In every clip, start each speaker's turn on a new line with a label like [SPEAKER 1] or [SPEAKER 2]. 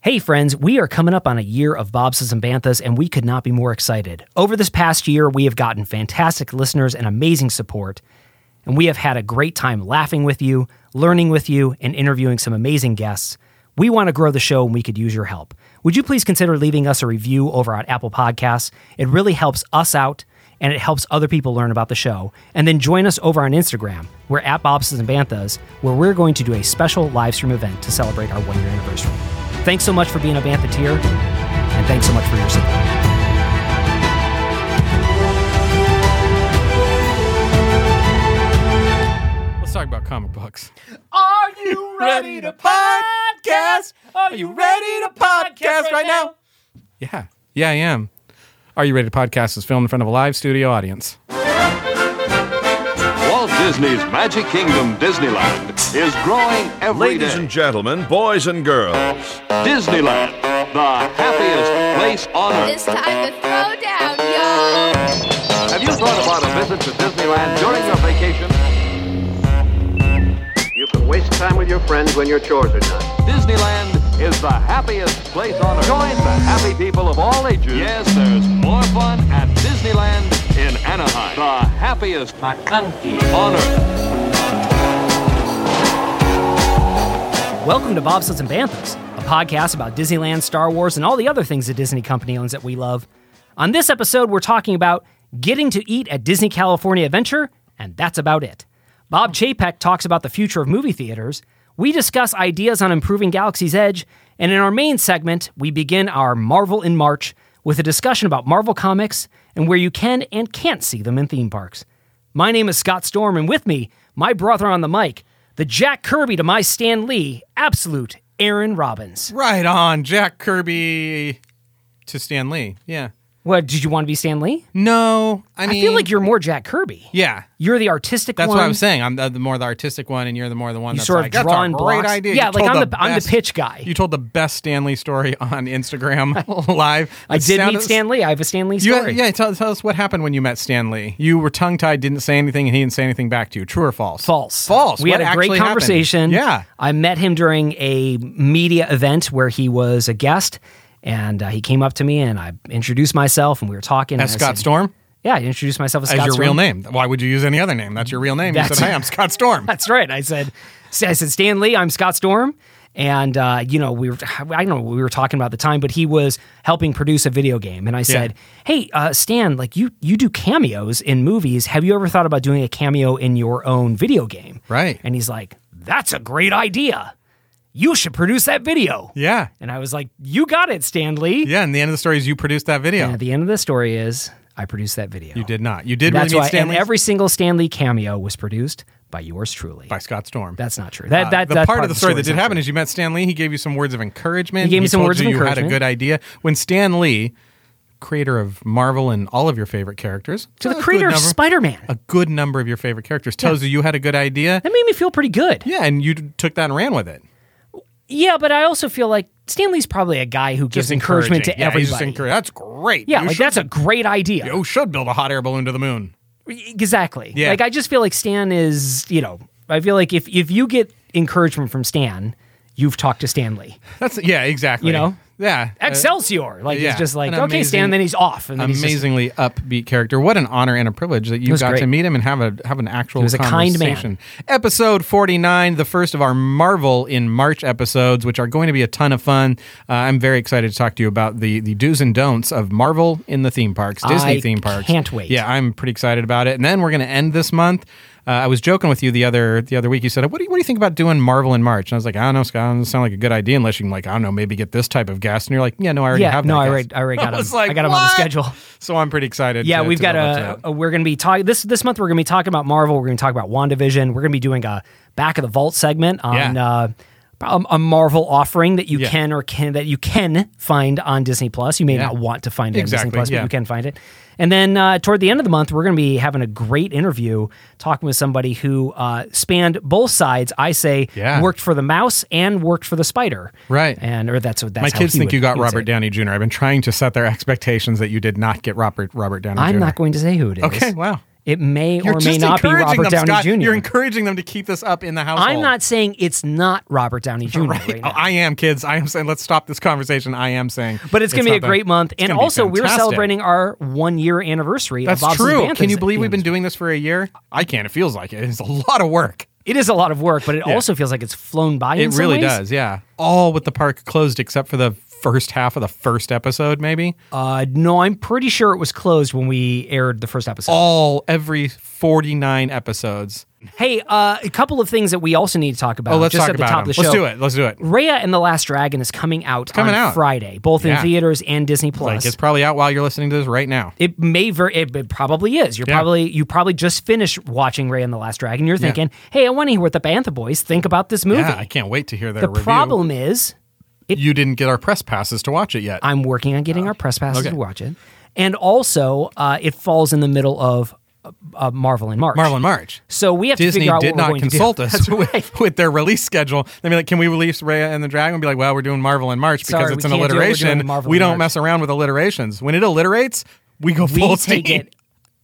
[SPEAKER 1] Hey, friends, we are coming up on a year of Bobses and Banthas, and we could not be more excited. Over this past year, we have gotten fantastic listeners and amazing support, and we have had a great time laughing with you, learning with you, and interviewing some amazing guests. We want to grow the show, and we could use your help. Would you please consider leaving us a review over on Apple Podcasts? It really helps us out, and it helps other people learn about the show. And then join us over on Instagram. We're at Bobses and Banthas, where we're going to do a special live stream event to celebrate our one year anniversary. Thanks so much for being a Bantheteer, and thanks so much for your support.
[SPEAKER 2] Let's talk about comic books.
[SPEAKER 3] Are you ready to podcast? Are you ready to podcast right now?
[SPEAKER 2] Yeah. Yeah, I am. Are You Ready to Podcast is filmed in front of a live studio audience.
[SPEAKER 4] Walt Disney's Magic Kingdom Disneyland is growing every day.
[SPEAKER 5] Ladies and gentlemen, boys and girls,
[SPEAKER 4] Disneyland, the happiest place on earth.
[SPEAKER 6] This time the throwdown, yo!
[SPEAKER 4] Have you thought about a visit to Disneyland during your vacation?
[SPEAKER 7] You can waste time with your friends when your chores are done.
[SPEAKER 4] Disneyland is the happiest place on earth. Join the happy people of all ages. Yes, there's more fun at Disneyland in Anaheim. The happiest on earth.
[SPEAKER 1] Welcome to Bobsleds and Banthas, a podcast about Disneyland, Star Wars, and all the other things the Disney company owns that we love. On this episode, we're talking about getting to eat at Disney California Adventure, and that's about it. Bob Chapek talks about the future of movie theaters. We discuss ideas on improving Galaxy's Edge, and in our main segment, we begin our Marvel in March with a discussion about Marvel comics and where you can and can't see them in theme parks. My name is Scott Storm, and with me, my brother on the mic, the Jack Kirby to my Stan Lee, absolute Aaron Robbins.
[SPEAKER 2] Right on, Jack Kirby to Stan Lee. Yeah.
[SPEAKER 1] What did you want to be Stan Lee?
[SPEAKER 2] No, I
[SPEAKER 1] I
[SPEAKER 2] mean,
[SPEAKER 1] feel like you're more Jack Kirby.
[SPEAKER 2] yeah.
[SPEAKER 1] You're the artistic
[SPEAKER 2] That's
[SPEAKER 1] one.
[SPEAKER 2] what I was saying. I'm the, the more the artistic one, and you're the more the one
[SPEAKER 1] You
[SPEAKER 2] that's
[SPEAKER 1] sort of
[SPEAKER 2] like,
[SPEAKER 1] draw in
[SPEAKER 2] that's a great
[SPEAKER 1] blocks.
[SPEAKER 2] idea.
[SPEAKER 1] Yeah,
[SPEAKER 2] You
[SPEAKER 1] like,
[SPEAKER 2] told
[SPEAKER 1] I'm the- I'm the
[SPEAKER 2] best-
[SPEAKER 1] pitch guy.
[SPEAKER 2] You told the best Stan Lee story on Instagram live.
[SPEAKER 1] I
[SPEAKER 2] It
[SPEAKER 1] did
[SPEAKER 2] sounded-
[SPEAKER 1] meet Stan Lee. I have a Stan Lee
[SPEAKER 2] You,
[SPEAKER 1] story.
[SPEAKER 2] yeah, tell, tell us what happened when you met Stan Lee. You were tongue tied, didn't say anything, and he didn't say anything back to you. True or false?
[SPEAKER 1] False.
[SPEAKER 2] False.
[SPEAKER 1] We
[SPEAKER 2] What
[SPEAKER 1] had a great
[SPEAKER 2] actually happened?
[SPEAKER 1] conversation.
[SPEAKER 2] Yeah.
[SPEAKER 1] I met him during a media event where he was a guest, and uh, he came up to me and I introduced myself and we were talking.
[SPEAKER 2] As
[SPEAKER 1] and I
[SPEAKER 2] Scott
[SPEAKER 1] said-
[SPEAKER 2] Storm?
[SPEAKER 1] Yeah, I introduced myself as,
[SPEAKER 2] As
[SPEAKER 1] Scott
[SPEAKER 2] your
[SPEAKER 1] Storm.
[SPEAKER 2] real name. Why would you use any other name? That's your real name. you
[SPEAKER 1] That's-
[SPEAKER 2] said, hey, I'm Scott Storm.
[SPEAKER 1] That's right. I said, I said, Stan Lee, I'm Scott Storm. And, uh, you know, we were, I don't know what we were talking about at the time, but he was helping produce a video game. And I said, Hey, uh, Stan, like you, you do cameos in movies. Have you ever thought about doing a cameo in your own video game?
[SPEAKER 2] Right.
[SPEAKER 1] And he's like, That's a great idea. You should produce that video.
[SPEAKER 2] Yeah.
[SPEAKER 1] And I was like, You got it, Stan Lee.
[SPEAKER 2] Yeah, and the end of the story is you produced that video.
[SPEAKER 1] And at the end of the story is I produced that video.
[SPEAKER 2] you did not. You did
[SPEAKER 1] That's
[SPEAKER 2] really meet
[SPEAKER 1] why.
[SPEAKER 2] Stan
[SPEAKER 1] And
[SPEAKER 2] Lee
[SPEAKER 1] every single Stan Lee cameo was produced by yours truly.
[SPEAKER 2] by Scott Storm.
[SPEAKER 1] That's not true. That,
[SPEAKER 2] Uh,
[SPEAKER 1] that,
[SPEAKER 2] the
[SPEAKER 1] that
[SPEAKER 2] part, of the story that
[SPEAKER 1] is
[SPEAKER 2] did
[SPEAKER 1] not
[SPEAKER 2] happen
[SPEAKER 1] true.
[SPEAKER 2] is you met Stan Lee. He gave you some words of encouragement.
[SPEAKER 1] He gave me some
[SPEAKER 2] told
[SPEAKER 1] words
[SPEAKER 2] you
[SPEAKER 1] of
[SPEAKER 2] you had a
[SPEAKER 1] encouragement.
[SPEAKER 2] good idea. When Stan Lee, creator of Marvel and all of your favorite characters,
[SPEAKER 1] to
[SPEAKER 2] a
[SPEAKER 1] the
[SPEAKER 2] good
[SPEAKER 1] creator of
[SPEAKER 2] number-
[SPEAKER 1] Spider Man.
[SPEAKER 2] a good number of your favorite characters, tells you you had a good idea.
[SPEAKER 1] that made me feel pretty good.
[SPEAKER 2] Yeah, and you d- took that and ran with it.
[SPEAKER 1] Yeah, but I also feel like Stanley's probably a guy who gives
[SPEAKER 2] Just
[SPEAKER 1] encouragement to
[SPEAKER 2] encouraging. yeah, he's just
[SPEAKER 1] everybody.
[SPEAKER 2] encouraging. That's great.
[SPEAKER 1] yeah,
[SPEAKER 2] You
[SPEAKER 1] like
[SPEAKER 2] should-
[SPEAKER 1] that's a great idea.
[SPEAKER 2] You should build a hot air balloon to the moon.
[SPEAKER 1] Exactly.
[SPEAKER 2] Yeah.
[SPEAKER 1] Like I just feel like Stan is, you know, I feel like if if you get encouragement from Stan, you've talked to Stanley.
[SPEAKER 2] That's yeah, exactly.
[SPEAKER 1] You know?
[SPEAKER 2] yeah. uh,
[SPEAKER 1] Excelsior. Like
[SPEAKER 2] yeah,
[SPEAKER 1] he's just like,
[SPEAKER 2] an
[SPEAKER 1] okay, Stan,
[SPEAKER 2] amazing-
[SPEAKER 1] then he's off. And then he's just-
[SPEAKER 2] amazingly upbeat character. What an honor and a privilege that you
[SPEAKER 1] was
[SPEAKER 2] got
[SPEAKER 1] great.
[SPEAKER 2] to meet him and have a have an actual
[SPEAKER 1] He was a kind man.
[SPEAKER 2] conversation. Episode forty nine, the first of our Marvel in March episodes, which are going to be a ton of fun. Uh, I'm very excited to talk to you about the the do's and don'ts of Marvel in the theme parks, Disney
[SPEAKER 1] I
[SPEAKER 2] theme parks.
[SPEAKER 1] can't wait.
[SPEAKER 2] Yeah, I'm pretty excited about it. And then we're going to end this month. Uh, I was joking with you the other the other week. You said, "What do you, what do you think about doing Marvel in March?" And I was like, "I don't know, Scott. It doesn't sound like a good idea unless you can like I don't know, maybe get this type of guest." And you're like, "Yeah, no, I already
[SPEAKER 1] yeah,
[SPEAKER 2] have."
[SPEAKER 1] no,
[SPEAKER 2] that
[SPEAKER 1] I already,
[SPEAKER 2] guest."
[SPEAKER 1] I already got him.
[SPEAKER 2] was like,
[SPEAKER 1] I got him on the
[SPEAKER 2] "What?"
[SPEAKER 1] schedule.
[SPEAKER 2] So I'm pretty excited.
[SPEAKER 1] Yeah,
[SPEAKER 2] to-
[SPEAKER 1] we've
[SPEAKER 2] to
[SPEAKER 1] got
[SPEAKER 2] delve
[SPEAKER 1] a,
[SPEAKER 2] into
[SPEAKER 1] a- We're going to be talking this this month. We're going to be talking about Marvel. We're going to talk about WandaVision. We're going to be doing a back of the vault segment on
[SPEAKER 2] Yeah.
[SPEAKER 1] uh, a, a Marvel offering that you
[SPEAKER 2] Yeah.
[SPEAKER 1] can or can that you can find on Disney Plus. You may
[SPEAKER 2] Yeah.
[SPEAKER 1] not want to find it on
[SPEAKER 2] Exactly,
[SPEAKER 1] Disney Plus, but
[SPEAKER 2] yeah.
[SPEAKER 1] you can find it. And then uh, toward the end of the month, we're going to be having a great interview talking with somebody who uh, spanned both sides. I say
[SPEAKER 2] Yeah.
[SPEAKER 1] worked for the mouse and worked for the spider.
[SPEAKER 2] Right.
[SPEAKER 1] And or that's what that's
[SPEAKER 2] My
[SPEAKER 1] how
[SPEAKER 2] kids
[SPEAKER 1] he
[SPEAKER 2] think
[SPEAKER 1] would-
[SPEAKER 2] you got
[SPEAKER 1] he would say
[SPEAKER 2] Robert
[SPEAKER 1] it.
[SPEAKER 2] Downey Jr. I've been trying to set their expectations that you did not get Robert Robert Downey
[SPEAKER 1] I'm
[SPEAKER 2] Jr.
[SPEAKER 1] not going to say who it is.
[SPEAKER 2] Okay, wow.
[SPEAKER 1] It may
[SPEAKER 2] You're
[SPEAKER 1] or may
[SPEAKER 2] just
[SPEAKER 1] not be
[SPEAKER 2] encouraging
[SPEAKER 1] Robert
[SPEAKER 2] them,
[SPEAKER 1] Downey
[SPEAKER 2] Scott.
[SPEAKER 1] Jr.
[SPEAKER 2] You're encouraging them to keep this up in the house.
[SPEAKER 1] I'm not saying it's not Robert Downey Jr. right, now.
[SPEAKER 2] I am, kids. I am saying, let's stop this conversation. I am saying.
[SPEAKER 1] But it's going to be a
[SPEAKER 2] not done.
[SPEAKER 1] great month.
[SPEAKER 2] It's
[SPEAKER 1] And
[SPEAKER 2] gonna be
[SPEAKER 1] also, we're
[SPEAKER 2] fantastic.
[SPEAKER 1] celebrating our one year anniversary
[SPEAKER 2] That's
[SPEAKER 1] of Bob's
[SPEAKER 2] true. Can you believe we've been doing this for a year? I can't. It feels like it. It's a lot of work.
[SPEAKER 1] It is a lot of work, but it also feels like it's flown by. in
[SPEAKER 2] It
[SPEAKER 1] some
[SPEAKER 2] really
[SPEAKER 1] ways.
[SPEAKER 2] does. Yeah. All with the park closed except for the first half of the first episode, maybe.
[SPEAKER 1] Uh, no, I'm pretty sure it was closed when we aired the first episode.
[SPEAKER 2] All every 49 episodes.
[SPEAKER 1] Hey, uh, a couple of things that we also need to talk about.
[SPEAKER 2] Oh, let's
[SPEAKER 1] just
[SPEAKER 2] talk
[SPEAKER 1] at the
[SPEAKER 2] about
[SPEAKER 1] top
[SPEAKER 2] them.
[SPEAKER 1] of the
[SPEAKER 2] Let's
[SPEAKER 1] show.
[SPEAKER 2] do it. Let's do it.
[SPEAKER 1] Raya and the Last Dragon is coming out
[SPEAKER 2] coming
[SPEAKER 1] on
[SPEAKER 2] out.
[SPEAKER 1] Friday, both in
[SPEAKER 2] Yeah.
[SPEAKER 1] theaters and Disney
[SPEAKER 2] Like
[SPEAKER 1] Plus.
[SPEAKER 2] it's probably out while you're listening to this right now.
[SPEAKER 1] it may ver- it, it probably is. You're
[SPEAKER 2] Yeah.
[SPEAKER 1] probably you probably just finished watching Ray and the Last Dragon. You're thinking, "Hey, I want to hear what the Bantha Boys think about this movie."
[SPEAKER 2] Yeah, I can't wait to hear their
[SPEAKER 1] the
[SPEAKER 2] review.
[SPEAKER 1] problem is
[SPEAKER 2] you didn't get our press passes to watch it yet.
[SPEAKER 1] I'm working on getting our press passes
[SPEAKER 2] Okay.
[SPEAKER 1] to watch it, and also uh, it falls in the middle of uh, uh, Marvel in March.
[SPEAKER 2] Marvel March.
[SPEAKER 1] So we have to
[SPEAKER 2] Disney
[SPEAKER 1] figure out
[SPEAKER 2] did
[SPEAKER 1] what we're
[SPEAKER 2] not
[SPEAKER 1] going
[SPEAKER 2] consult
[SPEAKER 1] to do.
[SPEAKER 2] us with, with their release schedule. They'd be like, "Can we release Raya and the Dragon?" We'd be like, "Well, we're doing Marvel in March because
[SPEAKER 1] Sorry,
[SPEAKER 2] it's
[SPEAKER 1] we can't
[SPEAKER 2] an
[SPEAKER 1] do it. We're doing
[SPEAKER 2] alliteration.
[SPEAKER 1] Marvel
[SPEAKER 2] we
[SPEAKER 1] in
[SPEAKER 2] don't
[SPEAKER 1] March."
[SPEAKER 2] mess around with alliterations. When it alliterates, we go full
[SPEAKER 1] We
[SPEAKER 2] steam."
[SPEAKER 1] take it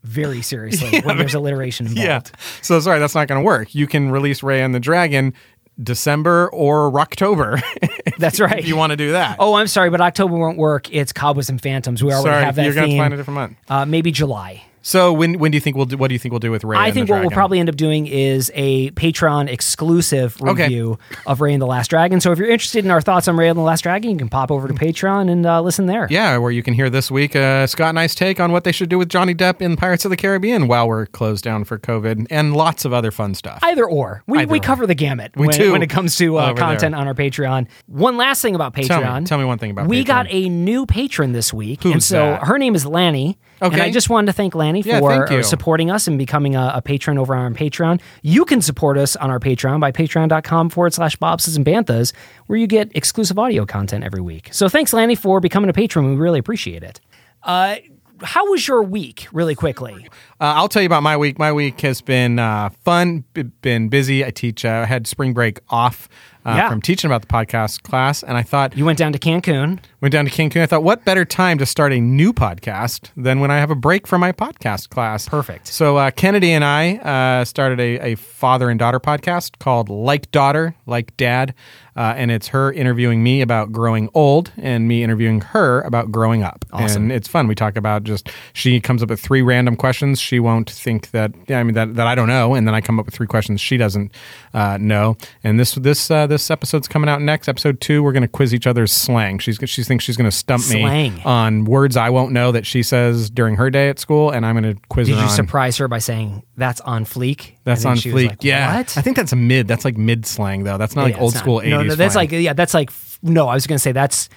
[SPEAKER 1] very seriously when there's alliteration involved.
[SPEAKER 2] Yeah. So sorry, that's not going to work. You can release Ray and the Dragon December or October
[SPEAKER 1] That's right.
[SPEAKER 2] if you want to do that.
[SPEAKER 1] Oh, I'm sorry, but October won't work. It's Cowboys and Phantoms. We already
[SPEAKER 2] sorry,
[SPEAKER 1] have that
[SPEAKER 2] you're going to
[SPEAKER 1] theme.
[SPEAKER 2] find a different month.
[SPEAKER 1] uh, maybe July.
[SPEAKER 2] So when when do you think we'll do? What do you think we'll do with Ray?
[SPEAKER 1] I think what we'll probably end up doing is a Patreon exclusive
[SPEAKER 2] Okay.
[SPEAKER 1] review of Ray and the Last Dragon. So if you're interested in our thoughts on Ray and the Last Dragon, you can pop over to Patreon and uh, listen there.
[SPEAKER 2] Yeah, where you can hear this week uh, Scott and I's take on what they should do with Johnny Depp in Pirates of the Caribbean while we're closed down for COVID and lots of other fun stuff.
[SPEAKER 1] Either or. We,
[SPEAKER 2] Either
[SPEAKER 1] we
[SPEAKER 2] or.
[SPEAKER 1] cover the gamut we when,
[SPEAKER 2] do.
[SPEAKER 1] when it comes to uh,
[SPEAKER 2] Over there.
[SPEAKER 1] content on our Patreon. One last thing about Patreon.
[SPEAKER 2] Tell me- tell me one thing about
[SPEAKER 1] We
[SPEAKER 2] Patreon.
[SPEAKER 1] got a new patron this week. and
[SPEAKER 2] Who's
[SPEAKER 1] so
[SPEAKER 2] that?
[SPEAKER 1] her name is Lanny. And
[SPEAKER 2] Okay.
[SPEAKER 1] I just wanted to thank Lanny
[SPEAKER 2] Yeah,
[SPEAKER 1] for
[SPEAKER 2] thank
[SPEAKER 1] uh,
[SPEAKER 2] you.
[SPEAKER 1] supporting us and becoming a, a patron over on Patreon. You can support us on our Patreon by patreon.com forward slash bobses and banthas, where you get exclusive audio content every week. So thanks, Lanny, for becoming a patron. We really appreciate it. Uh, how was your week, really quickly?
[SPEAKER 2] Uh, I'll tell you about my week. My week has been uh, fun, b- been busy. I teach. Uh, I had spring break off uh,
[SPEAKER 1] Yeah.
[SPEAKER 2] from teaching about the podcast class, and I thought
[SPEAKER 1] You went down to Cancun.
[SPEAKER 2] went down to Cancun. I thought, what better time to start a new podcast than when I have a break from my podcast class?
[SPEAKER 1] Perfect.
[SPEAKER 2] So uh, Kennedy and I uh, started a, a father and daughter podcast called Like Daughter, Like Dad, uh, and it's her interviewing me about growing old and me interviewing her about growing up. Awesome. And it's fun. We talk about just she comes up with three random questions. She won't think that I mean that, that I don't know, and then I come up with three questions she doesn't uh, know. And this this uh, this episode's coming out next episode two. We're going to quiz each other's slang. She's she thinks she's going to stump
[SPEAKER 1] Slang.
[SPEAKER 2] me on words I won't know that she says during her day at school, and I'm going to quiz
[SPEAKER 1] Did
[SPEAKER 2] her
[SPEAKER 1] you
[SPEAKER 2] on.
[SPEAKER 1] surprise her by saying, that's on fleek?
[SPEAKER 2] That's
[SPEAKER 1] And then
[SPEAKER 2] on
[SPEAKER 1] she was
[SPEAKER 2] fleek.
[SPEAKER 1] like,
[SPEAKER 2] yeah,
[SPEAKER 1] What?
[SPEAKER 2] I think that's a mid. That's like mid slang though. That's not like
[SPEAKER 1] Yeah,
[SPEAKER 2] old
[SPEAKER 1] it's not-
[SPEAKER 2] school 80s.
[SPEAKER 1] No, no, that's
[SPEAKER 2] slang.
[SPEAKER 1] like yeah, that's like f- no. I was gonna say that's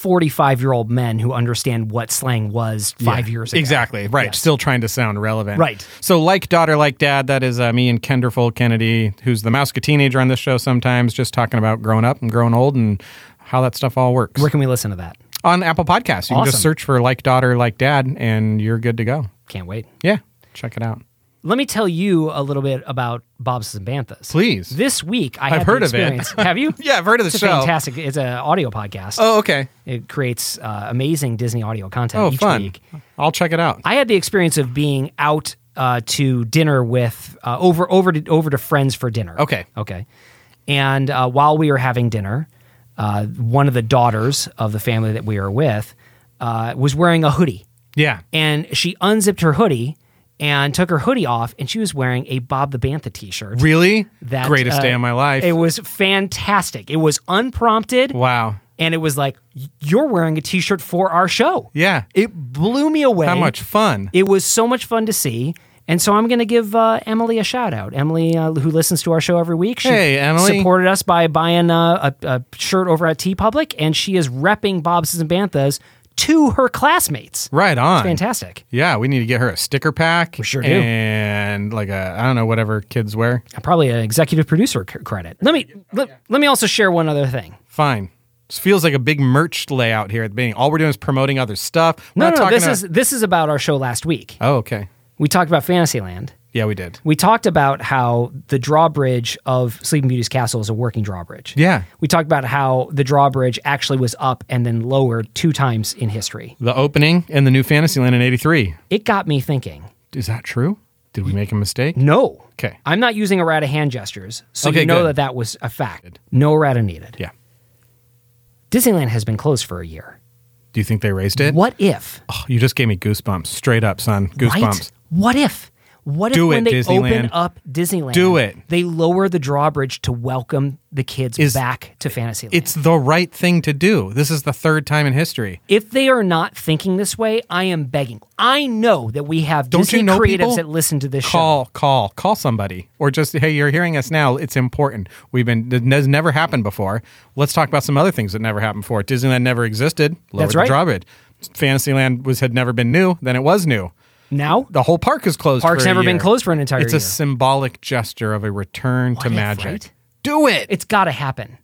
[SPEAKER 1] forty-five-year-old men who understand what slang was five years ago.
[SPEAKER 2] Exactly. Right.
[SPEAKER 1] Yes.
[SPEAKER 2] Still trying to sound relevant.
[SPEAKER 1] Right.
[SPEAKER 2] So, like daughter, like dad, that is uh, me and Kenderful Kennedy, who's the mouse teenager on this show sometimes, just talking about growing up and growing old and how that stuff all works.
[SPEAKER 1] Where can we listen to that?
[SPEAKER 2] on Apple Podcasts, you can
[SPEAKER 1] Awesome.
[SPEAKER 2] just search for like daughter, like dad, and you're good to go.
[SPEAKER 1] Can't wait.
[SPEAKER 2] Yeah. Check it out.
[SPEAKER 1] Let me tell you a little bit about Bob's and Banthas.
[SPEAKER 2] Please.
[SPEAKER 1] This week I
[SPEAKER 2] I've
[SPEAKER 1] had
[SPEAKER 2] heard
[SPEAKER 1] the
[SPEAKER 2] of it.
[SPEAKER 1] experience. Have you?
[SPEAKER 2] Yeah, I've heard of the
[SPEAKER 1] It's a
[SPEAKER 2] show.
[SPEAKER 1] fantastic. It's an audio podcast.
[SPEAKER 2] Oh, okay.
[SPEAKER 1] It creates uh, amazing Disney audio content
[SPEAKER 2] Oh,
[SPEAKER 1] each
[SPEAKER 2] fun.
[SPEAKER 1] week.
[SPEAKER 2] I'll check it out.
[SPEAKER 1] I had the experience of being out uh, to dinner with uh, over over to over to friends for dinner.
[SPEAKER 2] Okay.
[SPEAKER 1] okay. And uh, while we were having dinner, uh, one of the daughters of the family that we were with uh, was wearing a hoodie,
[SPEAKER 2] yeah.
[SPEAKER 1] and she unzipped her hoodie and took her hoodie off, and she was wearing a Bob the Bantha T-shirt.
[SPEAKER 2] Really?
[SPEAKER 1] That,
[SPEAKER 2] Greatest
[SPEAKER 1] uh,
[SPEAKER 2] day of my life.
[SPEAKER 1] It was fantastic. It was unprompted.
[SPEAKER 2] wow.
[SPEAKER 1] And it was like, "Y- you're wearing a t shirt for our show.
[SPEAKER 2] Yeah.
[SPEAKER 1] It blew me away.
[SPEAKER 2] How much fun.
[SPEAKER 1] It was so much fun to see. And so I'm going to give uh, Emily a shout out. Emily, uh, who listens to our show every week, she
[SPEAKER 2] Hey, Emily.
[SPEAKER 1] supported us by buying uh, a, a shirt over at T Public, and she is repping Bob's and Banthas to her classmates.
[SPEAKER 2] right on.
[SPEAKER 1] Fantastic.
[SPEAKER 2] Yeah, we need to get her a sticker pack. We
[SPEAKER 1] sure do.
[SPEAKER 2] And like a I don't know whatever kids wear.
[SPEAKER 1] Probably an executive producer c- credit. Let me let, let me also share one other thing.
[SPEAKER 2] Fine. This feels like a big merch layout here at the beginning. All we're doing is promoting other stuff. We're
[SPEAKER 1] No,
[SPEAKER 2] not
[SPEAKER 1] no,
[SPEAKER 2] talking
[SPEAKER 1] this
[SPEAKER 2] about-
[SPEAKER 1] is this is about our show last week.
[SPEAKER 2] Oh, okay.
[SPEAKER 1] We talked about Fantasyland.
[SPEAKER 2] Yeah, we did.
[SPEAKER 1] We talked about how the drawbridge of Sleeping Beauty's castle is a working drawbridge.
[SPEAKER 2] Yeah.
[SPEAKER 1] We talked about how the drawbridge actually was up and then lowered two times in history.
[SPEAKER 2] The opening and the new Fantasyland in 83.
[SPEAKER 1] It got me thinking
[SPEAKER 2] Is that true? Did we make a mistake?
[SPEAKER 1] No.
[SPEAKER 2] Okay.
[SPEAKER 1] I'm not using errata hand gestures, so
[SPEAKER 2] Okay,
[SPEAKER 1] you know
[SPEAKER 2] good.
[SPEAKER 1] that that was a fact. No errata needed.
[SPEAKER 2] Yeah.
[SPEAKER 1] Disneyland has been closed for a year.
[SPEAKER 2] Do you think they raised it?
[SPEAKER 1] What if?
[SPEAKER 2] Oh, you just gave me goosebumps. Straight up, son. Goosebumps.
[SPEAKER 1] Right? What if? What
[SPEAKER 2] Do
[SPEAKER 1] if when
[SPEAKER 2] it,
[SPEAKER 1] they
[SPEAKER 2] Disneyland.
[SPEAKER 1] open up Disneyland,
[SPEAKER 2] Do it.
[SPEAKER 1] They lower the drawbridge to welcome the kids
[SPEAKER 2] Is-
[SPEAKER 1] back to Fantasyland.
[SPEAKER 2] It's the right thing to do. This is the third time in history.
[SPEAKER 1] if they are not thinking this way, I am begging. I know that we have
[SPEAKER 2] Don't
[SPEAKER 1] Disney
[SPEAKER 2] you know
[SPEAKER 1] creatives
[SPEAKER 2] people?
[SPEAKER 1] that listen to this show.
[SPEAKER 2] Call, call, call somebody, or just hey, you're hearing us now. It's important. We've been. This has never happened before. Let's talk about some other things that never happened before. Disneyland never existed. Lowered
[SPEAKER 1] That's right.
[SPEAKER 2] The drawbridge. Fantasyland was had never been new. Then it was new.
[SPEAKER 1] Now,
[SPEAKER 2] The whole park is closed.
[SPEAKER 1] Park's
[SPEAKER 2] for a
[SPEAKER 1] never been
[SPEAKER 2] year.
[SPEAKER 1] closed for an entire
[SPEAKER 2] It's
[SPEAKER 1] year.
[SPEAKER 2] a symbolic gesture of a return to
[SPEAKER 1] if,
[SPEAKER 2] magic.
[SPEAKER 1] right?
[SPEAKER 2] Do it.
[SPEAKER 1] it's got to happen.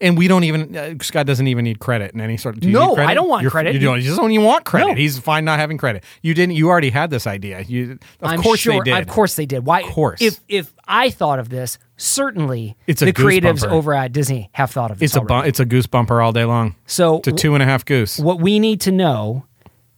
[SPEAKER 2] and we don't even uh, Scott doesn't even need credit in any sort. Do you
[SPEAKER 1] No,
[SPEAKER 2] need credit?
[SPEAKER 1] I don't want
[SPEAKER 2] You're-
[SPEAKER 1] credit.
[SPEAKER 2] You, don't, you just don't even want credit.
[SPEAKER 1] No.
[SPEAKER 2] He's fine not having credit. You didn't. You already had this idea. You, of
[SPEAKER 1] I'm
[SPEAKER 2] course
[SPEAKER 1] sure,
[SPEAKER 2] they did.
[SPEAKER 1] Of course they did. Why?
[SPEAKER 2] Of course.
[SPEAKER 1] If if I thought of this, certainly
[SPEAKER 2] It's a
[SPEAKER 1] the
[SPEAKER 2] goose
[SPEAKER 1] creatives
[SPEAKER 2] bumper.
[SPEAKER 1] over at Disney have thought of this.
[SPEAKER 2] it's a bu-
[SPEAKER 1] already.
[SPEAKER 2] it's a goose bumper all day long.
[SPEAKER 1] So
[SPEAKER 2] It's a two and a half goose.
[SPEAKER 1] what we need to know,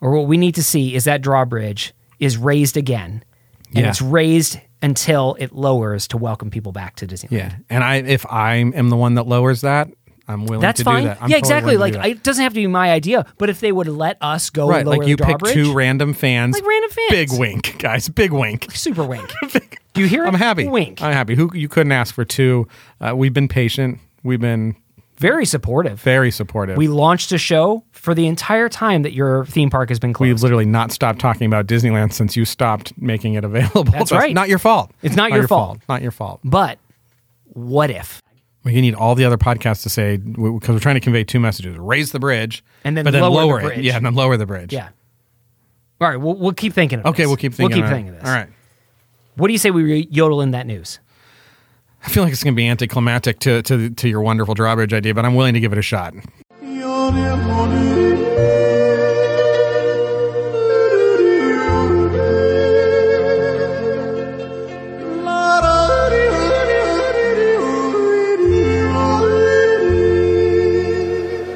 [SPEAKER 1] or what we need to see, is that drawbridge is raised again, and
[SPEAKER 2] Yeah.
[SPEAKER 1] it's raised until it lowers to welcome people back to Disneyland.
[SPEAKER 2] yeah, and I if I am the one that lowers that, I'm willing
[SPEAKER 1] That's
[SPEAKER 2] to
[SPEAKER 1] fine.
[SPEAKER 2] do that. I'm
[SPEAKER 1] yeah,
[SPEAKER 2] totally
[SPEAKER 1] exactly.
[SPEAKER 2] willing
[SPEAKER 1] Like
[SPEAKER 2] to do
[SPEAKER 1] I-
[SPEAKER 2] that.
[SPEAKER 1] it doesn't have to be my idea, but if they would let us go
[SPEAKER 2] right,
[SPEAKER 1] and lower
[SPEAKER 2] like you
[SPEAKER 1] the
[SPEAKER 2] pick
[SPEAKER 1] drawbridge,
[SPEAKER 2] two random fans,
[SPEAKER 1] Like random fans.
[SPEAKER 2] Big wink, guys. Big wink.
[SPEAKER 1] super wink. Do you hear? it?
[SPEAKER 2] I'm happy.
[SPEAKER 1] Wink.
[SPEAKER 2] I'm happy. Who you couldn't ask for two? Uh, we've been patient. We've been
[SPEAKER 1] Very supportive.
[SPEAKER 2] very supportive.
[SPEAKER 1] We launched a show for the entire time that your theme park has been
[SPEAKER 2] We've
[SPEAKER 1] closed.
[SPEAKER 2] literally not stopped talking about Disneyland since you stopped making it available.
[SPEAKER 1] That's right.
[SPEAKER 2] Not your fault.
[SPEAKER 1] It's not your fault.
[SPEAKER 2] Not your fault.
[SPEAKER 1] But what if?
[SPEAKER 2] We need all the other podcasts to say because we're trying to convey two messages: raise the bridge,
[SPEAKER 1] And then
[SPEAKER 2] but then
[SPEAKER 1] lower the
[SPEAKER 2] lower it.
[SPEAKER 1] bridge.
[SPEAKER 2] Yeah, and then lower the bridge.
[SPEAKER 1] Yeah. All right, we'll, we'll keep thinking of
[SPEAKER 2] Okay,
[SPEAKER 1] this.
[SPEAKER 2] we'll keep thinking.
[SPEAKER 1] We'll keep
[SPEAKER 2] about it.
[SPEAKER 1] thinking of this.
[SPEAKER 2] All right.
[SPEAKER 1] What do you say we re- yodel in that news?
[SPEAKER 2] I feel like it's going to be anticlimactic to, to to your wonderful drawbridge idea, but I'm willing to give it a shot.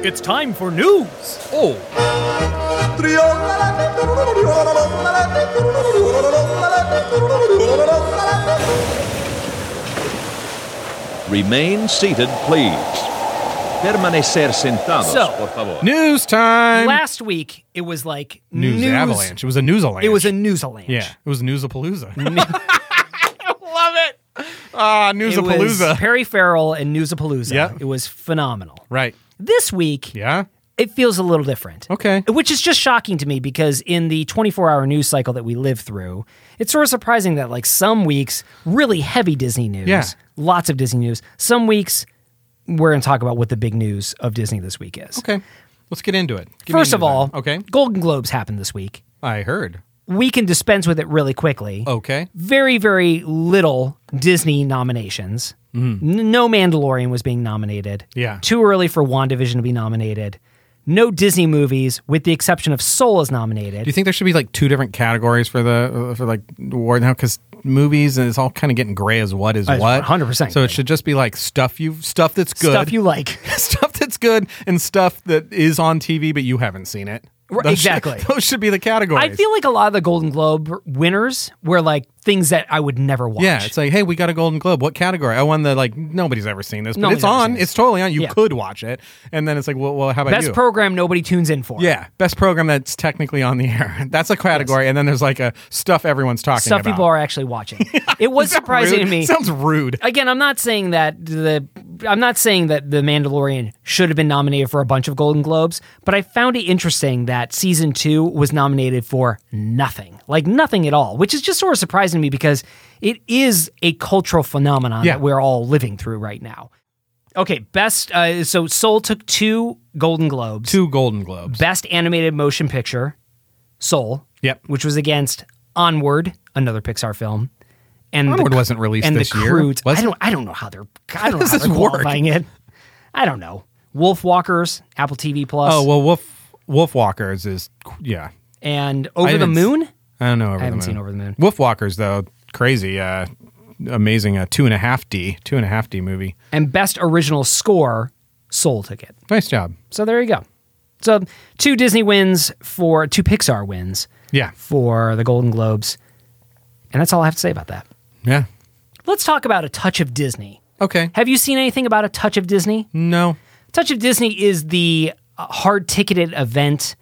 [SPEAKER 1] It's time for news.
[SPEAKER 2] Oh,
[SPEAKER 5] Remain seated, please. Permanecer sentados,
[SPEAKER 1] So,
[SPEAKER 5] por favor.
[SPEAKER 2] news time!
[SPEAKER 1] Last week it was like
[SPEAKER 2] news, avalanche. It was a news avalanche.
[SPEAKER 1] It was a news avalanche.
[SPEAKER 2] yeah. It was newsapalooza. Love it. Ah,
[SPEAKER 1] It was
[SPEAKER 2] newsapalooza.
[SPEAKER 1] Perry Farrell and Newsapalooza.
[SPEAKER 2] Yeah.
[SPEAKER 1] It was phenomenal.
[SPEAKER 2] right.
[SPEAKER 1] This week,
[SPEAKER 2] Yeah.
[SPEAKER 1] it feels a little different.
[SPEAKER 2] Okay.
[SPEAKER 1] Which is just shocking to me because in the 24 hour news cycle that we live through, it's sort of surprising that, like, some weeks, really heavy Disney news,
[SPEAKER 2] Yeah.
[SPEAKER 1] lots of Disney news. Some weeks, we're going to talk about what the big news of Disney this week is.
[SPEAKER 2] Okay. Let's get into it. Give me
[SPEAKER 1] First
[SPEAKER 2] a
[SPEAKER 1] of
[SPEAKER 2] news
[SPEAKER 1] all,
[SPEAKER 2] item. okay.
[SPEAKER 1] Golden Globes happened this week.
[SPEAKER 2] I heard.
[SPEAKER 1] We can dispense with it really quickly.
[SPEAKER 2] Okay.
[SPEAKER 1] Very, very little Disney nominations. N- no Mandalorian was being nominated.
[SPEAKER 2] Mm-hmm. Yeah.
[SPEAKER 1] Too early for WandaVision to be nominated. No Disney movies, with the exception of Soul, is nominated.
[SPEAKER 2] Do you think there should be like two different categories for the uh, for like award now? Because movies and it's all kind of getting gray as what is
[SPEAKER 1] That's
[SPEAKER 2] what.
[SPEAKER 1] 100%
[SPEAKER 2] So
[SPEAKER 1] gray.
[SPEAKER 2] it should just be like stuff you stuff that's good,
[SPEAKER 1] Stuff you like.
[SPEAKER 2] stuff that's good, and stuff that is on TV but you haven't seen it.
[SPEAKER 1] Right,
[SPEAKER 2] Those should-
[SPEAKER 1] exactly.
[SPEAKER 2] those should be the categories.
[SPEAKER 1] I feel like a lot of the Golden Globe winners were like things that I would never watch.
[SPEAKER 2] Yeah, it's like, hey, we got a Golden Globe. What category? I won the like nobody's ever seen this, but
[SPEAKER 1] Nobody's
[SPEAKER 2] it's
[SPEAKER 1] ever
[SPEAKER 2] on.
[SPEAKER 1] seen this.
[SPEAKER 2] It's totally on. You
[SPEAKER 1] Yeah.
[SPEAKER 2] could watch it, and then it's like, well, well how about
[SPEAKER 1] best
[SPEAKER 2] you?
[SPEAKER 1] program nobody tunes in for.
[SPEAKER 2] Yeah, best program that's technically on the air. That's a category, and then there's like a stuff everyone's talking
[SPEAKER 1] stuff
[SPEAKER 2] about.
[SPEAKER 1] people are actually watching. It was surprising
[SPEAKER 2] Rude.
[SPEAKER 1] to me.
[SPEAKER 2] Sounds rude.
[SPEAKER 1] Again, I'm not saying that the I'm not saying that the Mandalorian should have been nominated for a bunch of Golden Globes, but I found it interesting that season two was nominated for nothing, like nothing at all, which is just sort of surprising to me because it is a cultural phenomenon
[SPEAKER 2] Yeah.
[SPEAKER 1] that we're all living through right now. Okay, best. Uh, so Soul took two Golden Globes.
[SPEAKER 2] Two Golden Globes.
[SPEAKER 1] Best animated motion picture, Soul.
[SPEAKER 2] Yep.
[SPEAKER 1] Which was against Onward, another Pixar film. And
[SPEAKER 2] Onward wasn't released
[SPEAKER 1] and
[SPEAKER 2] this
[SPEAKER 1] the
[SPEAKER 2] year,
[SPEAKER 1] Croods.
[SPEAKER 2] was
[SPEAKER 1] I
[SPEAKER 2] it?
[SPEAKER 1] don't. I don't know how they're. I don't know
[SPEAKER 2] does
[SPEAKER 1] how
[SPEAKER 2] this
[SPEAKER 1] they're
[SPEAKER 2] work?
[SPEAKER 1] qualifying it. I don't know. Wolf Walkers, Apple TV Plus.
[SPEAKER 2] Oh well, Wolf Wolf Walkers is yeah.
[SPEAKER 1] and
[SPEAKER 2] I
[SPEAKER 1] Over the
[SPEAKER 2] haven't s-
[SPEAKER 1] Moon.
[SPEAKER 2] I don't know. Over I
[SPEAKER 1] haven't
[SPEAKER 2] the moon.
[SPEAKER 1] seen Over the Moon.
[SPEAKER 2] Wolf Walkers though, crazy, uh, amazing. Uh, two and a half D, two and a half D movie.
[SPEAKER 1] and Best Original Score, Soul took it.
[SPEAKER 2] Nice job.
[SPEAKER 1] So there you go. So two Disney wins for two Pixar wins
[SPEAKER 2] Yeah.
[SPEAKER 1] for the Golden Globes. And that's all I have to say about that.
[SPEAKER 2] Yeah.
[SPEAKER 1] Let's talk about A Touch of Disney.
[SPEAKER 2] Okay.
[SPEAKER 1] Have you seen anything about A Touch of Disney?
[SPEAKER 2] No.
[SPEAKER 1] Touch of Disney is the uh, hard ticketed event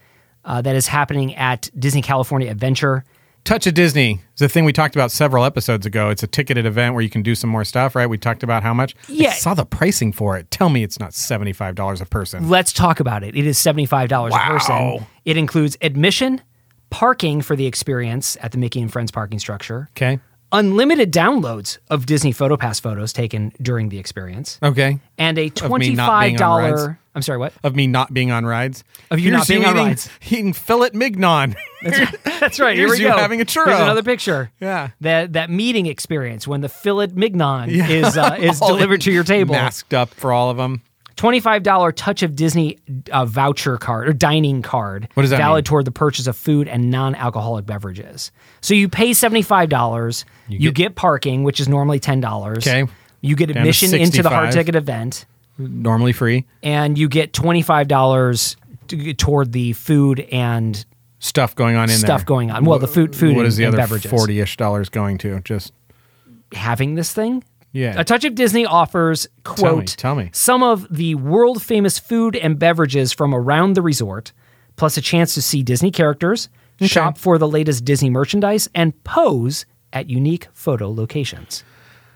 [SPEAKER 1] uh, that is happening at Disney California Adventure.
[SPEAKER 2] Touch of Disney is a thing we talked about several episodes ago. It's a ticketed event where you can do some more stuff, right? We talked about how much.
[SPEAKER 1] Yeah.
[SPEAKER 2] I saw the pricing for it. Tell me it's not $75 a person.
[SPEAKER 1] Let's talk about it. It is $75 a person. It includes admission, parking for the experience at the Mickey and Friends parking structure,
[SPEAKER 2] Okay.
[SPEAKER 1] unlimited downloads of Disney PhotoPass photos taken during the experience,
[SPEAKER 2] Okay.
[SPEAKER 1] and a
[SPEAKER 2] me not being on rides.
[SPEAKER 1] $25. I'm sorry, what?
[SPEAKER 2] Of me not being on rides.
[SPEAKER 1] Of you
[SPEAKER 2] Here's
[SPEAKER 1] not being on
[SPEAKER 2] eating,
[SPEAKER 1] rides.
[SPEAKER 2] Eating Philip Mignon.
[SPEAKER 1] That's right. Here
[SPEAKER 2] Here's
[SPEAKER 1] we
[SPEAKER 2] you
[SPEAKER 1] go.
[SPEAKER 2] having a churro.
[SPEAKER 1] Here's another picture.
[SPEAKER 2] Yeah.
[SPEAKER 1] That that meeting experience when the fillet mignon is uh, is delivered to your table.
[SPEAKER 2] Masked up for all of them.
[SPEAKER 1] Twenty five dollar touch of Disney uh, voucher card or dining card.
[SPEAKER 2] What does that
[SPEAKER 1] Valid
[SPEAKER 2] mean?
[SPEAKER 1] toward the purchase of food and non alcoholic beverages. So you pay seventy five dollars. You,
[SPEAKER 2] get-
[SPEAKER 1] get, parking, which is normally ten dollars.
[SPEAKER 2] Okay.
[SPEAKER 1] You get
[SPEAKER 2] to
[SPEAKER 1] admission into the hard
[SPEAKER 2] 65.
[SPEAKER 1] ticket event,
[SPEAKER 2] Normally free.
[SPEAKER 1] and you get twenty five dollars toward the food and
[SPEAKER 2] Stuff going on in there.
[SPEAKER 1] Stuff going on. Well, the food- food
[SPEAKER 2] What
[SPEAKER 1] and-
[SPEAKER 2] is the
[SPEAKER 1] and
[SPEAKER 2] other
[SPEAKER 1] beverages.
[SPEAKER 2] forty-ish dollars going to? Just
[SPEAKER 1] having this thing.
[SPEAKER 2] Yeah.
[SPEAKER 1] A Touch of Disney offers,
[SPEAKER 2] me,
[SPEAKER 1] quote,
[SPEAKER 2] tell me.
[SPEAKER 1] some of the world famous food and beverages from around the resort, plus a chance to see Disney characters, shop for the latest Disney merchandise, and pose at unique photo locations.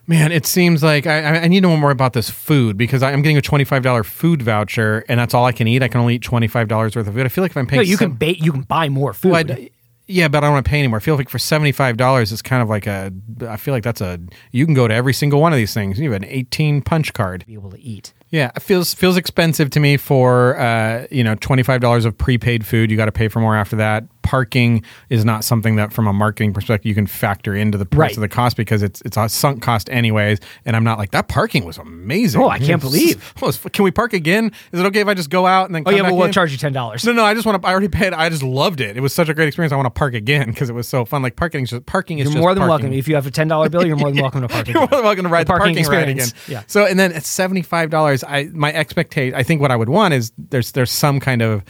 [SPEAKER 2] Man, it seems like I, I- I need to know more about this food because I, I'm getting a twenty-five dollar food voucher, and that's all I can eat. I can only eat twenty-five dollars worth of food. I feel like if I'm
[SPEAKER 1] No,
[SPEAKER 2] paying,
[SPEAKER 1] you can
[SPEAKER 2] sev-
[SPEAKER 1] ba- you can buy more food.
[SPEAKER 2] Well, I- yeah, but I don't want to pay anymore. I feel like for seventy-five dollars, it's kind of like a. I feel like that's a. You can go to every single one of these things. You have an eighteen punch card.
[SPEAKER 1] be able to eat.
[SPEAKER 2] Yeah, it feels feels expensive to me for uh, you know twenty five dollars of prepaid food. You got to pay for more after that. Parking is not something that, from a marketing perspective, you can factor into the price
[SPEAKER 1] Right.
[SPEAKER 2] of the cost because it's it's a sunk cost anyways. And I'm not like that parking was amazing.
[SPEAKER 1] Oh, I can't believe.
[SPEAKER 2] Oh, it's- can we park again? Is it okay if I just go out and then?
[SPEAKER 1] Oh
[SPEAKER 2] come
[SPEAKER 1] yeah,
[SPEAKER 2] back
[SPEAKER 1] well we'll
[SPEAKER 2] in?
[SPEAKER 1] charge you ten dollars.
[SPEAKER 2] No, no, I just want to. I already paid. I just loved it. It was such a great experience. I want to park again because it was so fun. Like parking, is just parking is
[SPEAKER 1] You're
[SPEAKER 2] just
[SPEAKER 1] more than
[SPEAKER 2] parking.
[SPEAKER 1] welcome. If you have a ten dollar bill, you're more than welcome to park.
[SPEAKER 2] You're more than welcome to ride the parking, experience.
[SPEAKER 1] experience. Yeah.
[SPEAKER 2] again. So and then at seventy five dollars, I my expectation I think what I would want is there's there's some kind of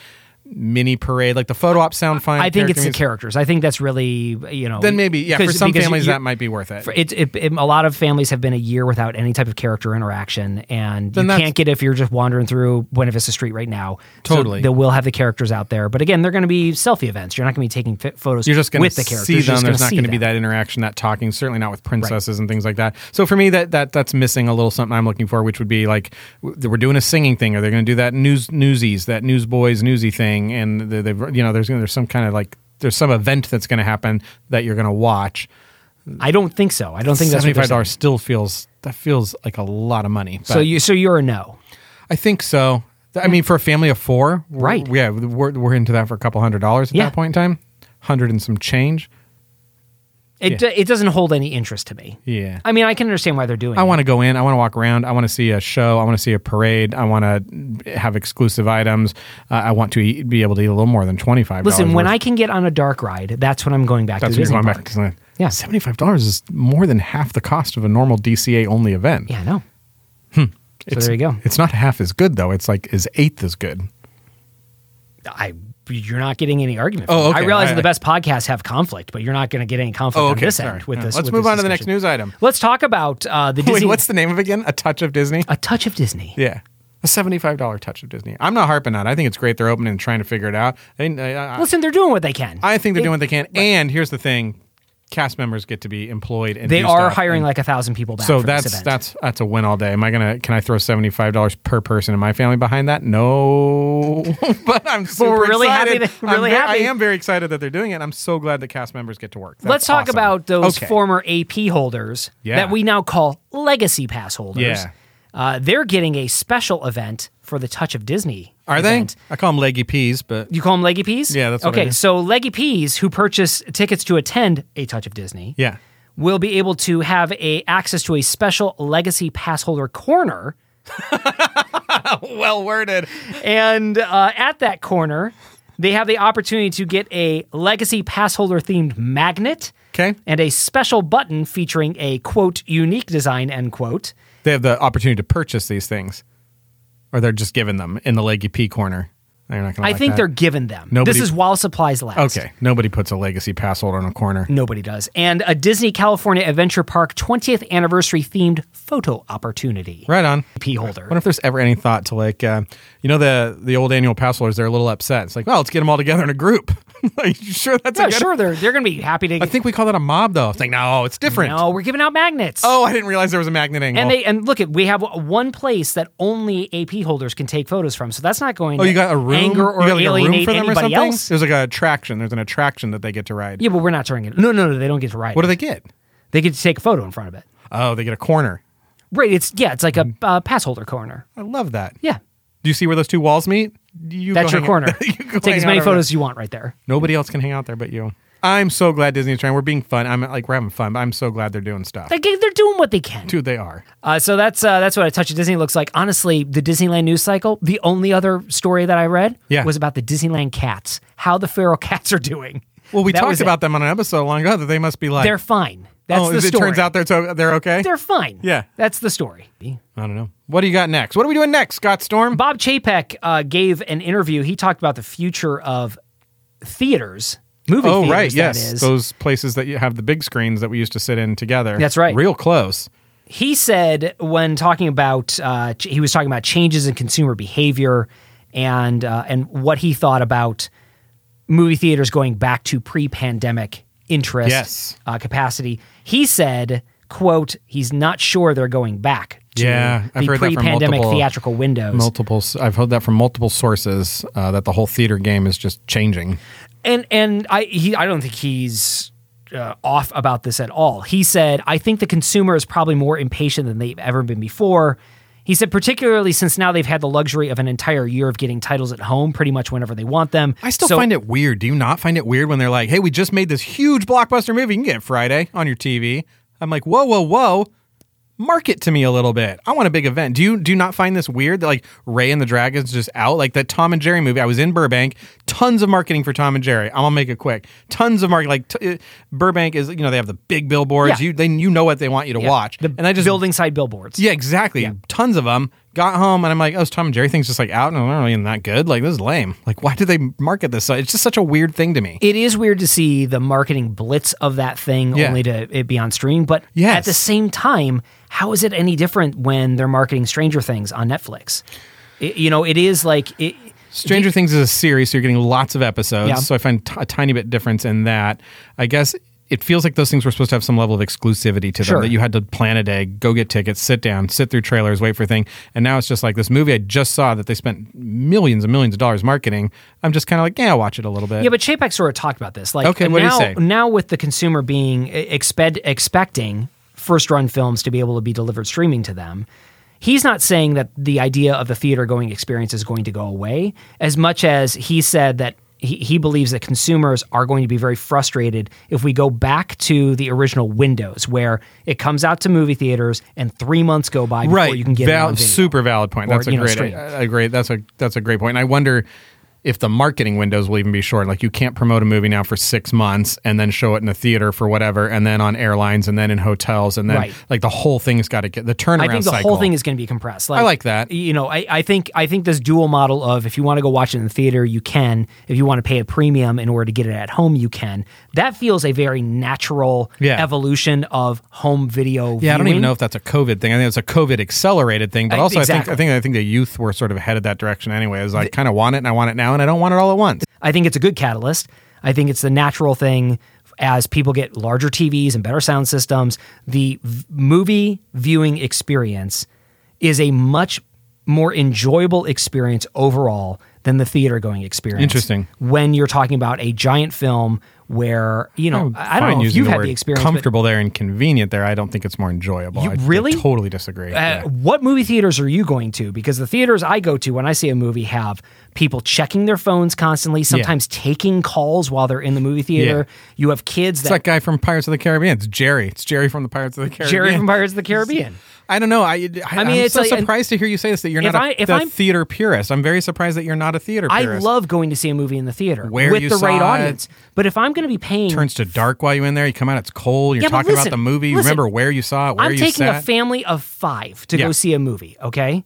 [SPEAKER 2] mini parade like the photo op sound fine.
[SPEAKER 1] I think it's the
[SPEAKER 2] character
[SPEAKER 1] characters. I think that's really you know.
[SPEAKER 2] Then maybe yeah for
[SPEAKER 1] because-
[SPEAKER 2] some
[SPEAKER 1] because
[SPEAKER 2] families
[SPEAKER 1] you-
[SPEAKER 2] that might be worth it.
[SPEAKER 1] for- it, it, it- a lot of families have been a year without any type of character interaction, and
[SPEAKER 2] Then
[SPEAKER 1] you
[SPEAKER 2] that's-
[SPEAKER 1] can't get it if you're just wandering through Buena Vista Street right now. So
[SPEAKER 2] Totally.
[SPEAKER 1] they will have the characters out there, but again, they're going to be selfie events. You're not going to be taking fi- photos.
[SPEAKER 2] You're just going to
[SPEAKER 1] with the characters.
[SPEAKER 2] see
[SPEAKER 1] You're
[SPEAKER 2] them.
[SPEAKER 1] just
[SPEAKER 2] There's not
[SPEAKER 1] see
[SPEAKER 2] going to be
[SPEAKER 1] them.
[SPEAKER 2] that interaction, that talking. Certainly not with princesses and things like that. So for me, that that that's missing a little something I'm looking for, which would be like w- we're doing a singing thing. Are they going to do that news newsies, that newsboys newsy thing? And they- they've you know there's gonna- there's some kind of like there's some event that's going to happen that you're going to watch.
[SPEAKER 1] I don't think so. I don't think that's what
[SPEAKER 2] seventy
[SPEAKER 1] they're
[SPEAKER 2] five dollars
[SPEAKER 1] saying.
[SPEAKER 2] still feels that feels like a lot of money.
[SPEAKER 1] So
[SPEAKER 2] but
[SPEAKER 1] you, so you're a no.
[SPEAKER 2] I think so. Th- I mean, for a family of four, we're-
[SPEAKER 1] Right.
[SPEAKER 2] Yeah, we're, we're into that for a couple hundred dollars at
[SPEAKER 1] Yeah.
[SPEAKER 2] that point in time, hundred and some change.
[SPEAKER 1] It do- it doesn't hold any interest to me.
[SPEAKER 2] Yeah.
[SPEAKER 1] I mean, I can understand why they're doing.
[SPEAKER 2] I
[SPEAKER 1] it.
[SPEAKER 2] want to go in. I want to walk around. I want to see a show. I want to see a parade. I want to have exclusive items. Uh, I want to eat, be able to eat a little more than twenty five.
[SPEAKER 1] Listen, when I can get on a dark ride, that's when I'm going back
[SPEAKER 2] that's
[SPEAKER 1] to
[SPEAKER 2] when
[SPEAKER 1] Disney
[SPEAKER 2] you're going back
[SPEAKER 1] Park.
[SPEAKER 2] to Disneyland.
[SPEAKER 1] Yeah.
[SPEAKER 2] seventy five dollars is more than half the cost of a normal DCA only event.
[SPEAKER 1] Yeah, I know. So
[SPEAKER 2] Hmm. It's-
[SPEAKER 1] there you go.
[SPEAKER 2] It's not half as good though. It's like is eighth as good.
[SPEAKER 1] I you're not getting any argument.
[SPEAKER 2] Oh,
[SPEAKER 1] from me.
[SPEAKER 2] okay.
[SPEAKER 1] I realize
[SPEAKER 2] I-
[SPEAKER 1] that the best podcasts have conflict, but you're not going to get any conflict on this
[SPEAKER 2] Oh, Sorry.
[SPEAKER 1] end with
[SPEAKER 2] Yeah.
[SPEAKER 1] this.
[SPEAKER 2] Let's
[SPEAKER 1] with
[SPEAKER 2] move
[SPEAKER 1] this
[SPEAKER 2] on to the next
[SPEAKER 1] discussion.
[SPEAKER 2] news item.
[SPEAKER 1] Let's talk about uh, the Disney. Uh,
[SPEAKER 2] Wait, what's the name of it again? A touch of Disney.
[SPEAKER 1] a touch of Disney?
[SPEAKER 2] yeah. A seventy-five dollar touch of Disney. I'm not harping on. it. I think it's great they're open and trying to figure it out. I, I- I-
[SPEAKER 1] Listen, they're doing what they can.
[SPEAKER 2] I think they're doing what they can. And here's the thing: cast members get to be employed, and
[SPEAKER 1] they
[SPEAKER 2] do
[SPEAKER 1] are
[SPEAKER 2] stuff.
[SPEAKER 1] hiring
[SPEAKER 2] And
[SPEAKER 1] like a thousand people back.
[SPEAKER 2] So
[SPEAKER 1] for
[SPEAKER 2] that's
[SPEAKER 1] this event.
[SPEAKER 2] that's that's a win all day. Am I gonna? Can I throw seventy five dollars per person in my family behind that? No, but I'm super
[SPEAKER 1] we're really happy
[SPEAKER 2] excited.
[SPEAKER 1] that- really
[SPEAKER 2] I'm ve-
[SPEAKER 1] happy.
[SPEAKER 2] I am very excited that they're doing it. and I'm so glad the cast members get to work. That's
[SPEAKER 1] Let's talk
[SPEAKER 2] awesome.
[SPEAKER 1] about those
[SPEAKER 2] Okay.
[SPEAKER 1] former AP holders
[SPEAKER 2] Yeah.
[SPEAKER 1] that we now call legacy pass holders.
[SPEAKER 2] Yeah.
[SPEAKER 1] Uh, they're getting a special event for the Touch of Disney.
[SPEAKER 2] Are they?
[SPEAKER 1] event.
[SPEAKER 2] I call them leggy peas, but
[SPEAKER 1] You call them Leggy Peas?
[SPEAKER 2] Yeah, that's what I
[SPEAKER 1] okay.
[SPEAKER 2] do.
[SPEAKER 1] So Leggy Peas, who purchase tickets to attend a Touch of Disney,
[SPEAKER 2] yeah.
[SPEAKER 1] will be able to have a access to a special legacy pass holder corner.
[SPEAKER 2] Well worded.
[SPEAKER 1] And uh, at that corner, they have the opportunity to get a legacy pass holder themed magnet.
[SPEAKER 2] Okay.
[SPEAKER 1] And a special button featuring a quote unique design end quote.
[SPEAKER 2] They have the opportunity to purchase these things, or they're just given them in the leggy pea corner. They're not going to.
[SPEAKER 1] I think they're giving them.
[SPEAKER 2] Nobody-
[SPEAKER 1] this is while supplies last.
[SPEAKER 2] okay. Nobody puts a legacy pass holder on a corner.
[SPEAKER 1] Nobody does. And a Disney California Adventure Park 20th anniversary themed photo opportunity.
[SPEAKER 2] Right on.
[SPEAKER 1] P holder.
[SPEAKER 2] wonder if there's ever any thought to like, uh, you know, the the old annual pass holders. They're a little upset. It's like, well, let's get them all together in a group. like, you sure that's a
[SPEAKER 1] yeah,
[SPEAKER 2] good-
[SPEAKER 1] sure, they're they're gonna be happy to.
[SPEAKER 2] I think we call that a mob, though. It's like, no, it's different.
[SPEAKER 1] no, we're giving out magnets.
[SPEAKER 2] Oh, I didn't realize there was a magnet angle.
[SPEAKER 1] And they and look at we have one place that only AP holders can take photos from, so that's not going.
[SPEAKER 2] oh,
[SPEAKER 1] to
[SPEAKER 2] you got a room.
[SPEAKER 1] anger
[SPEAKER 2] you
[SPEAKER 1] or
[SPEAKER 2] got like a room
[SPEAKER 1] alienate
[SPEAKER 2] for them or
[SPEAKER 1] anybody
[SPEAKER 2] something.
[SPEAKER 1] else.
[SPEAKER 2] There's like an attraction. There's an attraction that they get to ride.
[SPEAKER 1] Yeah, but we're not touring it. No, no, no, they don't get to ride.
[SPEAKER 2] What do
[SPEAKER 1] it.
[SPEAKER 2] they get?
[SPEAKER 1] They get to take a photo in front of it.
[SPEAKER 2] Oh, they get a corner.
[SPEAKER 1] Right. It's yeah. It's like
[SPEAKER 2] Hmm.
[SPEAKER 1] a uh, pass holder corner.
[SPEAKER 2] I love that.
[SPEAKER 1] Yeah.
[SPEAKER 2] Do you see where those two walls meet? You
[SPEAKER 1] That's
[SPEAKER 2] go
[SPEAKER 1] your
[SPEAKER 2] hang-
[SPEAKER 1] corner.
[SPEAKER 2] you go
[SPEAKER 1] Take
[SPEAKER 2] hang
[SPEAKER 1] as many
[SPEAKER 2] out over there.
[SPEAKER 1] photos as you want right there.
[SPEAKER 2] Nobody else can hang out there but you. I'm so glad Disney's trying. We're being fun. I'm like we're having fun, but I'm so glad they're doing stuff.
[SPEAKER 1] They, they're doing what they can.
[SPEAKER 2] Dude, they are.
[SPEAKER 1] Uh, so that's uh, that's what a touch of Disney looks like. Honestly, the Disneyland news cycle. The only other story that I read
[SPEAKER 2] Yeah.
[SPEAKER 1] was about the Disneyland cats, how the feral cats are doing.
[SPEAKER 2] Well, we
[SPEAKER 1] That was
[SPEAKER 2] talked
[SPEAKER 1] it.
[SPEAKER 2] about them on an episode long ago that they must be like.
[SPEAKER 1] They're fine. That's
[SPEAKER 2] oh,
[SPEAKER 1] the
[SPEAKER 2] as it
[SPEAKER 1] story.
[SPEAKER 2] turns out they're so, they're okay.
[SPEAKER 1] they're fine.
[SPEAKER 2] Yeah.
[SPEAKER 1] that's the story.
[SPEAKER 2] I don't know. What do you got next? What are we doing next, Scott Storm?
[SPEAKER 1] Bob Chapek uh, gave an interview. He talked about the future of theaters, movie
[SPEAKER 2] oh,
[SPEAKER 1] theaters.
[SPEAKER 2] right.
[SPEAKER 1] that
[SPEAKER 2] Yes,
[SPEAKER 1] is.
[SPEAKER 2] those places that you have the big screens that we used to sit in together.
[SPEAKER 1] That's right.
[SPEAKER 2] Real close.
[SPEAKER 1] he said when talking about uh, ch- he was talking about changes in consumer behavior and uh, and what he thought about movie theaters going back to pre-pandemic interest
[SPEAKER 2] Yes.
[SPEAKER 1] uh, capacity. He said, "quote He's not sure they're going back to
[SPEAKER 2] Yeah, I've
[SPEAKER 1] the
[SPEAKER 2] heard that from
[SPEAKER 1] pre-pandemic
[SPEAKER 2] multiple-
[SPEAKER 1] theatrical windows."
[SPEAKER 2] Multiple. s- I've heard that from multiple sources uh, that the whole theater game is just changing.
[SPEAKER 1] and and I he I don't think he's uh, off about this at all. He said, "I think the consumer is probably more impatient than they've ever been before." He said, particularly since now they've had the luxury of an entire year of getting titles at home, pretty much whenever they want them.
[SPEAKER 2] I still
[SPEAKER 1] So-
[SPEAKER 2] find it weird. Do you not find it weird when they're like, "Hey, we just made this huge blockbuster movie. You can get it Friday on your TV." I'm like, "Whoa, whoa, whoa! Market to me a little bit. I want a big event." Do you do you not find this weird that like Ray and the Dragons just out like that Tom and Jerry movie? I was in Burbank. Tons of marketing for Tom and Jerry. I'm gonna make it quick. Tons of market. Like t- uh, Burbank is you know they have the big billboards.
[SPEAKER 1] Yeah.
[SPEAKER 2] You then you know what they want you to
[SPEAKER 1] Yeah.
[SPEAKER 2] watch.
[SPEAKER 1] the
[SPEAKER 2] and I just
[SPEAKER 1] building side billboards.
[SPEAKER 2] yeah, exactly. Tons of them. Got home and I'm like, oh, this Tom and Jerry thing's just like out and really not good. Like this is lame. Like why did they market this? It's just such a weird thing to me.
[SPEAKER 1] It is weird to see the marketing blitz of that thing
[SPEAKER 2] Yeah.
[SPEAKER 1] only to it be on stream, but
[SPEAKER 2] Yes.
[SPEAKER 1] at the same time, how is it any different when they're marketing Stranger Things on Netflix? It- you know, it is like it,
[SPEAKER 2] Stranger Things is a series, so you're getting lots of episodes.
[SPEAKER 1] Yeah.
[SPEAKER 2] So I find t- a tiny bit difference in that. I guess it feels like those things were supposed to have some level of exclusivity to them.
[SPEAKER 1] Sure.
[SPEAKER 2] That you had to plan a day, go get tickets, sit down, sit through trailers, wait for a thing. And now it's just like this movie I just saw that they spent millions and millions of dollars marketing. I'm just kind of like, yeah, I'll watch it a little bit.
[SPEAKER 1] Yeah, but Chapek sort of talked about this. Like,
[SPEAKER 2] Okay,
[SPEAKER 1] now,
[SPEAKER 2] what did he say?
[SPEAKER 1] now with the consumer being e, exped, expecting first run films to be able to be delivered streaming to them, he's not saying that the idea of the theater going experience is going to go away as much as he said that he, he believes that consumers are going to be very frustrated if we go back to the original windows where it comes out to movie theaters and three months go by before you can get it
[SPEAKER 2] Val-
[SPEAKER 1] on video.
[SPEAKER 2] super valid point.
[SPEAKER 1] Or,
[SPEAKER 2] That's a
[SPEAKER 1] you know,
[SPEAKER 2] great,
[SPEAKER 1] stream.
[SPEAKER 2] a, a great. That's a that's a great point. And I wonder if the marketing windows will even be short. Like you can't promote a movie now for six months and then show it in a theater for whatever, and then on airlines, and then in hotels, and then
[SPEAKER 1] Right.
[SPEAKER 2] like the whole thing's got to get the turnaround.
[SPEAKER 1] I think the
[SPEAKER 2] cycle.
[SPEAKER 1] whole thing is going to be compressed. Like,
[SPEAKER 2] like that.
[SPEAKER 1] You know, I, I think I think this dual model of if you want to go watch it in the theater, you can. If you want to pay a premium in order to get it at home, you can. That feels a very natural
[SPEAKER 2] Yeah.
[SPEAKER 1] evolution of home video.
[SPEAKER 2] Yeah, I don't even
[SPEAKER 1] viewing.
[SPEAKER 2] know if that's a COVID thing. I think it's a COVID accelerated thing, but
[SPEAKER 1] I-
[SPEAKER 2] also
[SPEAKER 1] exactly.
[SPEAKER 2] I think I think I think the youth were sort of headed that direction anyway. Is I kind of want it and I want it now and I don't want it all at once.
[SPEAKER 1] I think it's a good catalyst. I think it's the natural thing as people get larger TVs and better sound systems. The v- movie viewing experience is a much more enjoyable experience overall than the theater going experience.
[SPEAKER 2] Interesting.
[SPEAKER 1] When you're talking about a giant film where, you know, I, don't
[SPEAKER 2] Oh, Fine
[SPEAKER 1] know if
[SPEAKER 2] using
[SPEAKER 1] you've
[SPEAKER 2] the
[SPEAKER 1] had
[SPEAKER 2] word
[SPEAKER 1] the experience. but,
[SPEAKER 2] Comfortable there and convenient there. I don't think it's more enjoyable.
[SPEAKER 1] You-
[SPEAKER 2] I- I
[SPEAKER 1] really?
[SPEAKER 2] totally disagree.
[SPEAKER 1] uh,
[SPEAKER 2] Yeah.
[SPEAKER 1] What movie theaters are you going to? Because the theaters I go to when I see a movie have people checking their phones constantly, sometimes taking calls while they're in the movie theater. You have kids that
[SPEAKER 2] It's that guy from Pirates of the Caribbean. It's Jerry. It's Jerry from the Pirates of the Caribbean.
[SPEAKER 1] Jerry from Pirates of the Caribbean.
[SPEAKER 2] I don't know. I, I,
[SPEAKER 1] mean,
[SPEAKER 2] mean, I'm
[SPEAKER 1] it's
[SPEAKER 2] so
[SPEAKER 1] like-
[SPEAKER 2] surprised to hear you say this that you're
[SPEAKER 1] If
[SPEAKER 2] not a
[SPEAKER 1] I- if
[SPEAKER 2] the
[SPEAKER 1] I'm-
[SPEAKER 2] theater purist. I'm very surprised that you're not a theater
[SPEAKER 1] I
[SPEAKER 2] purist.
[SPEAKER 1] love going to see a movie in the theater
[SPEAKER 2] Where
[SPEAKER 1] with
[SPEAKER 2] you
[SPEAKER 1] the right
[SPEAKER 2] saw it.
[SPEAKER 1] audience. But if I'm going to be paying,
[SPEAKER 2] turns to dark while you're in there. You come out, it's cold. You're
[SPEAKER 1] Yeah, but
[SPEAKER 2] talking
[SPEAKER 1] listen,
[SPEAKER 2] about the movie. You
[SPEAKER 1] listen.
[SPEAKER 2] remember where you saw it, where
[SPEAKER 1] I'm
[SPEAKER 2] you
[SPEAKER 1] taking
[SPEAKER 2] sat.
[SPEAKER 1] a family of five to
[SPEAKER 2] Yeah.
[SPEAKER 1] go see a movie. Okay,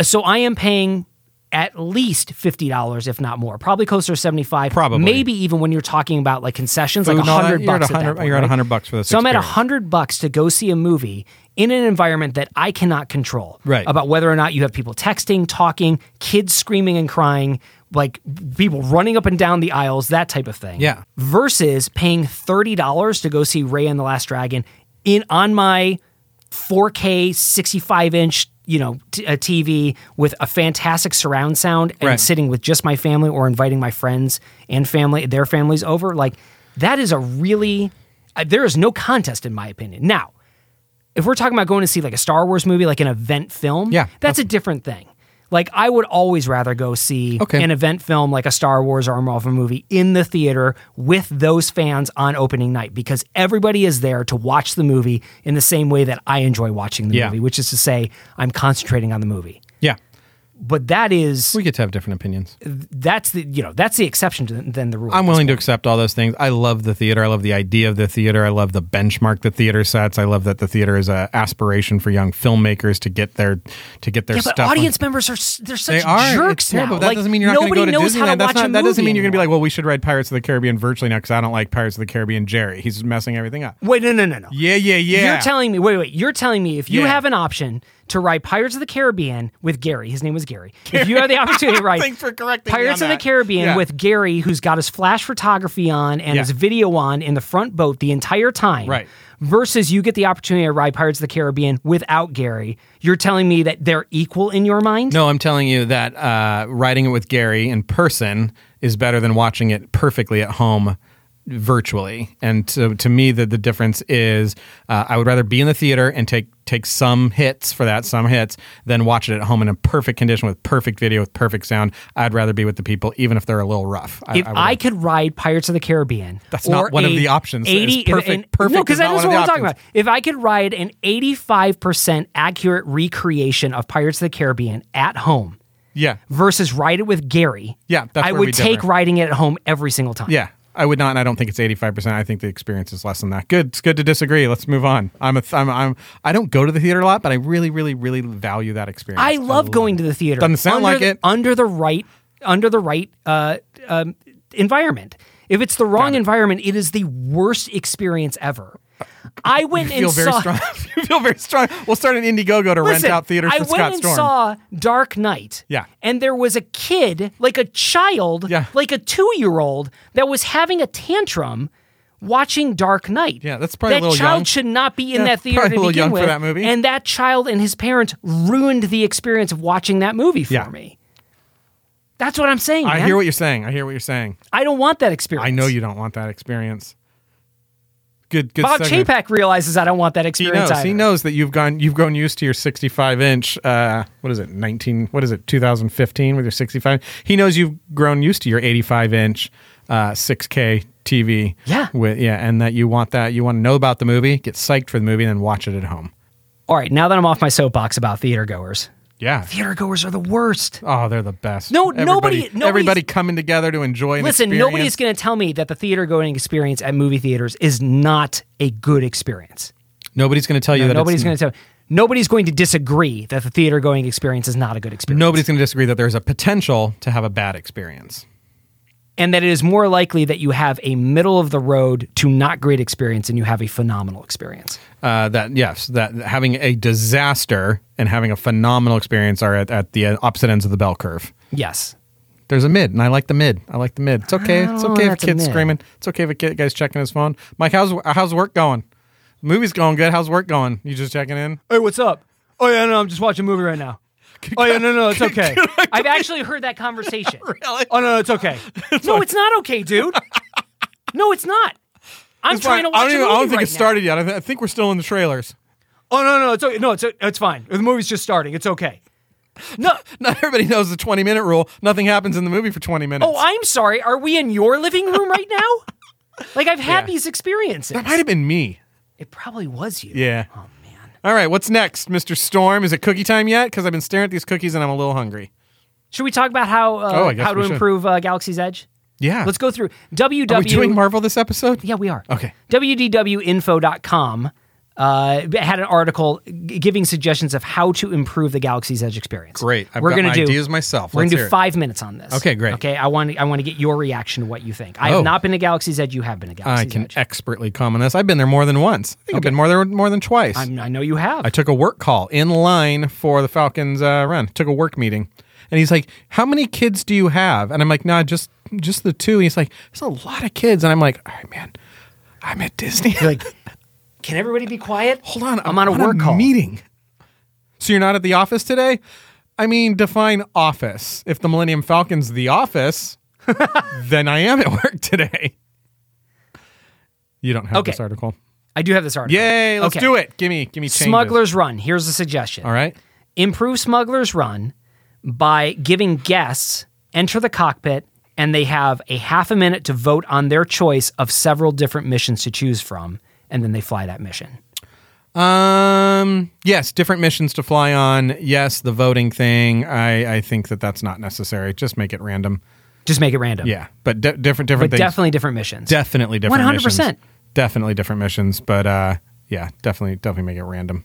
[SPEAKER 1] so I am paying at least fifty dollars, if not more, probably closer to seventy five,
[SPEAKER 2] Probably.
[SPEAKER 1] maybe even when you're talking about like concessions,
[SPEAKER 2] Food
[SPEAKER 1] like
[SPEAKER 2] and all that,
[SPEAKER 1] hundred
[SPEAKER 2] you're at
[SPEAKER 1] bucks.
[SPEAKER 2] 100
[SPEAKER 1] that point,
[SPEAKER 2] you're at
[SPEAKER 1] right?
[SPEAKER 2] 100 bucks for this
[SPEAKER 1] So I'm at
[SPEAKER 2] experience.
[SPEAKER 1] hundred bucks to go see a movie in an environment that I cannot control.
[SPEAKER 2] Right.
[SPEAKER 1] About whether or not you have people texting, talking, kids screaming and crying, like people running up and down the aisles, that type of thing.
[SPEAKER 2] Yeah.
[SPEAKER 1] Versus paying thirty dollars to go see Ray and the Last Dragon in on my 4K 65 inch you know t- a TV with a fantastic surround sound and
[SPEAKER 2] Right.
[SPEAKER 1] sitting with just my family or inviting my friends and family their families over like that is a really uh, there is no contest in my opinion now if we're talking about going to see like a Star Wars movie like an event film
[SPEAKER 2] Yeah.
[SPEAKER 1] that's a different thing like I would always rather go see
[SPEAKER 2] Okay.
[SPEAKER 1] an event film like a Star Wars or a Marvel movie in the theater with those fans on opening night because everybody is there to watch the movie in the same way that I enjoy watching the
[SPEAKER 2] Yeah.
[SPEAKER 1] movie, which is to say, I'm concentrating on the movie.
[SPEAKER 2] Yeah.
[SPEAKER 1] But that is
[SPEAKER 2] We get to have different opinions.
[SPEAKER 1] that's the you know that's the exception to th- than the rule.
[SPEAKER 2] I'm willing to accept all those things. I love the theater. I love the idea of the theater. I love the benchmark the theater sets. I love that the theater is a aspiration for young filmmakers to get their to get their
[SPEAKER 1] yeah,
[SPEAKER 2] stuff.
[SPEAKER 1] but audience
[SPEAKER 2] on,
[SPEAKER 1] members are s- they're such
[SPEAKER 2] they are
[SPEAKER 1] jerks
[SPEAKER 2] it's terrible.
[SPEAKER 1] now.
[SPEAKER 2] That
[SPEAKER 1] Like,
[SPEAKER 2] doesn't mean you're not going to
[SPEAKER 1] nobody
[SPEAKER 2] go to
[SPEAKER 1] knows
[SPEAKER 2] Disneyland.
[SPEAKER 1] how to
[SPEAKER 2] That's
[SPEAKER 1] watch
[SPEAKER 2] not,
[SPEAKER 1] a
[SPEAKER 2] that doesn't mean
[SPEAKER 1] movie
[SPEAKER 2] you're going to be
[SPEAKER 1] anymore.
[SPEAKER 2] like, well, we should read Pirates of the Caribbean virtually now because I don't like Pirates of the Caribbean. Jerry, he's messing everything up.
[SPEAKER 1] Wait, no, no, no, no.
[SPEAKER 2] Yeah, yeah, yeah.
[SPEAKER 1] You're telling me, wait, wait, you're telling me if you
[SPEAKER 2] Yeah.
[SPEAKER 1] have an option to ride Pirates of the Caribbean with Gary, his name was Gary. If you have the opportunity to ride
[SPEAKER 2] Thanks for correcting me
[SPEAKER 1] Pirates
[SPEAKER 2] on
[SPEAKER 1] of the
[SPEAKER 2] that.
[SPEAKER 1] Caribbean
[SPEAKER 2] Yeah.
[SPEAKER 1] with Gary, who's got his flash photography on and
[SPEAKER 2] Yeah.
[SPEAKER 1] his video on in the front boat the entire time.
[SPEAKER 2] Right.
[SPEAKER 1] Versus you get the opportunity to ride Pirates of the Caribbean without Gary. You're telling me that they're equal in your mind?
[SPEAKER 2] No, I'm telling you that uh, writing it with Gary in person is better than watching it perfectly at home virtually. And to, to me, the, the difference is uh, I would rather be in the theater and take take some hits for that, some hits, than watch it at home in a perfect condition with perfect video, with perfect sound. I'd rather be with the people, even if they're a little rough.
[SPEAKER 1] If
[SPEAKER 2] would
[SPEAKER 1] I,
[SPEAKER 2] rather-
[SPEAKER 1] could ride Pirates of the Caribbean,
[SPEAKER 2] That's not
[SPEAKER 1] or
[SPEAKER 2] one of
[SPEAKER 1] a
[SPEAKER 2] the options. It's
[SPEAKER 1] Eighty
[SPEAKER 2] perfect- perfect
[SPEAKER 1] No,
[SPEAKER 2] is
[SPEAKER 1] because that
[SPEAKER 2] not
[SPEAKER 1] is what
[SPEAKER 2] one of
[SPEAKER 1] we're
[SPEAKER 2] the
[SPEAKER 1] talking about.
[SPEAKER 2] options.
[SPEAKER 1] If I could ride an eighty-five percent accurate recreation of Pirates of the Caribbean at home
[SPEAKER 2] yeah,
[SPEAKER 1] versus ride it with Gary,
[SPEAKER 2] Yeah, that's
[SPEAKER 1] I
[SPEAKER 2] where
[SPEAKER 1] would
[SPEAKER 2] we
[SPEAKER 1] take
[SPEAKER 2] differ.
[SPEAKER 1] riding it at home every single time.
[SPEAKER 2] yeah. I would not, and I don't think it's eighty-five percent. I think the experience is less than that. Good, it's good to disagree. Let's move on. I'm a, th- I'm, I'm, I don't go to the theater a lot, but I really, really, really value that experience.
[SPEAKER 1] I love going to the theater.
[SPEAKER 2] Doesn't
[SPEAKER 1] under
[SPEAKER 2] sound like
[SPEAKER 1] the-
[SPEAKER 2] it.
[SPEAKER 1] Under the right, under the right uh, um, environment. If it's the wrong environment, it is the worst experience ever. I went
[SPEAKER 2] feel
[SPEAKER 1] and
[SPEAKER 2] very
[SPEAKER 1] saw.
[SPEAKER 2] strong. you feel very strong. We'll start an Indiegogo to rent
[SPEAKER 1] Listen,
[SPEAKER 2] out theaters
[SPEAKER 1] I
[SPEAKER 2] for
[SPEAKER 1] went
[SPEAKER 2] Scott
[SPEAKER 1] and
[SPEAKER 2] Storm.
[SPEAKER 1] saw Dark Knight.
[SPEAKER 2] Yeah.
[SPEAKER 1] And there was a kid, like a child,
[SPEAKER 2] Yeah.
[SPEAKER 1] like a two-year-old, that was having a tantrum watching Dark Knight.
[SPEAKER 2] Yeah, that's probably a
[SPEAKER 1] that
[SPEAKER 2] little
[SPEAKER 1] child
[SPEAKER 2] young.
[SPEAKER 1] should not be in
[SPEAKER 2] Yeah,
[SPEAKER 1] that theater
[SPEAKER 2] probably a
[SPEAKER 1] to
[SPEAKER 2] little
[SPEAKER 1] begin
[SPEAKER 2] young for
[SPEAKER 1] with.
[SPEAKER 2] that movie.
[SPEAKER 1] And that child and his parents ruined the experience of watching that movie for
[SPEAKER 2] Yeah.
[SPEAKER 1] me. That's what I'm saying.
[SPEAKER 2] I
[SPEAKER 1] man.
[SPEAKER 2] hear what you're saying. I hear what you're saying.
[SPEAKER 1] I don't want that experience.
[SPEAKER 2] I know you don't want that experience. Good, good.
[SPEAKER 1] Bob
[SPEAKER 2] segment.
[SPEAKER 1] Chapek realizes I don't want that
[SPEAKER 2] He
[SPEAKER 1] experience.
[SPEAKER 2] knows. He
[SPEAKER 1] either.
[SPEAKER 2] knows that you've gone. You've grown used to your 65 inch. Uh, what is it? 19. What is it? 2015 with your 65. He knows you've grown used to your 85 inch, uh, 6K TV.
[SPEAKER 1] Yeah.
[SPEAKER 2] With yeah, and that you want that. You want to know about the movie, get psyched for the movie, and then watch it at home.
[SPEAKER 1] All right, now that I'm off my soapbox about theater goers,
[SPEAKER 2] Yeah.
[SPEAKER 1] theater goers are the worst.
[SPEAKER 2] Oh, they're the best.
[SPEAKER 1] No,
[SPEAKER 2] everybody,
[SPEAKER 1] nobody- nobody's-
[SPEAKER 2] Everybody coming together to enjoy. An
[SPEAKER 1] Listen,
[SPEAKER 2] experience.
[SPEAKER 1] nobody's going to tell me that the theater going experience at movie theaters is not a good experience.
[SPEAKER 2] Nobody's going to tell you that.
[SPEAKER 1] nobody's going to tell. Nobody's going to disagree that the theater going experience is not a good experience.
[SPEAKER 2] Nobody's going to disagree that there's a potential to have a bad experience.
[SPEAKER 1] and that it is more likely that you have a middle of the road to not great experience and you have a phenomenal experience.
[SPEAKER 2] Uh, that yes, that having a disaster and having a phenomenal experience are at, at the opposite ends of the bell curve.
[SPEAKER 1] Yes.
[SPEAKER 2] There's a mid, and I like the mid. I like the mid. It's okay. It's
[SPEAKER 1] Oh,
[SPEAKER 2] okay if
[SPEAKER 1] that's a
[SPEAKER 2] kids
[SPEAKER 1] mid.
[SPEAKER 2] screaming. It's okay if a kid guy's checking his phone. Mike, how's how's work going? Movie's going good. How's work going? You just checking in?
[SPEAKER 1] Hey, what's up? Oh yeah, no, I'm just watching a movie right now. Oh yeah, no, no, it's okay. I've actually heard that conversation.
[SPEAKER 2] Really?
[SPEAKER 1] Oh no, it's okay. no, it's not okay, dude. No, it's not. I'm
[SPEAKER 2] It's
[SPEAKER 1] trying
[SPEAKER 2] fine.
[SPEAKER 1] to watch
[SPEAKER 2] I don't,
[SPEAKER 1] a
[SPEAKER 2] even, I
[SPEAKER 1] movie
[SPEAKER 2] don't think
[SPEAKER 1] right
[SPEAKER 2] it
[SPEAKER 1] now.
[SPEAKER 2] started yet. I, th- I think we're still in the trailers.
[SPEAKER 1] Oh no, no, it's okay. No, it's it's fine. The movie's just starting. It's okay. No.
[SPEAKER 2] Not everybody knows the 20 minute rule. Nothing happens in the movie for 20 minutes.
[SPEAKER 1] Oh, I'm sorry. Are we in your living room right now? Like I've had
[SPEAKER 2] Yeah.
[SPEAKER 1] these experiences.
[SPEAKER 2] that might have been me.
[SPEAKER 1] It probably was you.
[SPEAKER 2] Yeah.
[SPEAKER 1] Oh man.
[SPEAKER 2] All right, what's next, Mr. Storm? Is it cookie time yet? Because I've been staring at these cookies and I'm a little hungry.
[SPEAKER 1] Should we talk about how uh,
[SPEAKER 2] Oh, I guess
[SPEAKER 1] how to
[SPEAKER 2] we should.
[SPEAKER 1] improve uh, Galaxy's Edge?
[SPEAKER 2] Yeah.
[SPEAKER 1] Let's go through E
[SPEAKER 2] Are we doing
[SPEAKER 1] www.
[SPEAKER 2] Marvel this episode?
[SPEAKER 1] yeah, we are.
[SPEAKER 2] Okay.
[SPEAKER 1] wdwinfo.com uh, had an article g- giving suggestions of how to improve the Galaxy's Edge experience.
[SPEAKER 2] Great. I've
[SPEAKER 1] we're
[SPEAKER 2] got
[SPEAKER 1] gonna
[SPEAKER 2] my
[SPEAKER 1] do
[SPEAKER 2] ideas myself.
[SPEAKER 1] We're
[SPEAKER 2] Let's
[SPEAKER 1] gonna
[SPEAKER 2] hear
[SPEAKER 1] do
[SPEAKER 2] it.
[SPEAKER 1] five minutes on this.
[SPEAKER 2] Okay, great.
[SPEAKER 1] Okay, I want I want to get your reaction to what you think. I
[SPEAKER 2] Oh.
[SPEAKER 1] have not been to Galaxy's Edge. You have been to Galaxy's
[SPEAKER 2] I can
[SPEAKER 1] Edge.
[SPEAKER 2] expertly comment on this. I've been there more than once. I think I've been more there more than twice.
[SPEAKER 1] I'm- I know you have.
[SPEAKER 2] I took a work call in line for the Falcons uh, run. Took a work meeting, and he's like, "How many kids do you have?" And I'm like, "Nah, just just the two. And he's like, "There's a lot of kids," and I'm like, "All right, man, I'm at Disney. like,
[SPEAKER 1] can everybody be quiet?
[SPEAKER 2] hold on,
[SPEAKER 1] I'm, on a work call.
[SPEAKER 2] meeting. So you're not at the office today? I mean, define office. If the Millennium Falcon's the office, then I am at work today. You don't have
[SPEAKER 1] Okay.
[SPEAKER 2] this article.
[SPEAKER 1] I do have this article.
[SPEAKER 2] Yay, let's
[SPEAKER 1] Okay.
[SPEAKER 2] do it. Give me, give me changes.
[SPEAKER 1] Smuggler's Run. Here's a suggestion.
[SPEAKER 2] All right.
[SPEAKER 1] improve Smuggler's Run by giving guests enter the cockpit and they have a half a minute to vote on their choice of several different missions to choose from, and then they fly that mission.
[SPEAKER 2] Um. Yes, different missions to fly on. Yes, the voting thing. I I think that that's not necessary. Just make it random.
[SPEAKER 1] Just make it random.
[SPEAKER 2] Yeah, but de- different different
[SPEAKER 1] But
[SPEAKER 2] things.
[SPEAKER 1] definitely different missions.
[SPEAKER 2] definitely different.
[SPEAKER 1] 100%.
[SPEAKER 2] missions. Definitely different missions. But uh, yeah, definitely definitely make it random.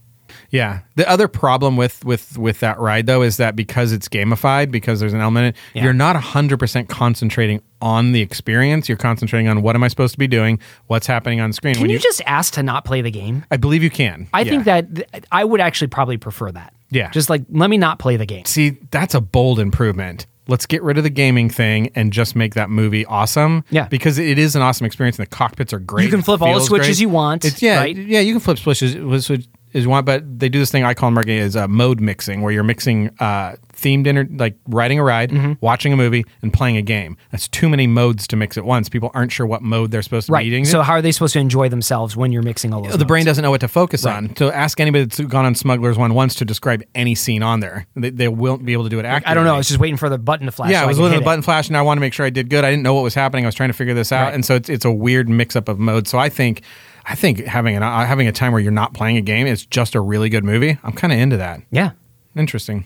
[SPEAKER 2] Yeah. The other problem with with with that ride though is that because it's gamified, because there's an element, in it,
[SPEAKER 1] Yeah.
[SPEAKER 2] you're not hundred percent concentrating on the experience. You're concentrating on what am I supposed to be doing, what's happening on screen.
[SPEAKER 1] Can you, just ask to not play the game?
[SPEAKER 2] I believe you can.
[SPEAKER 1] I
[SPEAKER 2] Yeah.
[SPEAKER 1] think that th- I would actually probably prefer that.
[SPEAKER 2] Yeah.
[SPEAKER 1] Just like, let me not play the game.
[SPEAKER 2] See, that's a bold improvement. Let's get rid of the gaming thing and just make that movie awesome.
[SPEAKER 1] Yeah.
[SPEAKER 2] because it is an awesome experience, and the cockpits are great.
[SPEAKER 1] You can
[SPEAKER 2] It
[SPEAKER 1] flip all the
[SPEAKER 2] feels
[SPEAKER 1] switches
[SPEAKER 2] great.
[SPEAKER 1] you want,
[SPEAKER 2] It's, yeah,
[SPEAKER 1] right?
[SPEAKER 2] yeah, you can flip switches as you want, but they do this thing I call in marketing is uh, mode mixing, where you're mixing uh, themed inter- like riding a ride,
[SPEAKER 1] Mm-hmm.
[SPEAKER 2] watching a movie, and playing a game. That's too many modes to mix at once. People aren't sure what mode they're supposed to be eating.
[SPEAKER 1] Right.
[SPEAKER 2] in.
[SPEAKER 1] So, how are they supposed to enjoy themselves when you're mixing all those?
[SPEAKER 2] Oh, The brain
[SPEAKER 1] modes?
[SPEAKER 2] doesn't know what to focus on. So ask anybody that's gone on Smugglers One once to describe any scene on there. They, they won't be able to do it accurately.
[SPEAKER 1] I don't know. I was just waiting for the button to flash.
[SPEAKER 2] Yeah,
[SPEAKER 1] so
[SPEAKER 2] I was
[SPEAKER 1] could
[SPEAKER 2] looking at
[SPEAKER 1] hit
[SPEAKER 2] the
[SPEAKER 1] it.
[SPEAKER 2] button flash, and I want to make sure I did good. I didn't know what was happening. I was trying to figure this out,
[SPEAKER 1] Right.
[SPEAKER 2] and so it's it's a weird mix up of modes. So I think, I think having an uh, having a time where you're not playing a game is just a really good movie. I'm kind of into that.
[SPEAKER 1] Yeah.
[SPEAKER 2] Interesting.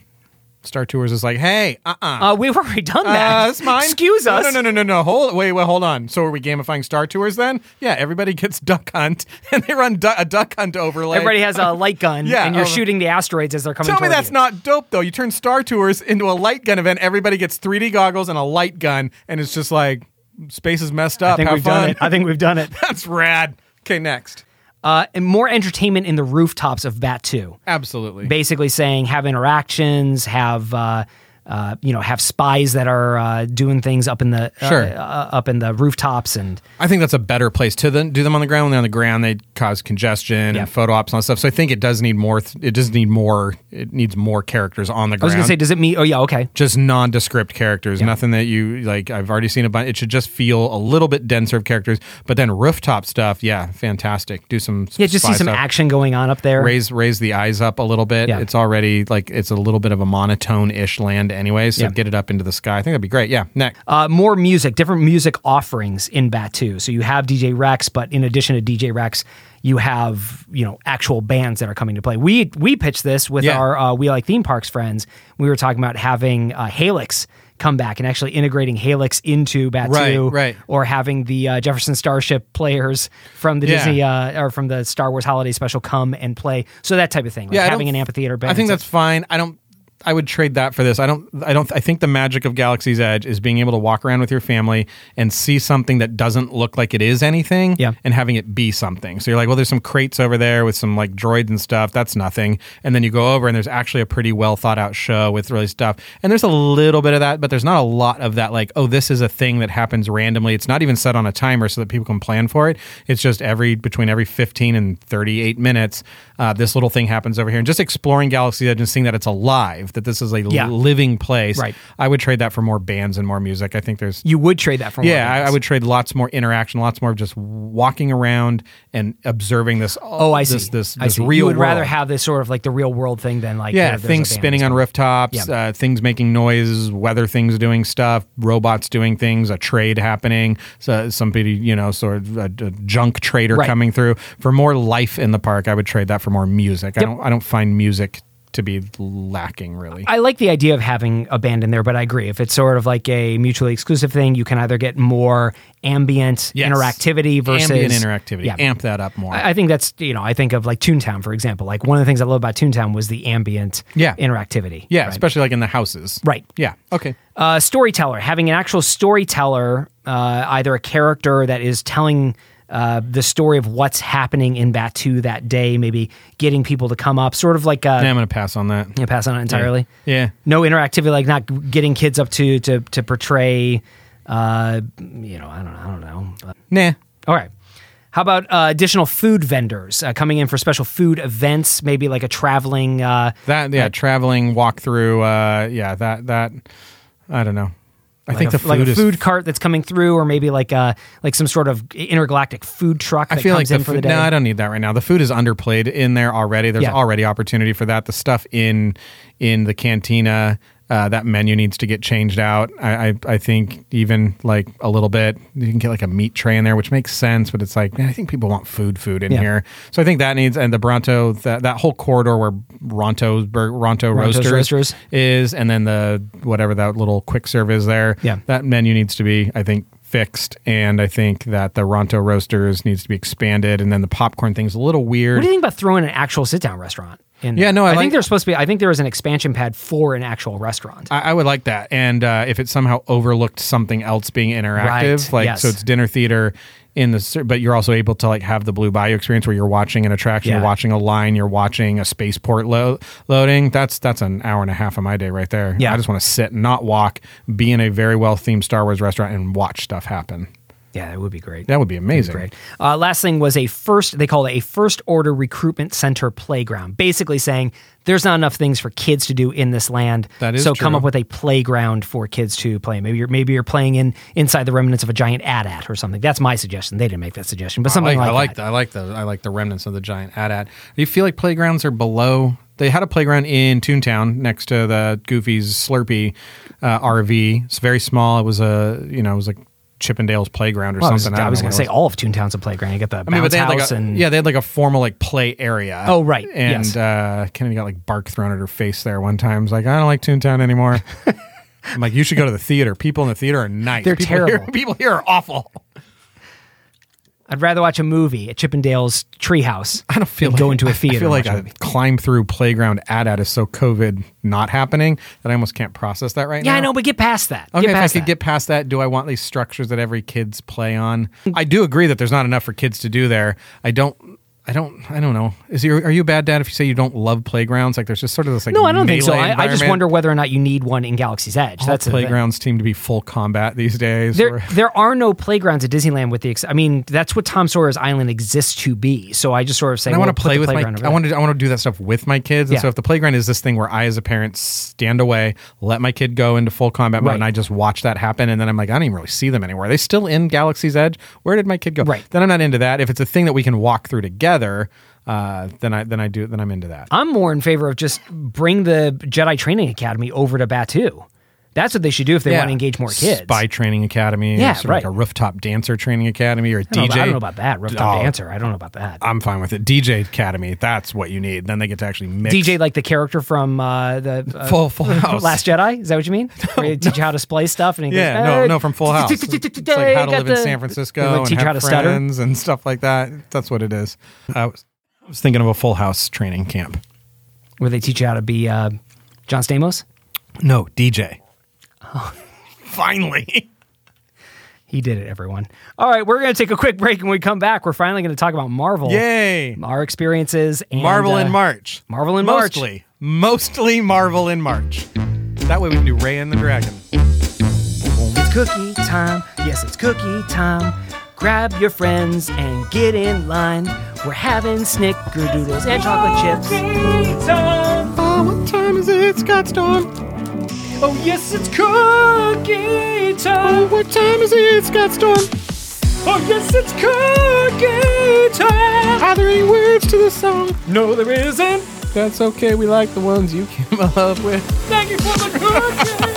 [SPEAKER 2] Star Tours is like, hey, uh, uh
[SPEAKER 1] Uh, we've already done that.
[SPEAKER 2] uh, that's mine.
[SPEAKER 1] Excuse
[SPEAKER 2] No,
[SPEAKER 1] us.
[SPEAKER 2] No, no, no, no, no. Hold, wait, wait, hold on. So are we gamifying Star Tours then? Yeah, everybody gets duck hunt, and they run du- a duck hunt overlay.
[SPEAKER 1] Everybody has a light gun,
[SPEAKER 2] Yeah,
[SPEAKER 1] and you're
[SPEAKER 2] oh.
[SPEAKER 1] shooting the asteroids as they're coming.
[SPEAKER 2] Tell me
[SPEAKER 1] toward
[SPEAKER 2] that's
[SPEAKER 1] you.
[SPEAKER 2] not dope though. You turn Star Tours into a light gun event. Everybody gets 3D goggles and a light gun, and it's just like space is messed up.
[SPEAKER 1] I think
[SPEAKER 2] Have
[SPEAKER 1] we've
[SPEAKER 2] fun.
[SPEAKER 1] done it. I think we've done it.
[SPEAKER 2] that's rad. Okay, next.
[SPEAKER 1] Uh, and more entertainment in the rooftops of Bat Two.
[SPEAKER 2] Absolutely.
[SPEAKER 1] Basically saying have interactions, have uh, uh, you know, have spies that are uh, doing things up in the uh,
[SPEAKER 2] Sure.
[SPEAKER 1] uh, up in the rooftops, and
[SPEAKER 2] I think that's a better place to then do them on the ground. When they're on the ground, they cause congestion
[SPEAKER 1] Yeah.
[SPEAKER 2] and photo ops and all that stuff. So I think it does need more. th- It does need more. It needs more characters on the ground.
[SPEAKER 1] I was going to say, does it mean? Oh yeah, okay.
[SPEAKER 2] just nondescript characters, nothing that you like. I've already seen a bunch. It should just feel a little bit denser of characters, but then rooftop stuff, yeah, fantastic. Do some
[SPEAKER 1] Yeah, just
[SPEAKER 2] spy
[SPEAKER 1] see some
[SPEAKER 2] stuff.
[SPEAKER 1] action going on up there.
[SPEAKER 2] raise raise the eyes up a little bit.
[SPEAKER 1] Yeah.
[SPEAKER 2] It's already like it's a little bit of a monotone ish land anyway. So
[SPEAKER 1] Yeah.
[SPEAKER 2] get it up into the sky. I think that'd be great. Yeah. Next.
[SPEAKER 1] uh, more music, different music offerings in Batu. So you have DJ Rex, but in addition to DJ Rex, you have you know actual bands that are coming to play. We we pitched this with
[SPEAKER 2] Yeah.
[SPEAKER 1] our uh, We Like Theme Parks friends. We were talking about having uh, Halix come back and actually integrating Halix into Batu,
[SPEAKER 2] Right, right.
[SPEAKER 1] or having the uh, Jefferson Starship players from the
[SPEAKER 2] Yeah.
[SPEAKER 1] Disney uh, or from the Star Wars Holiday Special come and play. So that type of thing, like
[SPEAKER 2] I don't
[SPEAKER 1] having an
[SPEAKER 2] th-
[SPEAKER 1] amphitheater. Band
[SPEAKER 2] I think
[SPEAKER 1] and
[SPEAKER 2] that's
[SPEAKER 1] stuff.
[SPEAKER 2] fine. I don't. I would trade that for this. I don't. I don't. I think the magic of Galaxy's Edge is being able to walk around with your family and see something that doesn't look like it is anything,
[SPEAKER 1] Yeah.
[SPEAKER 2] and having it be something. So you're like, well, there's some crates over there with some like droids and stuff. That's nothing. And then you go over and there's actually a pretty well thought out show with really stuff. And there's a little bit of that, but there's not a lot of that. Like, oh, this is a thing that happens randomly. It's not even set on a timer so that people can plan for it. It's just every between every 15 and 38 minutes, uh, this little thing happens over here. And just exploring Galaxy Edge and seeing that it's alive, that this is a
[SPEAKER 1] Yeah.
[SPEAKER 2] living place.
[SPEAKER 1] Right.
[SPEAKER 2] I would trade that for more bands and more music. I think there's
[SPEAKER 1] you would trade that for. one
[SPEAKER 2] yeah,
[SPEAKER 1] of
[SPEAKER 2] I, I
[SPEAKER 1] those.
[SPEAKER 2] would trade lots more interaction, lots more of just walking around and observing this.
[SPEAKER 1] Oh, I see.
[SPEAKER 2] this, This,
[SPEAKER 1] I
[SPEAKER 2] this
[SPEAKER 1] see.
[SPEAKER 2] real.
[SPEAKER 1] You would rather
[SPEAKER 2] world.
[SPEAKER 1] have this sort of like the real world thing than like
[SPEAKER 2] yeah,
[SPEAKER 1] you know, there's a
[SPEAKER 2] things
[SPEAKER 1] band
[SPEAKER 2] spinning on
[SPEAKER 1] that's-
[SPEAKER 2] rooftops,
[SPEAKER 1] Yeah.
[SPEAKER 2] uh, things making noises, weather things doing stuff, robots doing things, a trade happening, so somebody you know, sort of a, a junk trader
[SPEAKER 1] Right.
[SPEAKER 2] coming through. For more life in the park, I would trade that for more music. I don't. I don't find music to be lacking, really.
[SPEAKER 1] I like the idea of having a band in there, but I agree. If it's sort of like a mutually exclusive thing, you can either get more ambient
[SPEAKER 2] Yes.
[SPEAKER 1] interactivity versus
[SPEAKER 2] Ambient interactivity.
[SPEAKER 1] Yeah.
[SPEAKER 2] Amp that up more.
[SPEAKER 1] I I think that's you know I think of like Toontown for example. Like one of the things I love about Toontown was the ambient
[SPEAKER 2] Yeah.
[SPEAKER 1] interactivity.
[SPEAKER 2] yeah,
[SPEAKER 1] right?
[SPEAKER 2] especially like in the houses.
[SPEAKER 1] Right.
[SPEAKER 2] Yeah. Okay.
[SPEAKER 1] uh, storyteller having an actual storyteller, uh, either a character that is telling. Uh, the story of what's happening in Batu that day, maybe getting people to come up, sort of like uh,
[SPEAKER 2] Yeah, I'm going to pass on that.
[SPEAKER 1] you know, pass on it entirely.
[SPEAKER 2] Yeah.
[SPEAKER 1] no interactivity, like not g- getting kids up to to to portray. Uh, you know, I don't, I don't know. But-
[SPEAKER 2] Nah.
[SPEAKER 1] all right. How about uh, additional food vendors uh, coming in for special food events? Maybe like a traveling. Uh,
[SPEAKER 2] That yeah, traveling walk through. Uh, yeah, that that I don't know. I
[SPEAKER 1] like
[SPEAKER 2] think
[SPEAKER 1] a,
[SPEAKER 2] the food
[SPEAKER 1] like a
[SPEAKER 2] is.
[SPEAKER 1] food cart that's coming through, or maybe like a like some sort of intergalactic food truck.
[SPEAKER 2] I
[SPEAKER 1] That
[SPEAKER 2] feel
[SPEAKER 1] comes
[SPEAKER 2] like the
[SPEAKER 1] in for the
[SPEAKER 2] food.
[SPEAKER 1] day.
[SPEAKER 2] No, I don't need that right now. The food is underplayed in there already. There's
[SPEAKER 1] Yeah.
[SPEAKER 2] already opportunity for that. The stuff in in the cantina. Uh, that menu needs to get changed out. I, I I think even like a little bit. You can get like a meat tray in there, which makes sense. But it's like man, I think people want food, food in
[SPEAKER 1] Yeah.
[SPEAKER 2] here. So I think that needs and the Bronto that, that whole corridor where Ronto's Bur- Ronto
[SPEAKER 1] Ronto's
[SPEAKER 2] Roasters,
[SPEAKER 1] Roasters.
[SPEAKER 2] is, and then the whatever that little quick serve is there.
[SPEAKER 1] Yeah.
[SPEAKER 2] that menu needs to be, I think, fixed, and I think that the Ronto roasters needs to be expanded, and then the popcorn thing's a little weird.
[SPEAKER 1] What do you think about throwing an actual sit down restaurant? In
[SPEAKER 2] Yeah, no, I
[SPEAKER 1] think
[SPEAKER 2] like-
[SPEAKER 1] there's supposed to be. I think there is an expansion pad for an actual restaurant.
[SPEAKER 2] I, I would like that, and uh, if it somehow overlooked something else being interactive,
[SPEAKER 1] Right,
[SPEAKER 2] like
[SPEAKER 1] yes.
[SPEAKER 2] so, it's dinner theater in the, cer- but you're also able to like have the Blue Bayou experience where you're watching an attraction,
[SPEAKER 1] Yeah.
[SPEAKER 2] you're watching a line, you're watching a spaceport lo- loading. That's that's an hour and a half of my day right there.
[SPEAKER 1] Yeah.
[SPEAKER 2] I just want to sit, and not walk, be in a very well themed Star Wars restaurant, and watch stuff happen.
[SPEAKER 1] yeah, that would be great.
[SPEAKER 2] That would be amazing.
[SPEAKER 1] Great. Uh, last thing was a first, they called it a first order recruitment center playground, basically saying there's not enough things for kids to do in this land.
[SPEAKER 2] That is
[SPEAKER 1] so come
[SPEAKER 2] true.
[SPEAKER 1] up with a playground for kids to play. Maybe you're maybe you're playing in inside the remnants of a giant AT-AT or something. That's my suggestion. They didn't make that suggestion, but something
[SPEAKER 2] I like,
[SPEAKER 1] like,
[SPEAKER 2] I like
[SPEAKER 1] that.
[SPEAKER 2] the I like the I like the remnants of the giant AT-AT. Do you feel like playgrounds are below? They had a playground in Toontown next to the Goofy's Slurpee uh, RV. It's very small. It was a you know it was like Chippendales playground or
[SPEAKER 1] Well, I was,
[SPEAKER 2] something.
[SPEAKER 1] I
[SPEAKER 2] don't
[SPEAKER 1] was
[SPEAKER 2] know
[SPEAKER 1] going
[SPEAKER 2] what
[SPEAKER 1] to
[SPEAKER 2] it
[SPEAKER 1] say all of Toontown's a playground. You got the bounce
[SPEAKER 2] I mean, but they had
[SPEAKER 1] house
[SPEAKER 2] like a,
[SPEAKER 1] and
[SPEAKER 2] yeah, they had like a formal like play area.
[SPEAKER 1] Oh, right.
[SPEAKER 2] And
[SPEAKER 1] Yes.
[SPEAKER 2] uh, Kennedy got like bark thrown at her face there one time. It's like I don't like Toontown anymore. I'm like, you should go to the theater. People in the theater are nice.
[SPEAKER 1] They're
[SPEAKER 2] People here-
[SPEAKER 1] terrible.
[SPEAKER 2] people here are awful.
[SPEAKER 1] I'd rather watch a movie at Chippendale's treehouse.
[SPEAKER 2] I don't feel
[SPEAKER 1] than
[SPEAKER 2] like,
[SPEAKER 1] go into a theater.
[SPEAKER 2] I feel
[SPEAKER 1] and
[SPEAKER 2] like
[SPEAKER 1] watch a
[SPEAKER 2] a climb through playground ad ad is so COVID not happening that I almost can't process that right
[SPEAKER 1] Yeah,
[SPEAKER 2] now.
[SPEAKER 1] I know, but get past that.
[SPEAKER 2] Okay,
[SPEAKER 1] get
[SPEAKER 2] if I
[SPEAKER 1] past
[SPEAKER 2] could
[SPEAKER 1] that.
[SPEAKER 2] get past that, do I want these structures that every kids play on? I do agree that there's not enough for kids to do there. I don't. I don't. I don't know. Is you are you a bad dad if you say you don't love playgrounds? Like there's just sort of this like
[SPEAKER 1] No, I don't think so.
[SPEAKER 2] melee
[SPEAKER 1] I, I just
[SPEAKER 2] environment.
[SPEAKER 1] wonder whether or not you need one in Galaxy's Edge.
[SPEAKER 2] All
[SPEAKER 1] That's the thing.
[SPEAKER 2] playgrounds seem to be full combat these days.
[SPEAKER 1] There,
[SPEAKER 2] Or-
[SPEAKER 1] there are no playgrounds at Disneyland with the. Ex- I mean, that's what Tom Sawyer's Island exists to be. So I just sort of say,
[SPEAKER 2] And I
[SPEAKER 1] well,
[SPEAKER 2] want to
[SPEAKER 1] put
[SPEAKER 2] play
[SPEAKER 1] the
[SPEAKER 2] with my.
[SPEAKER 1] playground over
[SPEAKER 2] I
[SPEAKER 1] there.
[SPEAKER 2] want to. I want to do that stuff with my kids. And
[SPEAKER 1] Yeah.
[SPEAKER 2] so if the playground is this thing where I, as a parent, stand away, let my kid go into full combat mode,
[SPEAKER 1] Right.
[SPEAKER 2] and I just watch that happen, and then I'm like, I don't even really see them anywhere. Are they still in Galaxy's Edge? Where did my kid go?
[SPEAKER 1] Right.
[SPEAKER 2] Then I'm not into that. If it's a thing that we can walk through together, uh, then I then I do then I'm into that.
[SPEAKER 1] I'm more in favor of just bring the Jedi Training Academy over to Batu. That's what they should do if they want to engage more kids.
[SPEAKER 2] Spy training academy. or
[SPEAKER 1] Yeah,
[SPEAKER 2] sort of
[SPEAKER 1] right.
[SPEAKER 2] Like a rooftop dancer training academy or a
[SPEAKER 1] I don't,
[SPEAKER 2] DJ.
[SPEAKER 1] know, I don't know about that rooftop
[SPEAKER 2] Oh,
[SPEAKER 1] dancer. I don't know about that.
[SPEAKER 2] I'm fine with it. DJ academy. That's what you need. Then they get to actually mix.
[SPEAKER 1] DJ like the character from uh, the uh,
[SPEAKER 2] Full- Full House.
[SPEAKER 1] Last Jedi. Is that what you mean? Where you teach you how to play stuff and he
[SPEAKER 2] Yeah,
[SPEAKER 1] goes,
[SPEAKER 2] no,
[SPEAKER 1] "Hey,
[SPEAKER 2] no, from Full House. It's like how to
[SPEAKER 1] got
[SPEAKER 2] live in
[SPEAKER 1] the-"
[SPEAKER 2] San Francisco
[SPEAKER 1] They, like,
[SPEAKER 2] and
[SPEAKER 1] teach you how
[SPEAKER 2] have
[SPEAKER 1] to stutter.
[SPEAKER 2] friends and stuff like that. That's what it is. I was, I was thinking of a Full House training camp.
[SPEAKER 1] where they teach you how to be uh, John Stamos.
[SPEAKER 2] No, DJ. Finally.
[SPEAKER 1] He did it, everyone. All right, we're going to take a quick break, and when we come back, we're finally going to talk about Marvel.
[SPEAKER 2] Yay.
[SPEAKER 1] Our experiences. And,
[SPEAKER 2] Marvel
[SPEAKER 1] uh,
[SPEAKER 2] uh, in March.
[SPEAKER 1] Marvel in March.
[SPEAKER 2] mostly, Mostly Marvel in March. That way we can do Ray and the Dragon.
[SPEAKER 1] It's cookie time. Yes, it's cookie time. Grab your friends and get in line. We're having snickerdoodles and chocolate chips.
[SPEAKER 2] Oh, what time is it, Scott Storm?
[SPEAKER 1] Oh, yes, it's cookie Oh, time.
[SPEAKER 2] What time is it, Scott Storm?
[SPEAKER 1] Oh, yes, it's cookie time.
[SPEAKER 2] Are there any words to this song?
[SPEAKER 1] No, there isn't.
[SPEAKER 2] That's okay. We like the ones you came up with.
[SPEAKER 1] Thank you for the cookie.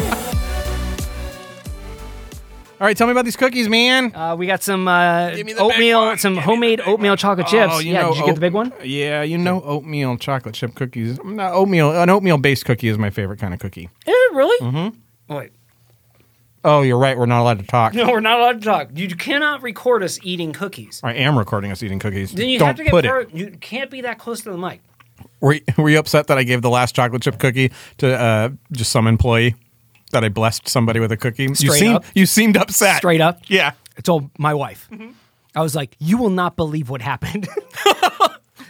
[SPEAKER 2] All right, tell me about these cookies, man.
[SPEAKER 1] Uh, we got some uh,
[SPEAKER 2] me the big
[SPEAKER 1] oatmeal,
[SPEAKER 2] one.
[SPEAKER 1] some
[SPEAKER 2] Give me the
[SPEAKER 1] homemade
[SPEAKER 2] big
[SPEAKER 1] oatmeal
[SPEAKER 2] one.
[SPEAKER 1] chocolate
[SPEAKER 2] Oh,
[SPEAKER 1] chips.
[SPEAKER 2] you
[SPEAKER 1] yeah,
[SPEAKER 2] know
[SPEAKER 1] did you get the big one?
[SPEAKER 2] oat- Yeah, you know oatmeal chocolate chip cookies. Not oatmeal, an oatmeal based cookie is my favorite kind of cookie.
[SPEAKER 1] Is it really? Mm-hmm. Wait,
[SPEAKER 2] Oh, you're right. We're not allowed to talk.
[SPEAKER 1] no, we're not allowed to talk. You cannot record us eating cookies.
[SPEAKER 2] I am recording us eating cookies.
[SPEAKER 1] Then you
[SPEAKER 2] Don't
[SPEAKER 1] have to get
[SPEAKER 2] put
[SPEAKER 1] far-
[SPEAKER 2] it.
[SPEAKER 1] You can't be that close to the mic.
[SPEAKER 2] Were you, were you upset that I gave the last chocolate chip cookie to uh, just some employee? That I blessed somebody with a cookie. you
[SPEAKER 1] Straight
[SPEAKER 2] seem
[SPEAKER 1] up.
[SPEAKER 2] you seemed upset.
[SPEAKER 1] Straight up.
[SPEAKER 2] Yeah.
[SPEAKER 1] I told my wife. I was like, "You will not believe what happened."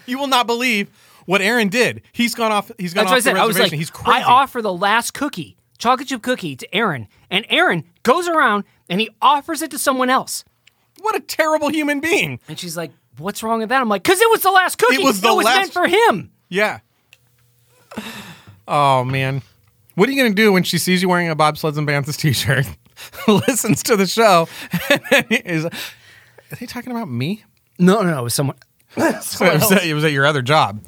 [SPEAKER 2] You will not believe what Aaron did. He's gone off. He's gone
[SPEAKER 1] That's
[SPEAKER 2] off
[SPEAKER 1] what I said.
[SPEAKER 2] the
[SPEAKER 1] I was
[SPEAKER 2] reservation.
[SPEAKER 1] like,
[SPEAKER 2] He's crazy.
[SPEAKER 1] I offer the last cookie, chocolate chip cookie, to Aaron, and Aaron goes around and he offers it to someone else.
[SPEAKER 2] what a terrible human being.
[SPEAKER 1] And she's like, "What's wrong with that?" I'm like, "Cause it was the last cookie.
[SPEAKER 2] was the
[SPEAKER 1] it was meant
[SPEAKER 2] last-
[SPEAKER 1] for him."
[SPEAKER 2] Yeah. Oh man, what are you gonna do when she sees you wearing a Bob Sleds and Banthas T-shirt, listens to the show, and is are they talking about me?
[SPEAKER 1] No, no, no. It was someone.
[SPEAKER 2] it, was at, it was at your other job.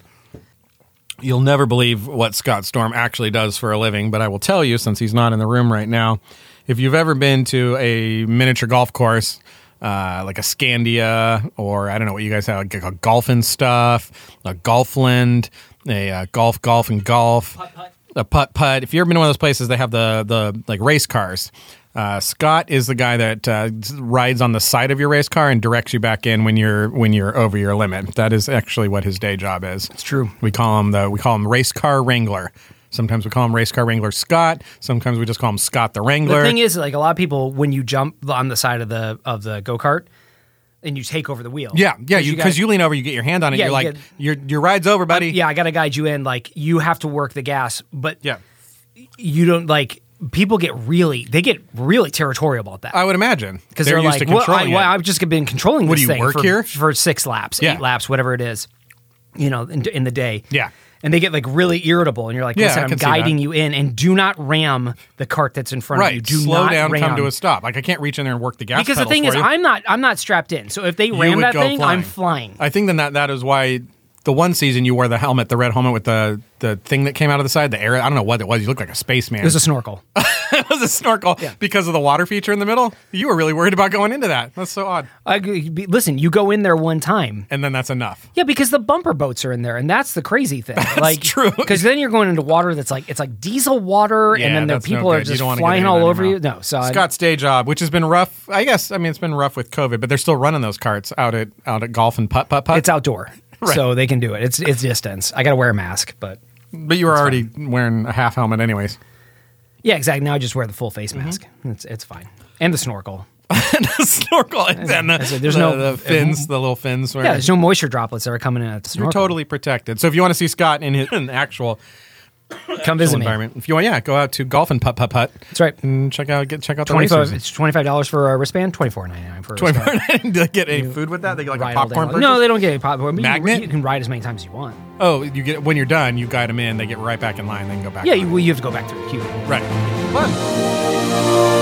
[SPEAKER 2] You'll never believe what Scott Storm actually does for a living, but I will tell you since he's not in the room right now. If you've ever been to a miniature golf course, uh, like a Scandia, or I don't know what you guys have, like a golfing stuff, a Golfland, a uh, golf, golf, and golf, a putt putt. If you've ever been to one of those places, they have the the like race cars. Uh, Scott is the guy that uh, rides on the side of your race car and directs you back in when you're when you're over your limit. That is actually what his day job is. It's
[SPEAKER 1] true.
[SPEAKER 2] We call him the we call him race car wrangler. Sometimes we call him race car wrangler Scott. Sometimes we just call him Scott the
[SPEAKER 1] The
[SPEAKER 2] Wrangler.
[SPEAKER 1] thing is, like a lot of people, when you jump on the side of the of the go kart and you take over the wheel,
[SPEAKER 2] yeah, yeah, you
[SPEAKER 1] got-
[SPEAKER 2] because you, lean over, you get your hand on it.
[SPEAKER 1] Yeah,
[SPEAKER 2] you're
[SPEAKER 1] you
[SPEAKER 2] like
[SPEAKER 1] get- Uh,
[SPEAKER 2] your your ride's over, buddy.
[SPEAKER 1] yeah, I gotta guide you in. Like you have to work the gas, but
[SPEAKER 2] yeah.
[SPEAKER 1] you don't like. People get really, they get really territorial about that.
[SPEAKER 2] I would imagine
[SPEAKER 1] because they're, like,
[SPEAKER 2] used to
[SPEAKER 1] well, I,
[SPEAKER 2] controlling
[SPEAKER 1] well,
[SPEAKER 2] it.
[SPEAKER 1] I've just been controlling
[SPEAKER 2] What,
[SPEAKER 1] this
[SPEAKER 2] do you
[SPEAKER 1] thing
[SPEAKER 2] work
[SPEAKER 1] for,
[SPEAKER 2] here?
[SPEAKER 1] for six laps,
[SPEAKER 2] Yeah.
[SPEAKER 1] eight laps, whatever it is, you know, in, in the day.
[SPEAKER 2] Yeah.
[SPEAKER 1] And they get like really irritable, and you're like,
[SPEAKER 2] Yeah,
[SPEAKER 1] "Listen,
[SPEAKER 2] I
[SPEAKER 1] I'm
[SPEAKER 2] can see
[SPEAKER 1] guiding
[SPEAKER 2] that.
[SPEAKER 1] you in, and do not ram the cart that's in front of you.
[SPEAKER 2] right.
[SPEAKER 1] Do
[SPEAKER 2] Slow
[SPEAKER 1] not
[SPEAKER 2] down,
[SPEAKER 1] ram.
[SPEAKER 2] come to a stop. Like I can't reach in there and work the gas.
[SPEAKER 1] because the
[SPEAKER 2] pedal
[SPEAKER 1] thing
[SPEAKER 2] for
[SPEAKER 1] is,
[SPEAKER 2] you.
[SPEAKER 1] I'm not, I'm not strapped in. So if they ram
[SPEAKER 2] would
[SPEAKER 1] that
[SPEAKER 2] go
[SPEAKER 1] thing, I'm
[SPEAKER 2] flying.
[SPEAKER 1] flying.
[SPEAKER 2] I think then that that is why the one season you wore the helmet, the red helmet with the the thing that came out of the side, the air. I don't know what it was. You looked like a spaceman.
[SPEAKER 1] it was a snorkel.
[SPEAKER 2] it was a snorkel because of the water feature in the middle. You were really worried about going into that. That's so odd.
[SPEAKER 1] I, listen, you go in there one time.
[SPEAKER 2] And then that's enough.
[SPEAKER 1] Yeah, because the bumper boats are in there, and that's the crazy thing. like,
[SPEAKER 2] true.
[SPEAKER 1] Because then you're going into water that's like it's like diesel water,
[SPEAKER 2] Yeah,
[SPEAKER 1] and then the
[SPEAKER 2] that's no
[SPEAKER 1] people
[SPEAKER 2] good.
[SPEAKER 1] are
[SPEAKER 2] You
[SPEAKER 1] just
[SPEAKER 2] don't wanna get
[SPEAKER 1] flying
[SPEAKER 2] any of
[SPEAKER 1] all
[SPEAKER 2] that
[SPEAKER 1] over
[SPEAKER 2] in
[SPEAKER 1] you.
[SPEAKER 2] your
[SPEAKER 1] No,
[SPEAKER 2] mouth.
[SPEAKER 1] so I-
[SPEAKER 2] Scott's day job, which has been rough. I guess I mean it's been rough with COVID, but they're still running those carts out at out at golf and putt putt putt.
[SPEAKER 1] it's outdoor,
[SPEAKER 2] Right.
[SPEAKER 1] so they can do it. It's it's distance. I got to wear a mask, but
[SPEAKER 2] but you were already wearing a half helmet anyways.
[SPEAKER 1] yeah, exactly. Now I just wear the full face
[SPEAKER 2] Mm-hmm.
[SPEAKER 1] mask. It's it's fine, and the snorkel.
[SPEAKER 2] snorkel and then the,
[SPEAKER 1] said, there's
[SPEAKER 2] the-
[SPEAKER 1] no- Mhm.
[SPEAKER 2] the fins, the little fins. where-
[SPEAKER 1] Yeah, there's no moisture droplets that are coming in at the
[SPEAKER 2] You're
[SPEAKER 1] snorkel.
[SPEAKER 2] totally protected. So if you want to see Scott in his in actual
[SPEAKER 1] come visit me.
[SPEAKER 2] environment, if you want, yeah, go out to golf and putt putt putt
[SPEAKER 1] That's right.
[SPEAKER 2] and check out get check out the
[SPEAKER 1] Twenty five.
[SPEAKER 2] racers.
[SPEAKER 1] It's twenty five dollars for a wristband. Twenty four ninety nine for a wristband.
[SPEAKER 2] Do they get any food with that? They get like
[SPEAKER 1] Ride
[SPEAKER 2] a
[SPEAKER 1] all day
[SPEAKER 2] popcorn.
[SPEAKER 1] long.
[SPEAKER 2] purchase?
[SPEAKER 1] No, they don't get any popcorn. but you can-
[SPEAKER 2] Magnet?
[SPEAKER 1] You can ride as many times as you want.
[SPEAKER 2] Oh, you get when you're done, you guide them in. They get right back in line. Then go back.
[SPEAKER 1] Yeah,
[SPEAKER 2] on.
[SPEAKER 1] you, well, you have to go back through the queue.
[SPEAKER 2] right. Fun.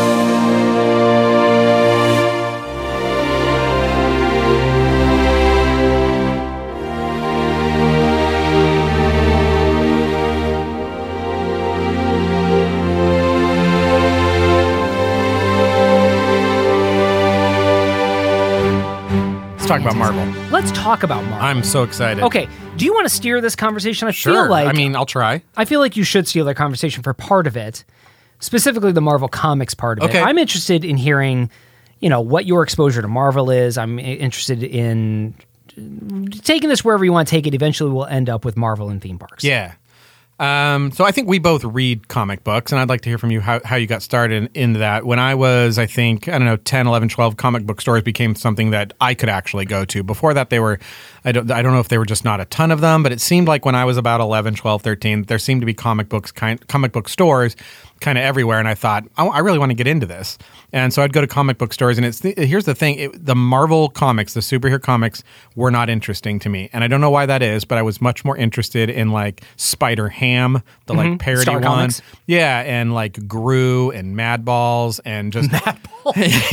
[SPEAKER 2] Let's talk about Marvel.
[SPEAKER 1] Let's talk about Marvel.
[SPEAKER 2] I'm so excited.
[SPEAKER 1] Okay. Do you want to steer this conversation? I
[SPEAKER 2] Sure.
[SPEAKER 1] feel like
[SPEAKER 2] I mean, I'll try.
[SPEAKER 1] I feel like you should steal their conversation for part of it, specifically the Marvel Comics part of
[SPEAKER 2] Okay.
[SPEAKER 1] it. I'm interested in hearing, you know, what your exposure to Marvel is. I'm i- interested in uh, taking this wherever you want to take it. Eventually, we'll end up with Marvel in theme parks.
[SPEAKER 2] Yeah. Um, so I think we both read comic books, and I'd like to hear from you how, how you got started in, in that. When I was, I think, I don't know, 10, 11, 12, comic book stores became something that I could actually go to. Before that, they were, I don't, I don't know if they were just not a ton of them, but it seemed like when I was about 11, 12, 13, there seemed to be comic books, kind, comic book stores kind of everywhere. And I thought, I, I really want to get into this. And so I'd go to comic book stores, and it's, here's the thing it, the Marvel comics, the superhero comics, were not interesting to me. And I don't know why that is, but I was much more interested in like Spider Ham, the like
[SPEAKER 1] Mm-hmm.
[SPEAKER 2] parody
[SPEAKER 1] Star
[SPEAKER 2] one.
[SPEAKER 1] Comics.
[SPEAKER 2] Yeah, and like Gru and Madballs and just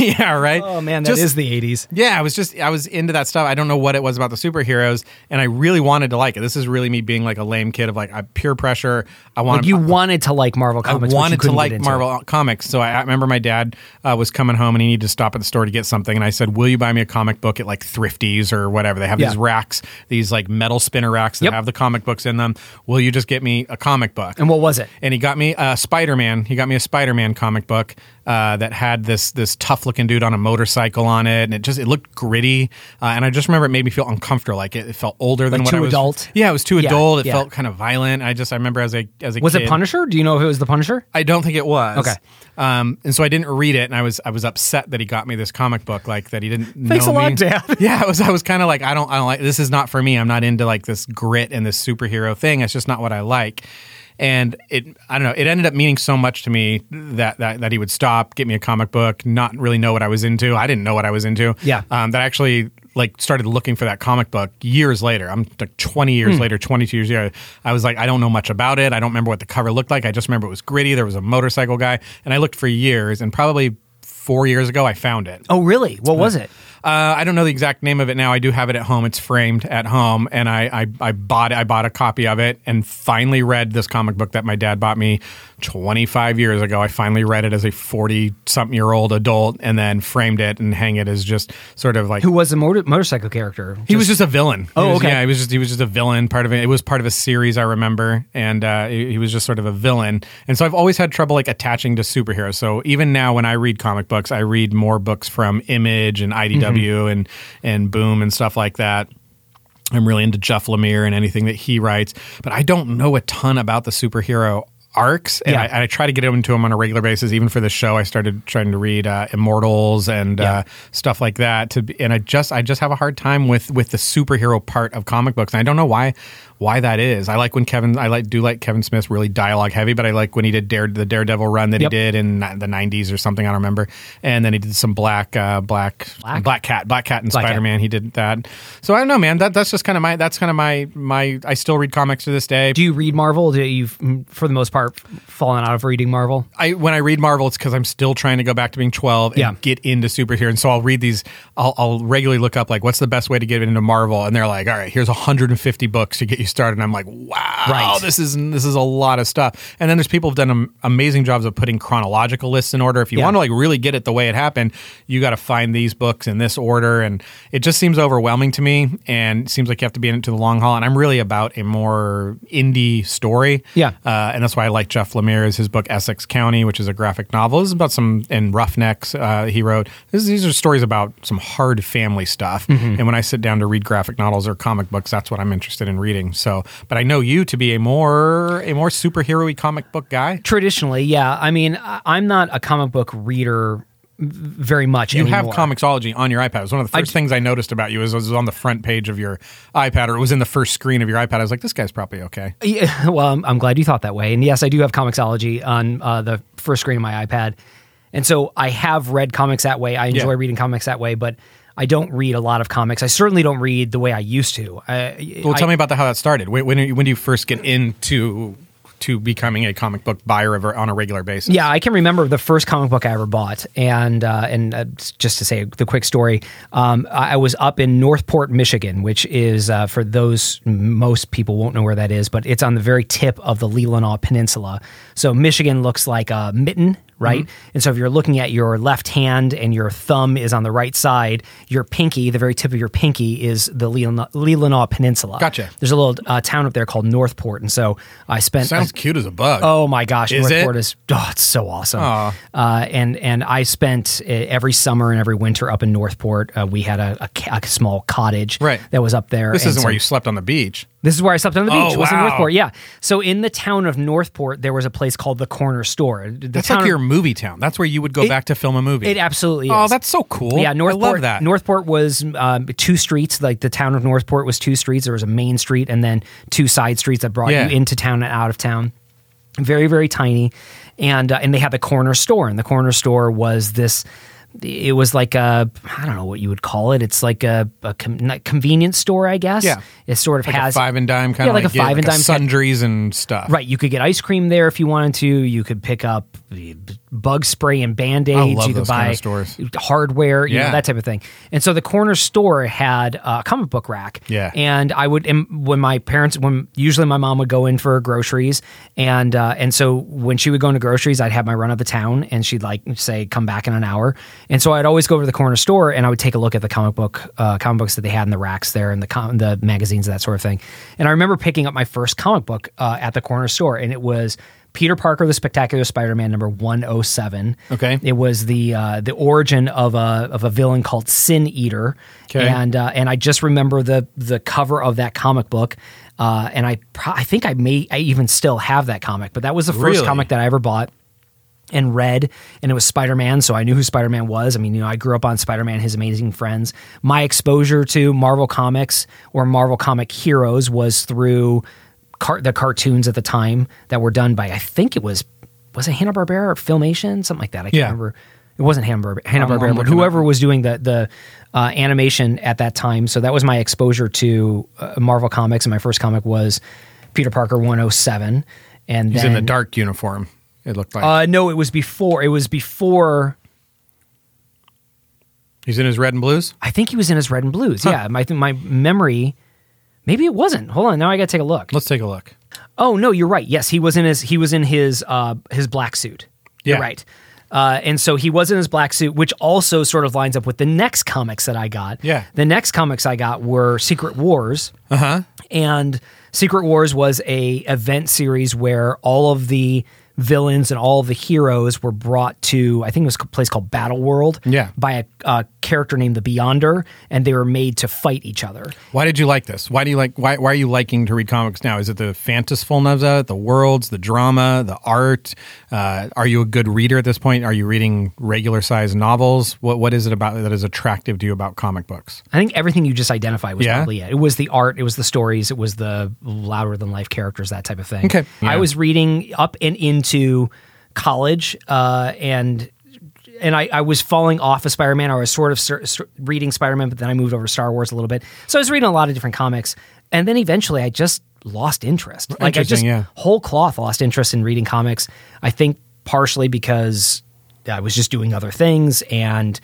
[SPEAKER 2] yeah, right.
[SPEAKER 1] Oh man, that is
[SPEAKER 2] Just-
[SPEAKER 1] the '80s.
[SPEAKER 2] yeah, I was just I was into that stuff. I don't know what it was about the superheroes, and I really wanted to like it. This is really me being like a lame kid of like I, peer pressure. I want
[SPEAKER 1] Like you wanted to like Marvel Comics.
[SPEAKER 2] I wanted started to
[SPEAKER 1] couldn't get
[SPEAKER 2] like
[SPEAKER 1] into
[SPEAKER 2] Marvel comics. So I, I remember my dad uh, was coming home and he needed to stop at the store to get something. And I said, Will you buy me a comic book at like Thrifties or whatever? They have
[SPEAKER 1] Yeah.
[SPEAKER 2] these racks, these like metal spinner racks that
[SPEAKER 1] Yep.
[SPEAKER 2] have the comic books in them. Will you just get me a comic book?
[SPEAKER 1] And what was it?
[SPEAKER 2] and he got me a Spider Man. He got me a Spider Man comic book uh, that had this this tough looking dude on a motorcycle on it, and it just it looked gritty. Uh, and I just remember it made me feel uncomfortable. Like it, it felt older than
[SPEAKER 1] Like
[SPEAKER 2] what
[SPEAKER 1] too
[SPEAKER 2] I was.
[SPEAKER 1] adult?
[SPEAKER 2] Yeah, it was too
[SPEAKER 1] Yeah,
[SPEAKER 2] adult. It
[SPEAKER 1] yeah.
[SPEAKER 2] felt kind of violent. I just I remember as a as a
[SPEAKER 1] Was
[SPEAKER 2] kid,
[SPEAKER 1] it Punisher? Do you know if it was the Punisher?
[SPEAKER 2] I don't think it was.
[SPEAKER 1] Okay.
[SPEAKER 2] Um, and so I didn't read it, and I was I was upset that he got me this comic book, like that he didn't.
[SPEAKER 1] Thanks
[SPEAKER 2] know
[SPEAKER 1] a lot,
[SPEAKER 2] me.
[SPEAKER 1] Dad.
[SPEAKER 2] Yeah, I was I was kind of like I don't I don't like this is not for me. I'm not into like this grit and this superhero thing. It's just not what I like. And it I don't know. It ended up meaning so much to me that that, that he would stop, get me a comic book, not really know what I was into. I didn't know what I was into.
[SPEAKER 1] Yeah.
[SPEAKER 2] Um, that I actually like started looking for that comic book years later. I'm like 20 years later, 22 years later. I was like, I don't know much about it. I don't remember what the cover looked like. I just remember it was gritty. There was a motorcycle guy, and I looked for years. And probably four years ago, I found it.
[SPEAKER 1] Oh, really? What was it?
[SPEAKER 2] Uh, I don't know the exact name of it now. I do have it at home. It's framed at home, and I, I I bought I bought a copy of it, and finally read this comic book that my dad bought me 25 years ago. I finally read it as a 40 something year old adult, and then framed it and hang it as just sort of like
[SPEAKER 1] Who was the motor- motorcycle character?
[SPEAKER 2] he was just a villain. He
[SPEAKER 1] Oh,
[SPEAKER 2] was-
[SPEAKER 1] okay.
[SPEAKER 2] Yeah, he was just he was just a villain. Part of it. It was part of a series I remember, and uh, he he was just sort of a villain. And so I've always had trouble like attaching to superheroes. So even now, when I read comic books, I read more books from Image and IDW
[SPEAKER 1] Mm-hmm.
[SPEAKER 2] and and Boom and stuff like that. I'm really into Jeff Lemire and anything that he writes, but I don't know a ton about the superhero arcs. And
[SPEAKER 1] Yeah.
[SPEAKER 2] I, and I try to get into them on a regular basis. Even for the show, I started trying to read uh, Immortals and
[SPEAKER 1] Yeah.
[SPEAKER 2] uh, stuff like that. To be, and I just I just have a hard time with with the superhero part of comic books, and I don't know why why that is. I like when Kevin I like do like Kevin Smith's really dialogue heavy, but I like when he did Dare the Daredevil run that
[SPEAKER 1] Yep.
[SPEAKER 2] he did in ni- the '90s or something. I don't remember. And then he did some Black uh, Black
[SPEAKER 1] Black?
[SPEAKER 2] Black, Cat Black Cat and
[SPEAKER 1] Black Cat.
[SPEAKER 2] Spider Man and he did that. So I don't know, man. That that's just kind of my that's kind of my my. I still read comics to this day.
[SPEAKER 1] Do you read Marvel? Do you, mm, for the most part, fallen out of reading Marvel?
[SPEAKER 2] I when I read Marvel, it's because I'm still trying to go back to being 12 and
[SPEAKER 1] Yeah.
[SPEAKER 2] get into superhero. And so I'll read these. I'll, I'll regularly look up like what's the best way to get into Marvel, and they're like, all right, here's 150 books to get you started. And I'm like, wow,
[SPEAKER 1] Right.
[SPEAKER 2] this is this is a lot of stuff. And then there's people who've done am- amazing jobs of putting chronological lists in order. If you
[SPEAKER 1] Yeah.
[SPEAKER 2] want to like really get it the way it happened, you got to find these books in this order, and it just seems overwhelming to me. And it seems like you have to be in it to the long haul. And I'm really about a more indie story.
[SPEAKER 1] Yeah.
[SPEAKER 2] Uh, and that's why I like Jeff Lemire's his book Essex County, which is a graphic novel. This is about some and roughnecks uh, he wrote. This, these are stories about some hard family stuff. And when I sit down to read graphic novels or comic books, that's what I'm interested in reading. So, but I know you to be a more a more superhero-y comic book guy.
[SPEAKER 1] Traditionally, yeah. I mean, I- I'm not a comic book reader v- very much
[SPEAKER 2] You
[SPEAKER 1] anymore.
[SPEAKER 2] have Comixology on your iPad. It was one of the first things I noticed about you. Is it was on the front page of your iPad, or it was in the first screen of your iPad. I was like, this guy's probably okay.
[SPEAKER 1] Yeah, well, I'm, I'm glad you thought that way. And yes, I do have Comixology on uh, the first screen of my iPad. And so I have read comics that way. I enjoy
[SPEAKER 2] Yeah.
[SPEAKER 1] reading comics that way, but I don't read a lot of comics. I certainly don't read the way I used to. I,
[SPEAKER 2] Well,
[SPEAKER 1] I-
[SPEAKER 2] tell me about the, how that started. When, when, when do you first get into to becoming a comic book buyer of, on a regular basis?
[SPEAKER 1] Yeah, I can remember the first comic book I ever bought, and uh, and uh, s- just to say the quick story, um, I I was up in Northport, Michigan, which is uh, for those most people won't know where that is, but it's on the very tip of the Leelanau Peninsula. So Michigan looks like a mitten, right?
[SPEAKER 2] Mm-hmm.
[SPEAKER 1] And so if you're looking at your left hand and your thumb is on the right side, your pinky, the very tip of your pinky, is the Leelanau, Leelanau Peninsula.
[SPEAKER 2] Gotcha.
[SPEAKER 1] There's a little uh, town up there called Northport, and so I spent
[SPEAKER 2] sounds cute as a bug.
[SPEAKER 1] Oh my gosh,
[SPEAKER 2] Is
[SPEAKER 1] Northport
[SPEAKER 2] it?
[SPEAKER 1] is oh, it's so awesome. Uh, and and I spent uh, every summer and every winter up in Northport. Uh, we had a, a ca- a small cottage
[SPEAKER 2] Right.
[SPEAKER 1] that was up there.
[SPEAKER 2] this
[SPEAKER 1] and
[SPEAKER 2] isn't
[SPEAKER 1] so-
[SPEAKER 2] where you slept on the beach.
[SPEAKER 1] This is where I slept on the beach.
[SPEAKER 2] Oh,
[SPEAKER 1] It was in
[SPEAKER 2] wow.
[SPEAKER 1] Northport. Yeah. So in the town of Northport, there was a place called the Corner Store. The
[SPEAKER 2] That's
[SPEAKER 1] town
[SPEAKER 2] like
[SPEAKER 1] of-
[SPEAKER 2] your movie town. That's where you would go back to film a movie.
[SPEAKER 1] It absolutely.
[SPEAKER 2] Oh,
[SPEAKER 1] is.
[SPEAKER 2] that's so cool.
[SPEAKER 1] Yeah,
[SPEAKER 2] I
[SPEAKER 1] Northport.
[SPEAKER 2] love that.
[SPEAKER 1] Northport was um, two streets. Like the town of Northport was two streets. There was a main street and then two side streets that brought
[SPEAKER 2] Yeah.
[SPEAKER 1] you into town and out of town. Very very tiny, and uh, and they had the corner store, and the corner store was this. It was like a I don't know what you would call it. It's like a, a com- not- convenience store, I guess.
[SPEAKER 2] Yeah.
[SPEAKER 1] it sort of
[SPEAKER 2] like
[SPEAKER 1] has
[SPEAKER 2] a five and dime kind
[SPEAKER 1] Yeah,
[SPEAKER 2] of
[SPEAKER 1] like a five and dime type-
[SPEAKER 2] sundries and stuff.
[SPEAKER 1] Right, you could get ice cream there if you wanted to. You could pick up bug spray and band aids.
[SPEAKER 2] I love
[SPEAKER 1] you could
[SPEAKER 2] those
[SPEAKER 1] buy
[SPEAKER 2] kind of stores.
[SPEAKER 1] hardware, you know,
[SPEAKER 2] Yeah.
[SPEAKER 1] that type of thing. And so the corner store had a comic book rack.
[SPEAKER 2] Yeah.
[SPEAKER 1] And I would, and when my parents, when usually my mom would go in for groceries, and uh, and so when she would go into groceries, I'd have my run of the town, and she'd like say, "Come back in an hour." And so I'd always go over to the corner store, and I would take a look at the comic book uh, comic books that they had in the racks there, and the com- the magazines, that sort of thing. And I remember picking up my first comic book uh, at the corner store, and it was. Peter Parker, the Spectacular Spider-Man, number one oh seven.
[SPEAKER 2] Okay.
[SPEAKER 1] it was the uh, the origin of a of a villain called Sin Eater,
[SPEAKER 2] Okay.
[SPEAKER 1] and uh, and I just remember the the cover of that comic book, uh, and I pro- I think I may I even still have that comic, but that was the first
[SPEAKER 2] Really?
[SPEAKER 1] comic that I ever bought and read, and it was Spider Man, so I knew who Spider Man was. I mean, you know, I grew up on Spider Man, his amazing friends. My exposure to Marvel Comics or Marvel comic heroes was through car- the cartoons at the time that were done by I think it was was it Hanna Barbera or Filmation, something like that. I can't
[SPEAKER 2] Yeah.
[SPEAKER 1] remember. It wasn't Hanna
[SPEAKER 2] I'm
[SPEAKER 1] Barbera, but
[SPEAKER 2] looking
[SPEAKER 1] whoever was doing the the uh, animation at that time. So that was my exposure to uh, Marvel comics, and my first comic was Peter Parker 107. And
[SPEAKER 2] He's
[SPEAKER 1] then,
[SPEAKER 2] in the dark uniform. It looked like
[SPEAKER 1] Uh, no, it was before. It was before.
[SPEAKER 2] he's in his red and blues.
[SPEAKER 1] I think he was in his red and blues. Yeah, my my memory. Maybe it wasn't. Hold on, now I got to take a look.
[SPEAKER 2] Let's take a look.
[SPEAKER 1] Oh no, you're right. Yes, he was in his he was in his uh his black suit. You're
[SPEAKER 2] Yeah.
[SPEAKER 1] right. Uh, and so he was in his black suit, which also sort of lines up with the next comics that I got.
[SPEAKER 2] Yeah. Uh-huh.
[SPEAKER 1] The next comics I got were Secret Wars. Uh huh. And Secret Wars was a event series where all of the villains and all of the heroes were brought to I think it was a place called Battle World.
[SPEAKER 2] Yeah.
[SPEAKER 1] By a, a character named the Beyonder, and they were made to fight each other.
[SPEAKER 2] Why did you like this? Why do you like? Why, why are you liking to read comics now? Is it the fantasfulness of it, the worlds, the drama, the art? Uh, are you a good reader at this point? Are you reading regular size novels? What What is it about that is attractive to you about comic books?
[SPEAKER 1] I think everything you just identified was
[SPEAKER 2] Yeah?
[SPEAKER 1] probably it. It was the art, it was the stories, it was the louder than life characters, that type of thing.
[SPEAKER 2] Okay.
[SPEAKER 1] I was reading up and into college, uh, and and I, I was falling off of Spider Man. I was sort of ser- ser- reading Spider Man, but then I moved over to Star Wars a little bit. So I was reading a lot of different comics, and then eventually I just lost interest. Like I
[SPEAKER 2] Interesting,
[SPEAKER 1] just
[SPEAKER 2] yeah.
[SPEAKER 1] whole cloth lost interest in reading comics. I think partially because I was just doing other things and.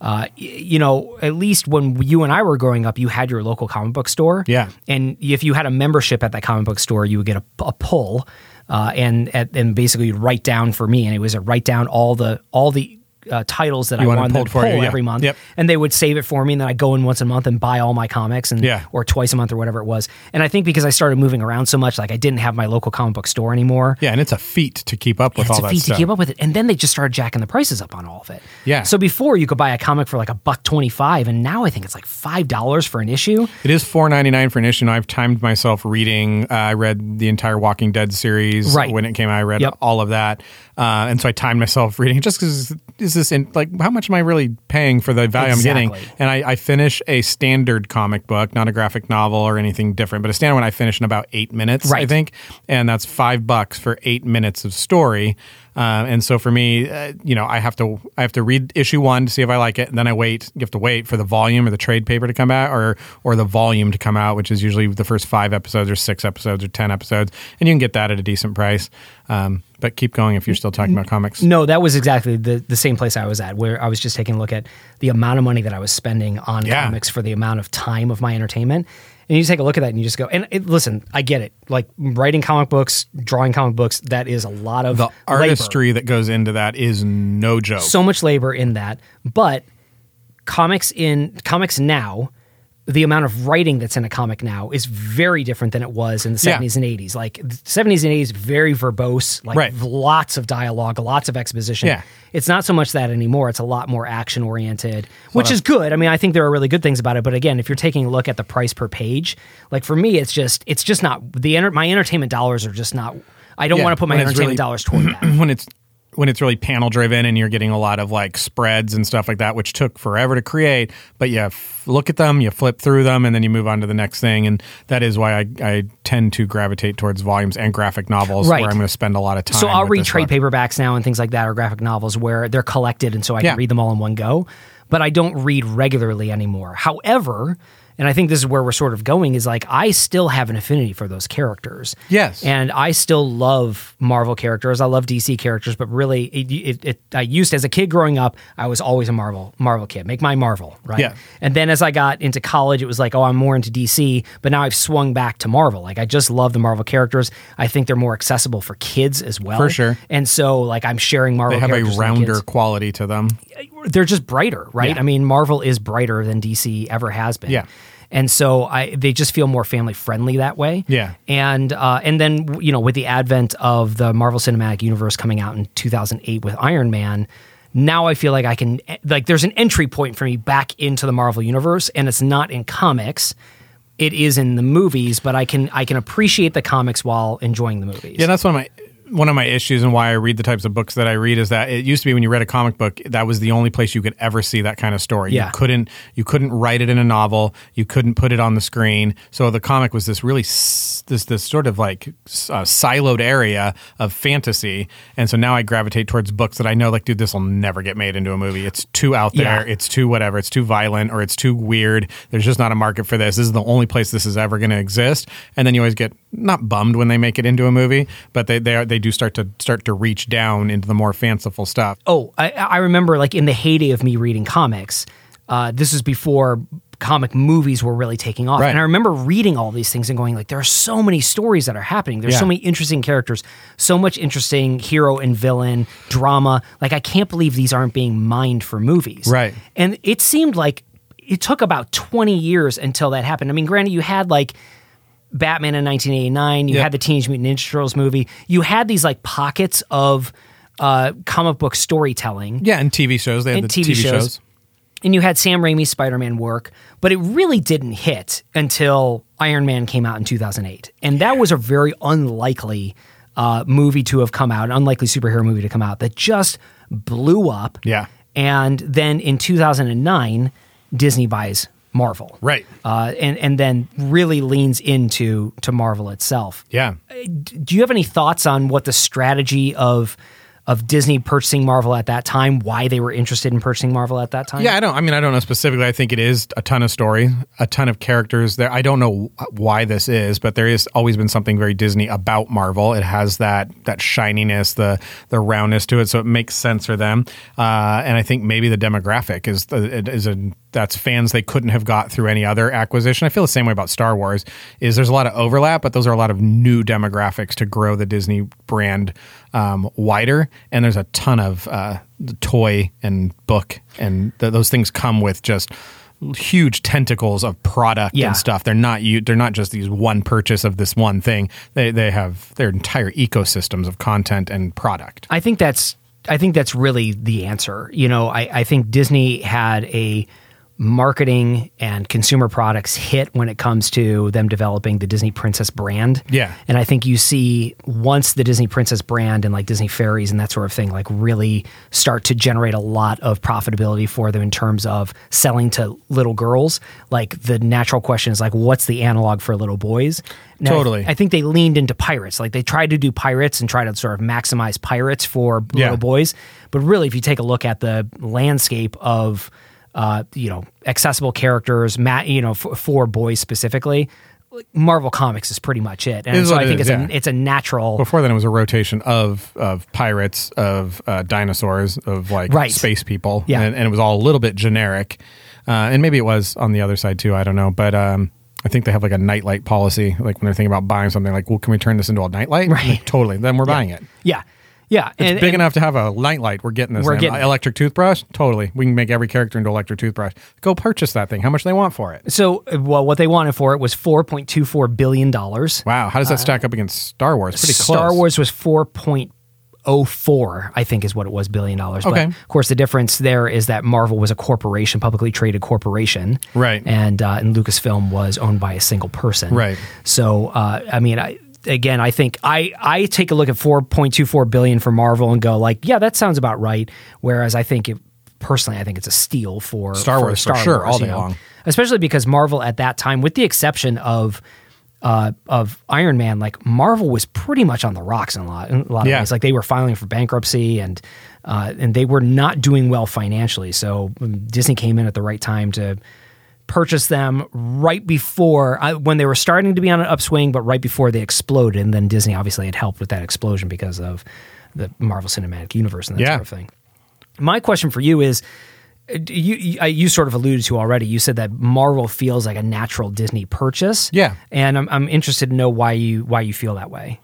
[SPEAKER 1] Uh, y- you know, at least when you and I were growing up, you had your local comic book store.
[SPEAKER 2] Yeah.
[SPEAKER 1] and if you had a membership at that comic book store, you would get a, a pull, uh, and at, and basically you'd write down for me, and it was a write down all the all the uh, titles that I
[SPEAKER 2] wanted
[SPEAKER 1] wanted them
[SPEAKER 2] pulled
[SPEAKER 1] to
[SPEAKER 2] for
[SPEAKER 1] pull
[SPEAKER 2] you, yeah.
[SPEAKER 1] every month,
[SPEAKER 2] Yep.
[SPEAKER 1] and they would save it for me, and then I would go in once a month and buy all my comics, and
[SPEAKER 2] Yeah.
[SPEAKER 1] or twice a month or whatever it was. And I think because I started moving around so much, like I didn't have my local comic book store anymore.
[SPEAKER 2] Yeah, and it's a feat to keep up
[SPEAKER 1] It's
[SPEAKER 2] with all
[SPEAKER 1] a
[SPEAKER 2] that
[SPEAKER 1] feat
[SPEAKER 2] stuff.
[SPEAKER 1] to keep up with it, and then they just started jacking the prices up on all of it.
[SPEAKER 2] Yeah.
[SPEAKER 1] So before you could buy a comic for like a buck twenty five, and now I think it's like five dollars for an issue.
[SPEAKER 2] It is four ninety nine for an issue. and I've timed myself reading. Uh, I read the entire Walking Dead series
[SPEAKER 1] Right.
[SPEAKER 2] when it came out. I read
[SPEAKER 1] Yep.
[SPEAKER 2] all of that, uh, and so I timed myself reading just because is this in, like how much am I really paying for the value I'm
[SPEAKER 1] Exactly.
[SPEAKER 2] getting? And I, I finish a standard comic book, not a graphic novel or anything different, but a standard one. I finish in about eight minutes, I
[SPEAKER 1] Right.
[SPEAKER 2] think, and that's five bucks for eight minutes of story. Uh, and so for me, uh, you know, I have to I have to read issue one to see if I like it, and then I wait. You have to wait for the volume or the trade paper to come out, or or the volume to come out, which is usually the first five episodes, or six episodes, or ten episodes, and you can get that at a decent price. Um, but keep going if you're still talking about comics.
[SPEAKER 1] No, that was exactly the, the same place I was at, where I was just taking a look at the amount of money that I was spending on
[SPEAKER 2] Yeah.
[SPEAKER 1] comics for the amount of time of my entertainment. And you take a look at that and you just go, and it, listen, I get it. Like writing comic books, drawing comic books, that is a lot of
[SPEAKER 2] The
[SPEAKER 1] labor.
[SPEAKER 2] artistry that goes into that is no joke.
[SPEAKER 1] so much labor in that but comics in comics now the amount of writing that's in a comic now is very different than it was in the
[SPEAKER 2] Yeah.
[SPEAKER 1] 70s and 80s like the 70s and 80s very verbose like
[SPEAKER 2] Right.
[SPEAKER 1] lots of dialogue lots of exposition
[SPEAKER 2] Yeah.
[SPEAKER 1] it's not so much that anymore it's a lot more action oriented which is good i mean i think there are really good things about it but again if you're taking a look at the price per page like for me it's just it's just not the enter- my entertainment dollars are just not i don't
[SPEAKER 2] Yeah,
[SPEAKER 1] want to put my
[SPEAKER 2] when it's
[SPEAKER 1] entertainment
[SPEAKER 2] really-
[SPEAKER 1] dollars toward that
[SPEAKER 2] when it's when it's really panel driven and you're getting a lot of like spreads and stuff like that, which took forever to create, but you f- look at them, you flip through them, and then you move on to the next thing. And that is why I, I tend to gravitate towards volumes and graphic novels
[SPEAKER 1] Right.
[SPEAKER 2] where I'm going to spend a lot of time.
[SPEAKER 1] So I'll
[SPEAKER 2] with
[SPEAKER 1] read
[SPEAKER 2] this
[SPEAKER 1] trade
[SPEAKER 2] book.
[SPEAKER 1] paperbacks now and things like that, or graphic novels where they're collected, and so I
[SPEAKER 2] Yeah.
[SPEAKER 1] can read them all in one go. But I don't read regularly anymore. However, and I think this is where we're sort of going is like I still have an affinity for those characters.
[SPEAKER 2] Yes.
[SPEAKER 1] and I still love Marvel characters. I love DC characters, but really, it, it, it I used as a kid growing up, I was always a Marvel Marvel kid. Make my Marvel right.
[SPEAKER 2] Yeah.
[SPEAKER 1] And then as I got into college, it was like, oh, I'm more into DC, but now I've swung back to Marvel. Like I just love the Marvel characters. I think they're more accessible for kids as well.
[SPEAKER 2] For sure.
[SPEAKER 1] And so like I'm sharing Marvel.
[SPEAKER 2] They have a
[SPEAKER 1] characters with kids
[SPEAKER 2] rounder quality to them.
[SPEAKER 1] they're just brighter, right?
[SPEAKER 2] Yeah.
[SPEAKER 1] I mean, Marvel is brighter than DC ever has been.
[SPEAKER 2] Yeah.
[SPEAKER 1] And so I, they just feel more family friendly that way.
[SPEAKER 2] Yeah.
[SPEAKER 1] And uh, and then you know with the advent of the Marvel Cinematic Universe coming out in 2008 with Iron Man, now I feel like I can eh, like there's an entry point for me back into the Marvel universe, and it's not in comics. It is in the movies, but I can I can appreciate the comics while enjoying the movies.
[SPEAKER 2] Yeah, that's one of my one of my issues and why I read the types of books that I read is that it used to be when you read a comic book, that was the only place you could ever see that kind of story.
[SPEAKER 1] Yeah.
[SPEAKER 2] You couldn't you couldn't write it in a novel, you couldn't put it on the screen. So the comic was this really s- this this sort of like s- uh, siloed area of fantasy. And so now I gravitate towards books that I know like dude this will never get made into a movie. It's too out there.
[SPEAKER 1] Yeah.
[SPEAKER 2] It's too whatever. It's too violent or it's too weird. There's just not a market for this. This is the only place this is ever going to exist. And then you always get not bummed when they make it into a movie, but they they, are, they do start to start to reach down into the more fanciful stuff.
[SPEAKER 1] oh, I, I remember like in the heyday of me reading comics, uh, this was before comic movies were really taking off.
[SPEAKER 2] Right.
[SPEAKER 1] And I remember reading all these things and going like, there are so many stories that are happening. There's
[SPEAKER 2] Yeah.
[SPEAKER 1] so many interesting characters, so much interesting hero and villain drama. Like, I can't believe these aren't being mined for movies.
[SPEAKER 2] Right.
[SPEAKER 1] And it seemed like it took about 20 years until that happened. I mean, granted, you had like Batman in 1989. You
[SPEAKER 2] Yeah.
[SPEAKER 1] had the Teenage Mutant Ninja Turtles movie. You had these like pockets of uh, comic book storytelling,
[SPEAKER 2] Yeah, and TV shows they had
[SPEAKER 1] And
[SPEAKER 2] the TV,
[SPEAKER 1] TV shows.
[SPEAKER 2] shows.
[SPEAKER 1] and you had Sam Raimi's Spider-Man work, but it really didn't hit until Iron Man came out in 2008, and that was a very unlikely uh, movie to have come out, an unlikely superhero movie to come out that just blew up.
[SPEAKER 2] Yeah.
[SPEAKER 1] and then in 2009, Disney buys Marvel.
[SPEAKER 2] Right.
[SPEAKER 1] Uh, and and then really leans into to Marvel itself
[SPEAKER 2] Yeah.
[SPEAKER 1] do you have any thoughts on what the strategy of of Disney purchasing Marvel at that time, why they were interested in purchasing Marvel at that time?
[SPEAKER 2] Yeah, I don't. I mean, I don't know specifically. I think it is a ton of story, a ton of characters. There, I don't know wh- why this is, but there is always been something very Disney about Marvel. It has that that shininess, the the roundness to it, so it makes sense for them. Uh, and I think maybe the demographic is the, it is a that's fans they couldn't have got through any other acquisition. I feel the same way about Star Wars. Is there's a lot of overlap, but those are a lot of new demographics to grow the Disney brand um, wider. And there's a ton of uh, the toy and book and th- those things come with just huge tentacles of product
[SPEAKER 1] Yeah.
[SPEAKER 2] and stuff. They're not you. They're not just these one purchase of this one thing. They they have their entire ecosystems of content and product.
[SPEAKER 1] I think that's I think that's really the answer. You know, I, I think Disney had a marketing and consumer products hit when it comes to them developing the Disney Princess brand.
[SPEAKER 2] Yeah.
[SPEAKER 1] And I think you see once the Disney Princess brand and like Disney Fairies and that sort of thing like really start to generate a lot of profitability for them in terms of selling to little girls. Like the natural question is like what's the analog for little boys? Now, I-
[SPEAKER 2] Totally.
[SPEAKER 1] I think they leaned into pirates. Like they tried to do pirates and try to sort of maximize pirates for
[SPEAKER 2] Yeah.
[SPEAKER 1] little boys. But really, if you take a look at the landscape of, uh, you know, accessible characters, ma- you know, for, for boys specifically, like, Marvel Comics is pretty much it. And
[SPEAKER 2] It is
[SPEAKER 1] so
[SPEAKER 2] what
[SPEAKER 1] I
[SPEAKER 2] it
[SPEAKER 1] think
[SPEAKER 2] is,
[SPEAKER 1] it's
[SPEAKER 2] yeah.
[SPEAKER 1] a it's a natural.
[SPEAKER 2] Before then, it was a rotation of of pirates, of uh, dinosaurs, of like
[SPEAKER 1] Right.
[SPEAKER 2] space people,
[SPEAKER 1] Yeah.
[SPEAKER 2] and, and it was all a little bit generic, uh, and maybe it was on the other side too. I don't know, but um, I think they have like a nightlight policy, like when they're thinking about buying something, like, well, can we turn this into a nightlight?
[SPEAKER 1] Right.
[SPEAKER 2] Like, totally. Then we're buying it.
[SPEAKER 1] yeah, yeah,
[SPEAKER 2] It's
[SPEAKER 1] and,
[SPEAKER 2] big
[SPEAKER 1] and-
[SPEAKER 2] enough to have a nightlight. We're getting this.
[SPEAKER 1] We're
[SPEAKER 2] thing.
[SPEAKER 1] getting it.
[SPEAKER 2] electric toothbrush. Totally, we can make every character into electric toothbrush. Go purchase that thing. How much they want for it?
[SPEAKER 1] So, uh, well, what they wanted for it was four point two four billion dollars.
[SPEAKER 2] Wow, how does that stack up against Star Wars? Pretty close.
[SPEAKER 1] uh, Star Wars was four point oh four, I think, is what it was billion dollars.
[SPEAKER 2] Okay.
[SPEAKER 1] But of course, the difference there is that Marvel was a corporation, publicly traded corporation,
[SPEAKER 2] Right.
[SPEAKER 1] And uh, and Lucasfilm was owned by a single person,
[SPEAKER 2] Right.
[SPEAKER 1] So uh, I mean, I again, I think I I take a look at four point two four billion for Marvel and go like, yeah, that sounds about right. Whereas I think it. Personally, I think it's a steal for
[SPEAKER 2] Star
[SPEAKER 1] for
[SPEAKER 2] Wars, for
[SPEAKER 1] Star
[SPEAKER 2] sure,
[SPEAKER 1] Wars,
[SPEAKER 2] all
[SPEAKER 1] you
[SPEAKER 2] day
[SPEAKER 1] know?
[SPEAKER 2] long.
[SPEAKER 1] especially because Marvel at that time, with the exception of uh, of Iron Man, like Marvel was pretty much on the rocks in a lot, in a lot of
[SPEAKER 2] Yeah.
[SPEAKER 1] ways. Like they were filing for bankruptcy and uh, and they were not doing well financially. So um, Disney came in at the right time to purchased them right before I, when they were starting to be on an upswing, but right before they exploded. And then Disney obviously had helped with that explosion because of the Marvel Cinematic Universe and that
[SPEAKER 2] Yeah.
[SPEAKER 1] sort of thing. My question for you is. uh, do You, you I- you sort of alluded to already. You said that Marvel feels like a natural Disney purchase.
[SPEAKER 2] Yeah.
[SPEAKER 1] and I'm, I'm interested to know why you why you feel that way.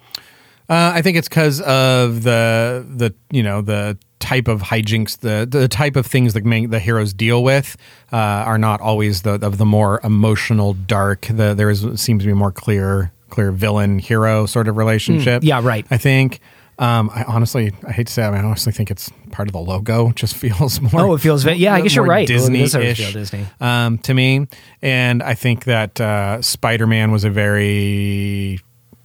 [SPEAKER 2] Uh, I think it's because of the the you know the type of hijinks the the type of things that make the heroes deal with uh, are not always the of the more emotional dark. The, there is seems to be more clear clear villain hero sort of relationship.
[SPEAKER 1] Hmm. yeah, right.
[SPEAKER 2] I think. Um, I honestly, I hate to say, it, I, mean, I honestly think it's part of the logo. It Just feels more.
[SPEAKER 1] Oh, it feels ve- yeah, I guess you're
[SPEAKER 2] more
[SPEAKER 1] right. Well, it does sort of
[SPEAKER 2] Disney-ish,
[SPEAKER 1] feel Disney.
[SPEAKER 2] um, to me, and I think that uh, Spider Man was a very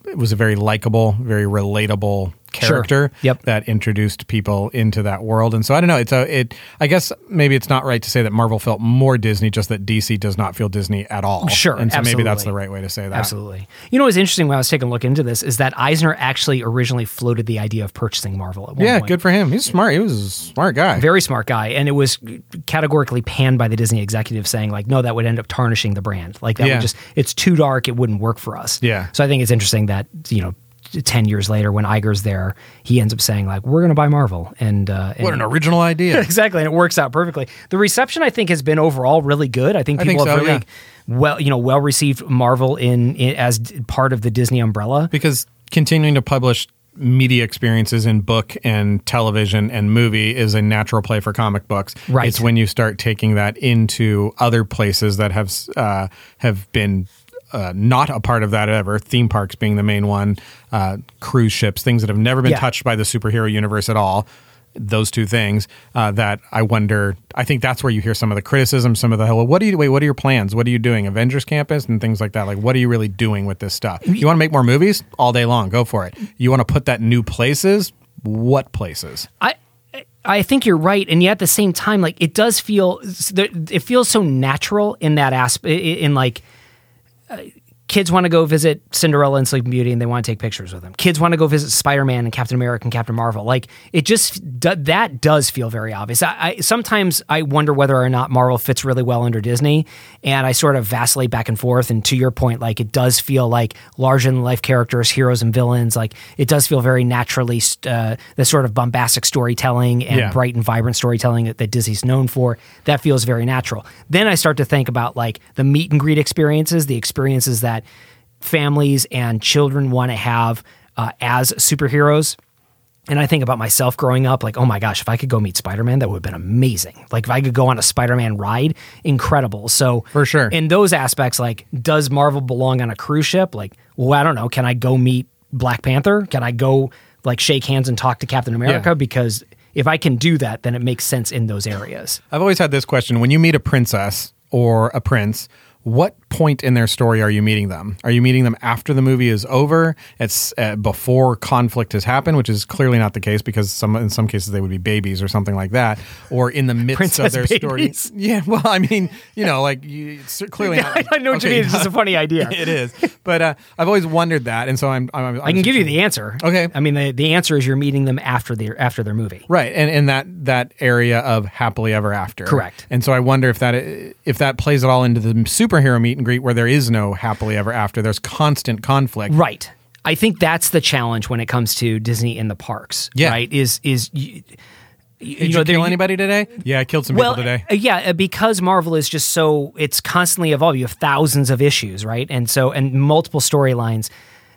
[SPEAKER 2] it was a very likable, very relatable character
[SPEAKER 1] Yep.
[SPEAKER 2] that introduced people into that world. And so I don't know. It's a it. I guess maybe it's not right to say that Marvel felt more Disney, just that DC does not feel Disney at all.
[SPEAKER 1] Sure,
[SPEAKER 2] and so maybe that's
[SPEAKER 1] absolutely.
[SPEAKER 2] the right way to say that.
[SPEAKER 1] Absolutely. You know what was interesting when I was taking a look into this is that Eisner actually originally floated the idea of purchasing Marvel at one
[SPEAKER 2] Yeah,
[SPEAKER 1] point.
[SPEAKER 2] good for him. He's smart. He was a smart guy.
[SPEAKER 1] Very smart guy, and it was categorically panned by the Disney executive, saying like, "No, that would end up tarnishing the brand. Like that
[SPEAKER 2] Yeah.
[SPEAKER 1] would just—it's too dark. It wouldn't work for us."
[SPEAKER 2] Yeah.
[SPEAKER 1] So I think it's interesting that you know, ten years later, when Iger's there, he ends up saying like, "We're going to buy Marvel," and, uh,
[SPEAKER 2] what
[SPEAKER 1] and-
[SPEAKER 2] an original idea.
[SPEAKER 1] exactly, and it works out perfectly. The reception I think has been overall really good. I think
[SPEAKER 2] I
[SPEAKER 1] people
[SPEAKER 2] think
[SPEAKER 1] have
[SPEAKER 2] so,
[SPEAKER 1] really well, you know, well received Marvel in, in as d- part of the Disney umbrella.
[SPEAKER 2] because continuing to publish media experiences in book and television and movie is a natural play for comic books.
[SPEAKER 1] Right.
[SPEAKER 2] It's when you start taking that into other places that have uh, have been. Uh, not a part of that ever. Theme parks being the main one, uh, cruise ships, things that have never been
[SPEAKER 1] Yeah.
[SPEAKER 2] touched by the superhero universe at all. Those two things uh, that I wonder. I think that's where you hear some of the criticism, some of the well, what do you wait? What are your plans? What are you doing? Avengers Campus and things like that. Like, what are you really doing with this stuff? You want to make more movies all day long? Go for it. You want to put that new places? What places?
[SPEAKER 1] I I think you're right, and yet at the same time, like it does feel it feels so natural in that aspect. In like, uh, kids want to go visit Cinderella and Sleeping Beauty, and they want to take pictures with them. Kids want to go visit Spider Man and Captain America and Captain Marvel. Like it just do, that does feel very obvious. I, I sometimes I wonder whether or not Marvel fits really well under Disney, and I sort of vacillate back and forth. And to your point, like it does feel like larger than life characters, heroes and villains. Like it does feel very naturally st- uh, the sort of bombastic storytelling and
[SPEAKER 2] Yeah.
[SPEAKER 1] bright and vibrant storytelling that, that Disney's known for. That feels very natural. Then I start to think about like the meet and greet experiences, the experiences that families and children want to have uh, as superheroes. And I think about myself growing up, like, oh my gosh, if I could go meet Spider Man, that would have been amazing. Like, if I could go on a Spider Man ride, incredible. So,
[SPEAKER 2] For sure.
[SPEAKER 1] In those aspects, like, does Marvel belong on a cruise ship? Like, well, I don't know. Can I go meet Black Panther? Can I go, like, shake hands and talk to Captain America?
[SPEAKER 2] Yeah.
[SPEAKER 1] Because if I can do that, then it makes sense in those areas.
[SPEAKER 2] I've always had this question: when you meet a princess or a prince. What point in their story are you meeting them? Are you meeting them after the movie is over? It's uh, before conflict has happened, which is clearly not the case because some in some cases they would be babies or something like that, or in the midst
[SPEAKER 1] Princess
[SPEAKER 2] of their
[SPEAKER 1] babies?
[SPEAKER 2] story. Yeah, well, I mean, you know, like you, it's clearly.
[SPEAKER 1] I know what you mean. It's just a funny idea.
[SPEAKER 2] it is, but uh, I've always wondered that, and so I'm. I'm, I'm
[SPEAKER 1] I can give you the answer.
[SPEAKER 2] Okay.
[SPEAKER 1] I mean, the, the answer is you're meeting them after their after their movie.
[SPEAKER 2] Right, and and that that area of happily ever after.
[SPEAKER 1] Correct.
[SPEAKER 2] And so I wonder if that if that plays at all into the superhero meet and greet where there is no happily ever after. There's constant conflict.
[SPEAKER 1] Right. I think that's the challenge when it comes to Disney in the parks.
[SPEAKER 2] Yeah.
[SPEAKER 1] Right. Is is you, you
[SPEAKER 2] Did you,
[SPEAKER 1] know there-
[SPEAKER 2] kill anybody today? Yeah, I killed some
[SPEAKER 1] Well,
[SPEAKER 2] people today.
[SPEAKER 1] uh, yeah, uh, because Marvel is just so it's constantly evolving. You have thousands of issues, right? And so and multiple storylines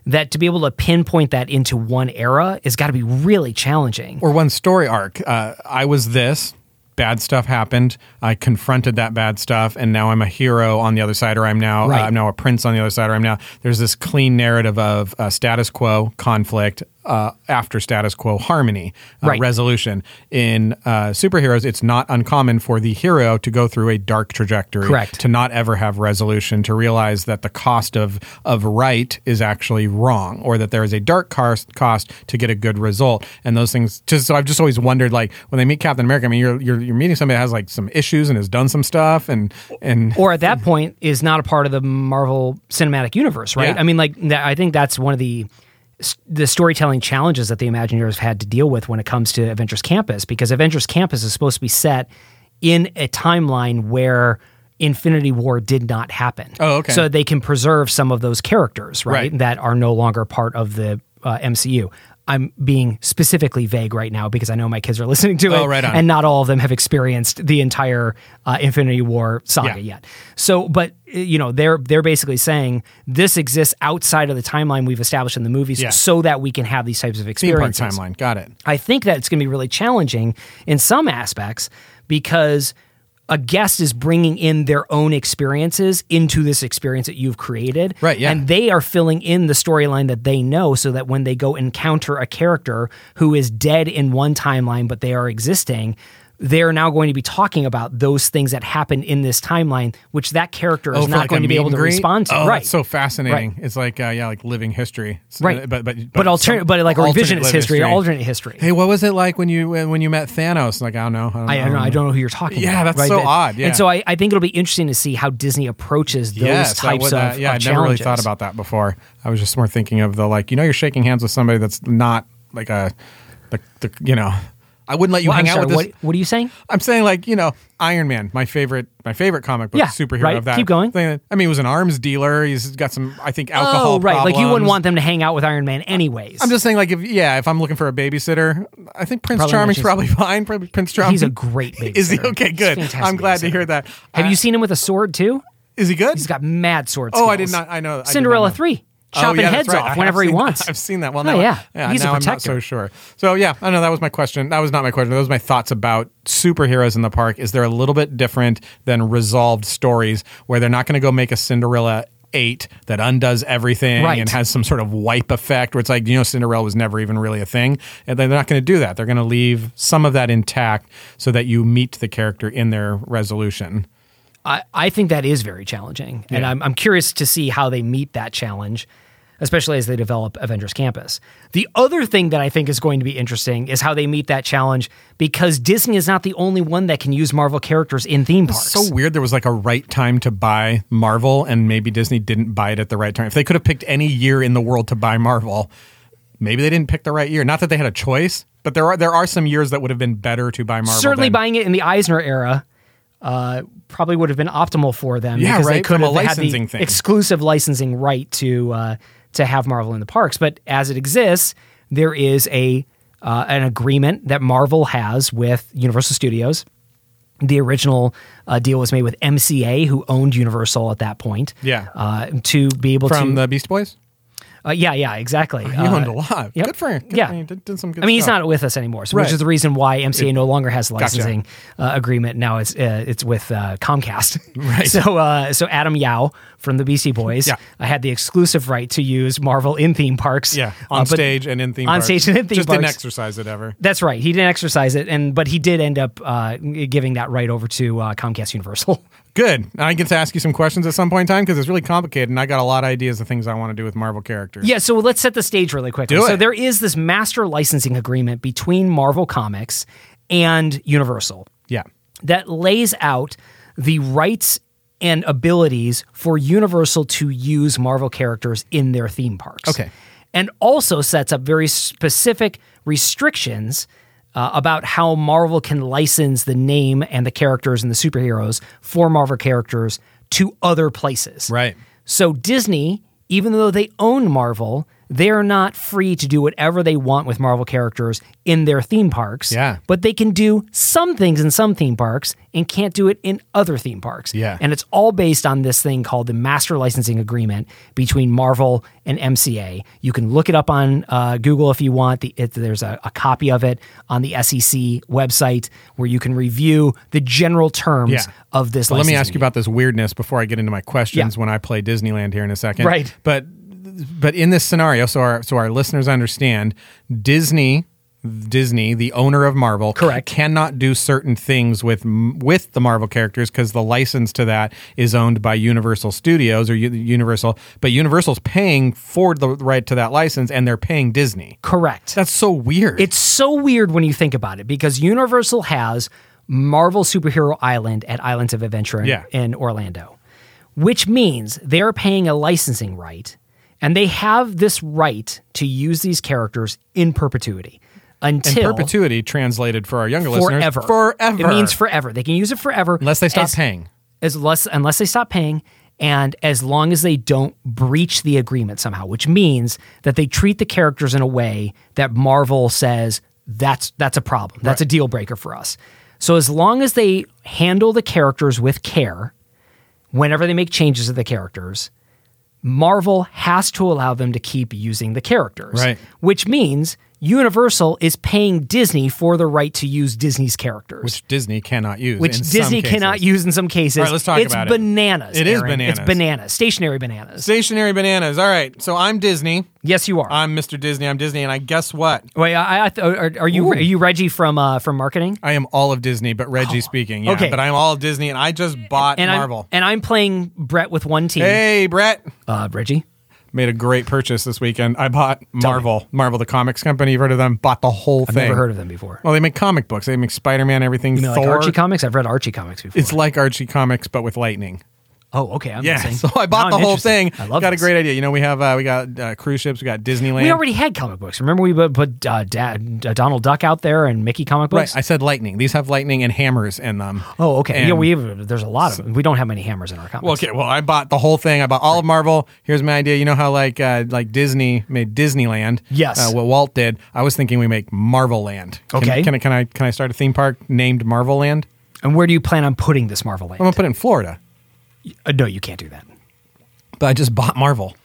[SPEAKER 1] that to be able to pinpoint that into one era has got to be really challenging.
[SPEAKER 2] or one story arc. Uh, I was this. Bad stuff happened. I confronted that bad stuff, and now I'm a hero on the other side, or I'm now
[SPEAKER 1] Right.
[SPEAKER 2] uh, I'm now a prince on the other side, or I'm now. There's this clean narrative of uh, status quo conflict uh, after status quo harmony uh,
[SPEAKER 1] Right.
[SPEAKER 2] resolution. In uh, superheroes, it's not uncommon for the hero to go through a dark trajectory,
[SPEAKER 1] Correct.
[SPEAKER 2] To not ever have resolution, to realize that the cost of of right is actually wrong, or that there is a dark cost cost to get a good result, and those things. Just so I've just always wondered, like when they meet Captain America, I mean, you're you're, you're meeting somebody that has like some issues and has done some stuff, and and
[SPEAKER 1] or at that point is not a part of the Marvel Cinematic Universe, right?
[SPEAKER 2] Yeah.
[SPEAKER 1] I mean, like th- I think that's one of the the storytelling challenges that the Imagineers have had to deal with when it comes to Avengers Campus, because Avengers Campus is supposed to be set in a timeline where Infinity War did not happen.
[SPEAKER 2] Oh, okay.
[SPEAKER 1] So they can preserve some of those characters, right,
[SPEAKER 2] Right.
[SPEAKER 1] that are no longer part of the uh, MCU. I'm being specifically vague right now because I know my kids are listening to
[SPEAKER 2] Oh,
[SPEAKER 1] it,
[SPEAKER 2] right on.
[SPEAKER 1] and not all of them have experienced the entire uh, Infinity War saga
[SPEAKER 2] Yeah.
[SPEAKER 1] yet. So, but uh, you know, they're they're basically saying this exists outside of the timeline we've established in the movies,
[SPEAKER 2] Yeah.
[SPEAKER 1] so that we can have these types of
[SPEAKER 2] Theme park
[SPEAKER 1] experiences.
[SPEAKER 2] timeline. Got it.
[SPEAKER 1] I think that it's going to be really challenging in some aspects because a guest is bringing in their own experiences into this experience that you've created.
[SPEAKER 2] Right, yeah.
[SPEAKER 1] And they are filling in the storyline that they know so that when they go encounter a character who is dead in one timeline, but they are existing. They're now going to be talking about those things that happened in this timeline, which that character is
[SPEAKER 2] Oh, for
[SPEAKER 1] not
[SPEAKER 2] like a
[SPEAKER 1] going to be
[SPEAKER 2] meet
[SPEAKER 1] able
[SPEAKER 2] and
[SPEAKER 1] to
[SPEAKER 2] greet?
[SPEAKER 1] respond to.
[SPEAKER 2] Oh,
[SPEAKER 1] right.
[SPEAKER 2] that's so fascinating. It's like uh, yeah, like living history. It's-
[SPEAKER 1] Right.
[SPEAKER 2] But but
[SPEAKER 1] but alternate,
[SPEAKER 2] some-
[SPEAKER 1] but like a
[SPEAKER 2] alternate
[SPEAKER 1] revisionist
[SPEAKER 2] lived
[SPEAKER 1] history, alternate history.
[SPEAKER 2] Hey, what was it like when you when, when you met Thanos? Like I don't know. I don't,
[SPEAKER 1] I, I, don't know, I don't know who you're talking
[SPEAKER 2] Yeah,
[SPEAKER 1] about.
[SPEAKER 2] that's so
[SPEAKER 1] That-
[SPEAKER 2] odd, yeah.
[SPEAKER 1] And so I, I think it'll be interesting to see how Disney approaches those
[SPEAKER 2] Yes, I
[SPEAKER 1] types
[SPEAKER 2] would-
[SPEAKER 1] of,
[SPEAKER 2] uh, yeah,
[SPEAKER 1] of
[SPEAKER 2] I never really
[SPEAKER 1] challenges.
[SPEAKER 2] thought about that before. I was just more thinking of the like, you know, you're shaking hands with somebody that's not like a, the, the you know, I wouldn't let you
[SPEAKER 1] Well,
[SPEAKER 2] hang
[SPEAKER 1] I'm
[SPEAKER 2] out
[SPEAKER 1] sorry,
[SPEAKER 2] with this.
[SPEAKER 1] what, what are you saying?
[SPEAKER 2] I'm saying like you know Iron Man, my favorite, my favorite comic book
[SPEAKER 1] Yeah,
[SPEAKER 2] superhero
[SPEAKER 1] right.
[SPEAKER 2] of that.
[SPEAKER 1] Keep going.
[SPEAKER 2] Thing. I mean, he was an arms dealer. He's got some, I think, alcohol.
[SPEAKER 1] oh, right. Like you wouldn't
[SPEAKER 2] problems.
[SPEAKER 1] want them to hang out with Iron Man anyways.
[SPEAKER 2] I'm just saying, like, if yeah, if I'm looking for a babysitter, I think Prince
[SPEAKER 1] Probably
[SPEAKER 2] Charming's
[SPEAKER 1] Mitch's-
[SPEAKER 2] probably fine. Probably Prince Charming.
[SPEAKER 1] He's a great babysitter.
[SPEAKER 2] Is he okay?
[SPEAKER 1] He's
[SPEAKER 2] Good.
[SPEAKER 1] a fantastic
[SPEAKER 2] I'm glad to
[SPEAKER 1] babysitter.
[SPEAKER 2] hear that.
[SPEAKER 1] Have
[SPEAKER 2] Uh,
[SPEAKER 1] you seen him with a sword too?
[SPEAKER 2] Is he good?
[SPEAKER 1] He's got mad sword
[SPEAKER 2] Oh,
[SPEAKER 1] skills.
[SPEAKER 2] I did not- I know- I did not
[SPEAKER 1] Cinderella
[SPEAKER 2] know.
[SPEAKER 1] 3.
[SPEAKER 2] Oh,
[SPEAKER 1] Chopping
[SPEAKER 2] yeah, that's
[SPEAKER 1] heads
[SPEAKER 2] right. I
[SPEAKER 1] off
[SPEAKER 2] have
[SPEAKER 1] whenever he
[SPEAKER 2] seen-
[SPEAKER 1] wants.
[SPEAKER 2] I've seen that. Well,
[SPEAKER 1] Oh,
[SPEAKER 2] now,
[SPEAKER 1] yeah.
[SPEAKER 2] yeah.
[SPEAKER 1] He's a
[SPEAKER 2] now I'm not
[SPEAKER 1] protector.
[SPEAKER 2] so sure. So yeah, I know that was my question. That was not my question. Those were my thoughts about superheroes in the park. Is they're a little bit different than resolved stories where they're not going to go make a Cinderella. Eight that undoes everything
[SPEAKER 1] Right.
[SPEAKER 2] and has some sort of wipe effect where it's like, you know, Cinderella was never even really a thing. And they're not going to do that. They're going to leave some of that intact so that you meet the character in their resolution.
[SPEAKER 1] I, I think that is very challenging. And
[SPEAKER 2] Yeah.
[SPEAKER 1] I'm, I'm curious to see how they meet that challenge, especially as they develop Avengers Campus. The other thing that I think is going to be interesting is how they meet that challenge because Disney is not the only one that can use Marvel characters in theme parks.
[SPEAKER 2] so weird there was like a right time to buy Marvel and maybe Disney didn't buy it at the right time. If they could have picked any year in the world to buy Marvel, maybe they didn't pick the right year. Not that they had a choice, but there are there are some years that would have been better to buy Marvel.
[SPEAKER 1] Certainly
[SPEAKER 2] than-
[SPEAKER 1] buying it in the Eisner era. Uh, probably would have been optimal for them
[SPEAKER 2] Yeah,
[SPEAKER 1] because they
[SPEAKER 2] right,
[SPEAKER 1] could
[SPEAKER 2] from a
[SPEAKER 1] have had
[SPEAKER 2] licensing
[SPEAKER 1] the
[SPEAKER 2] thing.
[SPEAKER 1] exclusive licensing right to uh, to have Marvel in the parks. But as it exists, there is a uh, an agreement that Marvel has with Universal Studios. The original uh, deal was made with MCA, who owned Universal at that point.
[SPEAKER 2] Yeah.
[SPEAKER 1] uh, to be able
[SPEAKER 2] from
[SPEAKER 1] to
[SPEAKER 2] the Beast Boys.
[SPEAKER 1] uh, yeah, yeah, exactly. Uh,
[SPEAKER 2] He owned a lot.
[SPEAKER 1] yep.
[SPEAKER 2] Good for him. Good
[SPEAKER 1] Yeah.
[SPEAKER 2] for him. Did, did some good
[SPEAKER 1] I mean, he's
[SPEAKER 2] stuff.
[SPEAKER 1] not with us anymore, so,
[SPEAKER 2] Right.
[SPEAKER 1] which is the reason why MCA no longer has the
[SPEAKER 2] Gotcha.
[SPEAKER 1] licensing uh, agreement. Now it's uh, it's with uh, Comcast. Right. So uh, so Adam Yao from the BC Boys
[SPEAKER 2] Yeah.
[SPEAKER 1] uh, had the exclusive right to use Marvel in theme parks.
[SPEAKER 2] Yeah,
[SPEAKER 1] uh,
[SPEAKER 2] on
[SPEAKER 1] but-
[SPEAKER 2] stage and in theme
[SPEAKER 1] on
[SPEAKER 2] parks.
[SPEAKER 1] stage and in theme
[SPEAKER 2] Just didn't
[SPEAKER 1] parks.
[SPEAKER 2] exercise it ever.
[SPEAKER 1] That's right. He didn't exercise it, and but he did end up uh, giving that right over to uh, Comcast Universal.
[SPEAKER 2] Good. I get to ask you some questions at some point in time because it's really complicated and I got a lot of ideas of things I want to do with Marvel characters.
[SPEAKER 1] Yeah, so let's set the stage really quickly.
[SPEAKER 2] Do
[SPEAKER 1] so
[SPEAKER 2] it.
[SPEAKER 1] there is this master licensing agreement between Marvel Comics and Universal.
[SPEAKER 2] Yeah.
[SPEAKER 1] that lays out the rights and abilities for Universal to use Marvel characters in their theme parks.
[SPEAKER 2] Okay.
[SPEAKER 1] And also sets up very specific restrictions uh, about how Marvel can license the name and the characters and the superheroes for Marvel characters to other places.
[SPEAKER 2] Right.
[SPEAKER 1] So Disney, even though they own Marvel, they're not free to do whatever they want with Marvel characters in their theme parks.
[SPEAKER 2] Yeah.
[SPEAKER 1] But they can do some things in some theme parks and can't do it in other theme parks.
[SPEAKER 2] Yeah.
[SPEAKER 1] And it's all based on this thing called the Master Licensing Agreement between Marvel and MCA. You can look it up on uh, Google if you want. The, it, there's a, a copy of it on the SEC website where you can review the general terms
[SPEAKER 2] Yeah.
[SPEAKER 1] of this.
[SPEAKER 2] Well, let me
[SPEAKER 1] licensing
[SPEAKER 2] ask you about this weirdness before I get into my questions
[SPEAKER 1] Yeah.
[SPEAKER 2] when I play Disneyland here in a second.
[SPEAKER 1] Right.
[SPEAKER 2] But but in this scenario, so our so our listeners understand, Disney Disney, the owner of Marvel,
[SPEAKER 1] Correct.
[SPEAKER 2] cannot do certain things with with the Marvel characters because the license to that is owned by Universal Studios or U- Universal. But Universal's paying for the right to that license, and they're paying Disney.
[SPEAKER 1] Correct.
[SPEAKER 2] That's so weird.
[SPEAKER 1] It's so weird when you think about it because Universal has Marvel Superhero Island at Islands of Adventure in,
[SPEAKER 2] Yeah.
[SPEAKER 1] in Orlando, which means they're paying a licensing right and they have this right to use these characters in perpetuity
[SPEAKER 2] in
[SPEAKER 1] until
[SPEAKER 2] perpetuity translated for our younger
[SPEAKER 1] forever.
[SPEAKER 2] listeners. Forever.
[SPEAKER 1] It means forever. They can use it forever
[SPEAKER 2] unless they stop
[SPEAKER 1] as-
[SPEAKER 2] paying.
[SPEAKER 1] as less, unless they stop paying and as long as they don't breach the agreement somehow, which means that they treat the characters in a way that Marvel says that's that's a problem. That's a deal breaker for us. So as long as they handle the characters with care whenever they make changes to the characters, Marvel has to allow them to keep using the characters.
[SPEAKER 2] Right.
[SPEAKER 1] Which means Universal is paying Disney for the right to use Disney's characters.
[SPEAKER 2] which Disney cannot use.
[SPEAKER 1] which
[SPEAKER 2] in some
[SPEAKER 1] Disney cannot
[SPEAKER 2] cases.
[SPEAKER 1] use in some cases.
[SPEAKER 2] All right, let's talk
[SPEAKER 1] it's
[SPEAKER 2] about it.
[SPEAKER 1] bananas,
[SPEAKER 2] It is
[SPEAKER 1] Aaron. It's
[SPEAKER 2] bananas.
[SPEAKER 1] bananas. Stationary bananas.
[SPEAKER 2] Stationary bananas. All right, so I'm Disney.
[SPEAKER 1] Yes, you are.
[SPEAKER 2] I'm Mr. Disney. I'm Disney, and I guess what?
[SPEAKER 1] Wait, I, I th- are, are you are you Reggie from uh, from marketing?
[SPEAKER 2] I am all of Disney, but Reggie speaking. Yeah,
[SPEAKER 1] Oh, okay.
[SPEAKER 2] but I'm all of Disney, and I just bought
[SPEAKER 1] And
[SPEAKER 2] Marvel.
[SPEAKER 1] I'm and I'm playing Brett with one team.
[SPEAKER 2] hey, Brett.
[SPEAKER 1] Uh, Reggie,
[SPEAKER 2] Made a great purchase this weekend. I bought Marvel, Marvel the comics company. You've heard of them? Bought the whole
[SPEAKER 1] I've
[SPEAKER 2] thing.
[SPEAKER 1] never heard of them before.
[SPEAKER 2] Well, they make comic books. They make Spider-Man, everything.
[SPEAKER 1] you mean like
[SPEAKER 2] Thor.
[SPEAKER 1] Archie comics? I've read Archie comics before.
[SPEAKER 2] it's like Archie comics, but with lightning.
[SPEAKER 1] oh, okay. I'm
[SPEAKER 2] Yeah.
[SPEAKER 1] saying-
[SPEAKER 2] So I
[SPEAKER 1] now
[SPEAKER 2] bought the
[SPEAKER 1] I'm
[SPEAKER 2] whole
[SPEAKER 1] interested.
[SPEAKER 2] thing.
[SPEAKER 1] I love.
[SPEAKER 2] Got
[SPEAKER 1] this.
[SPEAKER 2] a great idea. You know, we have uh, we got uh, cruise ships. We got Disneyland.
[SPEAKER 1] We already had comic books. Remember, we put, put uh, Dad, uh, Donald Duck out there and Mickey comic books.
[SPEAKER 2] Right, I said lightning. These have lightning and hammers in them.
[SPEAKER 1] oh, okay. yeah,
[SPEAKER 2] And-
[SPEAKER 1] we have, there's a lot of them. We don't have many hammers in our comics.
[SPEAKER 2] Well, okay. Well, I bought the whole thing. I bought all of Marvel. Here's my idea. You know how like uh, like Disney made Disneyland.
[SPEAKER 1] Yes.
[SPEAKER 2] Uh, what Walt did. I was thinking we make Marvel Land. Can-
[SPEAKER 1] Okay.
[SPEAKER 2] Can I can I can I start a theme park named Marvel Land?
[SPEAKER 1] And where do you plan on putting this Marvel land?
[SPEAKER 2] I'm gonna put it in Florida.
[SPEAKER 1] Uh, no, you can't do that.
[SPEAKER 2] But I just bought Marvel.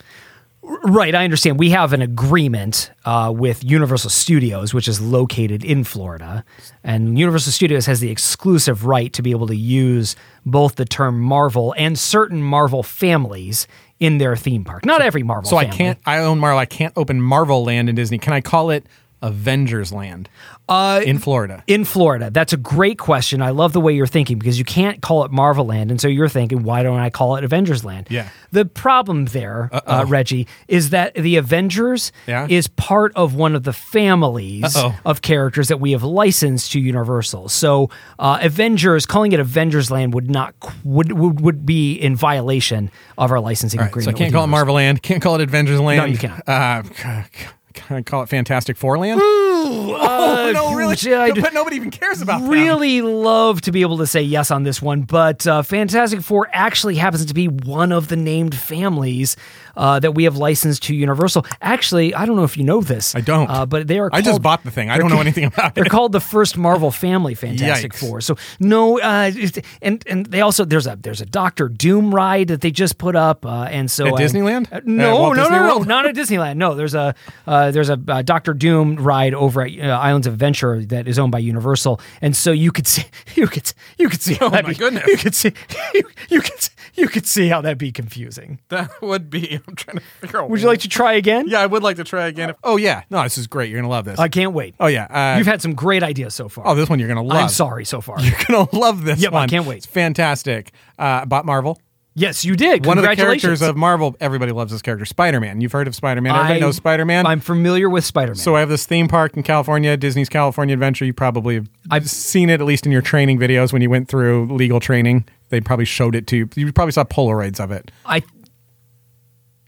[SPEAKER 1] Right, I understand. We have an agreement uh, with Universal Studios, which is located in Florida, and Universal Studios has the exclusive right to be able to use both the term Marvel and certain Marvel families in their theme park. Not every Marvel.
[SPEAKER 2] So I
[SPEAKER 1] family.
[SPEAKER 2] can't. I own Marvel. I can't open Marvel Land in Disney. Can I call it Avengers Land? Uh, in Florida.
[SPEAKER 1] in Florida. That's a great question. I love the way you're thinking because you can't call it Marvel Land. And so you're thinking, why don't I call it Avengers Land?
[SPEAKER 2] Yeah.
[SPEAKER 1] The problem there, uh, Reggie, is that the Avengers
[SPEAKER 2] Yeah.
[SPEAKER 1] is part of one of the families
[SPEAKER 2] Uh-oh.
[SPEAKER 1] of characters that we have licensed to Universal. So uh, Avengers, calling it Avengers Land would not, qu- would, would, would be in violation of our licensing
[SPEAKER 2] All right,
[SPEAKER 1] agreement.
[SPEAKER 2] so I
[SPEAKER 1] with
[SPEAKER 2] can't call
[SPEAKER 1] Universal.
[SPEAKER 2] it Marvel Land. Can't call it Avengers Land.
[SPEAKER 1] you cannot.
[SPEAKER 2] Uh, c- c- can I call it Fantastic Four Land? oh, no, really?
[SPEAKER 1] huge, yeah, uh, I do-
[SPEAKER 2] but nobody even cares about them.
[SPEAKER 1] really love to be able to say yes on this one, but uh, Fantastic Four actually happens to be one of the named families uh, that we have licensed to Universal. Actually, I don't know if you know this.
[SPEAKER 2] I don't.
[SPEAKER 1] Uh, but they are.
[SPEAKER 2] I just
[SPEAKER 1] called-
[SPEAKER 2] bought the thing. I don't know anything about
[SPEAKER 1] They're
[SPEAKER 2] it.
[SPEAKER 1] called the first Marvel family Fantastic
[SPEAKER 2] Yikes.
[SPEAKER 1] Four. So no, uh, it- and and they also there's a there's a Doctor Doom ride that they just put up, uh, and so
[SPEAKER 2] At
[SPEAKER 1] uh,
[SPEAKER 2] Disneyland?
[SPEAKER 1] uh,
[SPEAKER 2] At
[SPEAKER 1] no,
[SPEAKER 2] Walt
[SPEAKER 1] no,
[SPEAKER 2] Disney
[SPEAKER 1] no, no,
[SPEAKER 2] World?
[SPEAKER 1] not at Disneyland. No, there's a uh, there's a uh, Doctor Doom ride over at uh, Islands of Adventure that is owned by Universal, and so you could see you could you could see oh
[SPEAKER 2] my goodness.
[SPEAKER 1] you could see you, you could see- you could see how that'd be confusing.
[SPEAKER 2] That would be. I'm trying to figure out.
[SPEAKER 1] Would you like to try again?
[SPEAKER 2] Yeah, I would like to try again. Oh yeah, no, this is great. You're gonna love this.
[SPEAKER 1] I can't wait.
[SPEAKER 2] oh yeah. Uh,
[SPEAKER 1] You've had some great ideas so far.
[SPEAKER 2] oh, this one you're gonna love.
[SPEAKER 1] I'm sorry so far.
[SPEAKER 2] You're gonna love this
[SPEAKER 1] Yep, I
[SPEAKER 2] one.
[SPEAKER 1] can't wait.
[SPEAKER 2] It's fantastic. Uh, bought Marvel.
[SPEAKER 1] Yes, you did.
[SPEAKER 2] One of the
[SPEAKER 1] Congratulations.
[SPEAKER 2] characters of Marvel. Everybody loves this character, Spider Man. You've heard of Spider Man. Everybody knows Spider Man.
[SPEAKER 1] I'm familiar with Spider Man.
[SPEAKER 2] So I have this theme park in California, Disney's California Adventure. You probably have I've seen it at least in your training videos when you went through legal training. They probably showed it to you. You probably saw Polaroids of it.
[SPEAKER 1] I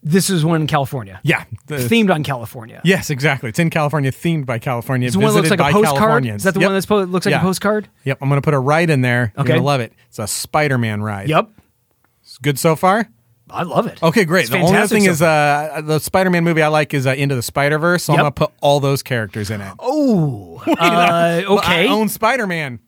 [SPEAKER 1] this is one in California.
[SPEAKER 2] Yeah, the-
[SPEAKER 1] themed on California.
[SPEAKER 2] Yes, exactly. It's in California, themed by California.
[SPEAKER 1] It's the one that looks
[SPEAKER 2] visited
[SPEAKER 1] like a
[SPEAKER 2] by
[SPEAKER 1] postcard.
[SPEAKER 2] Californians.
[SPEAKER 1] Is that the one that's po- looks like a postcard?
[SPEAKER 2] Yep. I'm gonna put a ride in there.
[SPEAKER 1] Okay.
[SPEAKER 2] You're gonna love it. It's a Spider-Man ride.
[SPEAKER 1] Yep.
[SPEAKER 2] It's good so far.
[SPEAKER 1] I love it.
[SPEAKER 2] Okay, great.
[SPEAKER 1] It's
[SPEAKER 2] the only other
[SPEAKER 1] fantastic
[SPEAKER 2] thing
[SPEAKER 1] so
[SPEAKER 2] is
[SPEAKER 1] far.
[SPEAKER 2] uh, the Spider-Man movie I like is uh, Into the Spider-Verse. So
[SPEAKER 1] Yep.
[SPEAKER 2] I'm gonna put all those characters in it. Oh,
[SPEAKER 1] Uh, okay.
[SPEAKER 2] I own Spider-Man.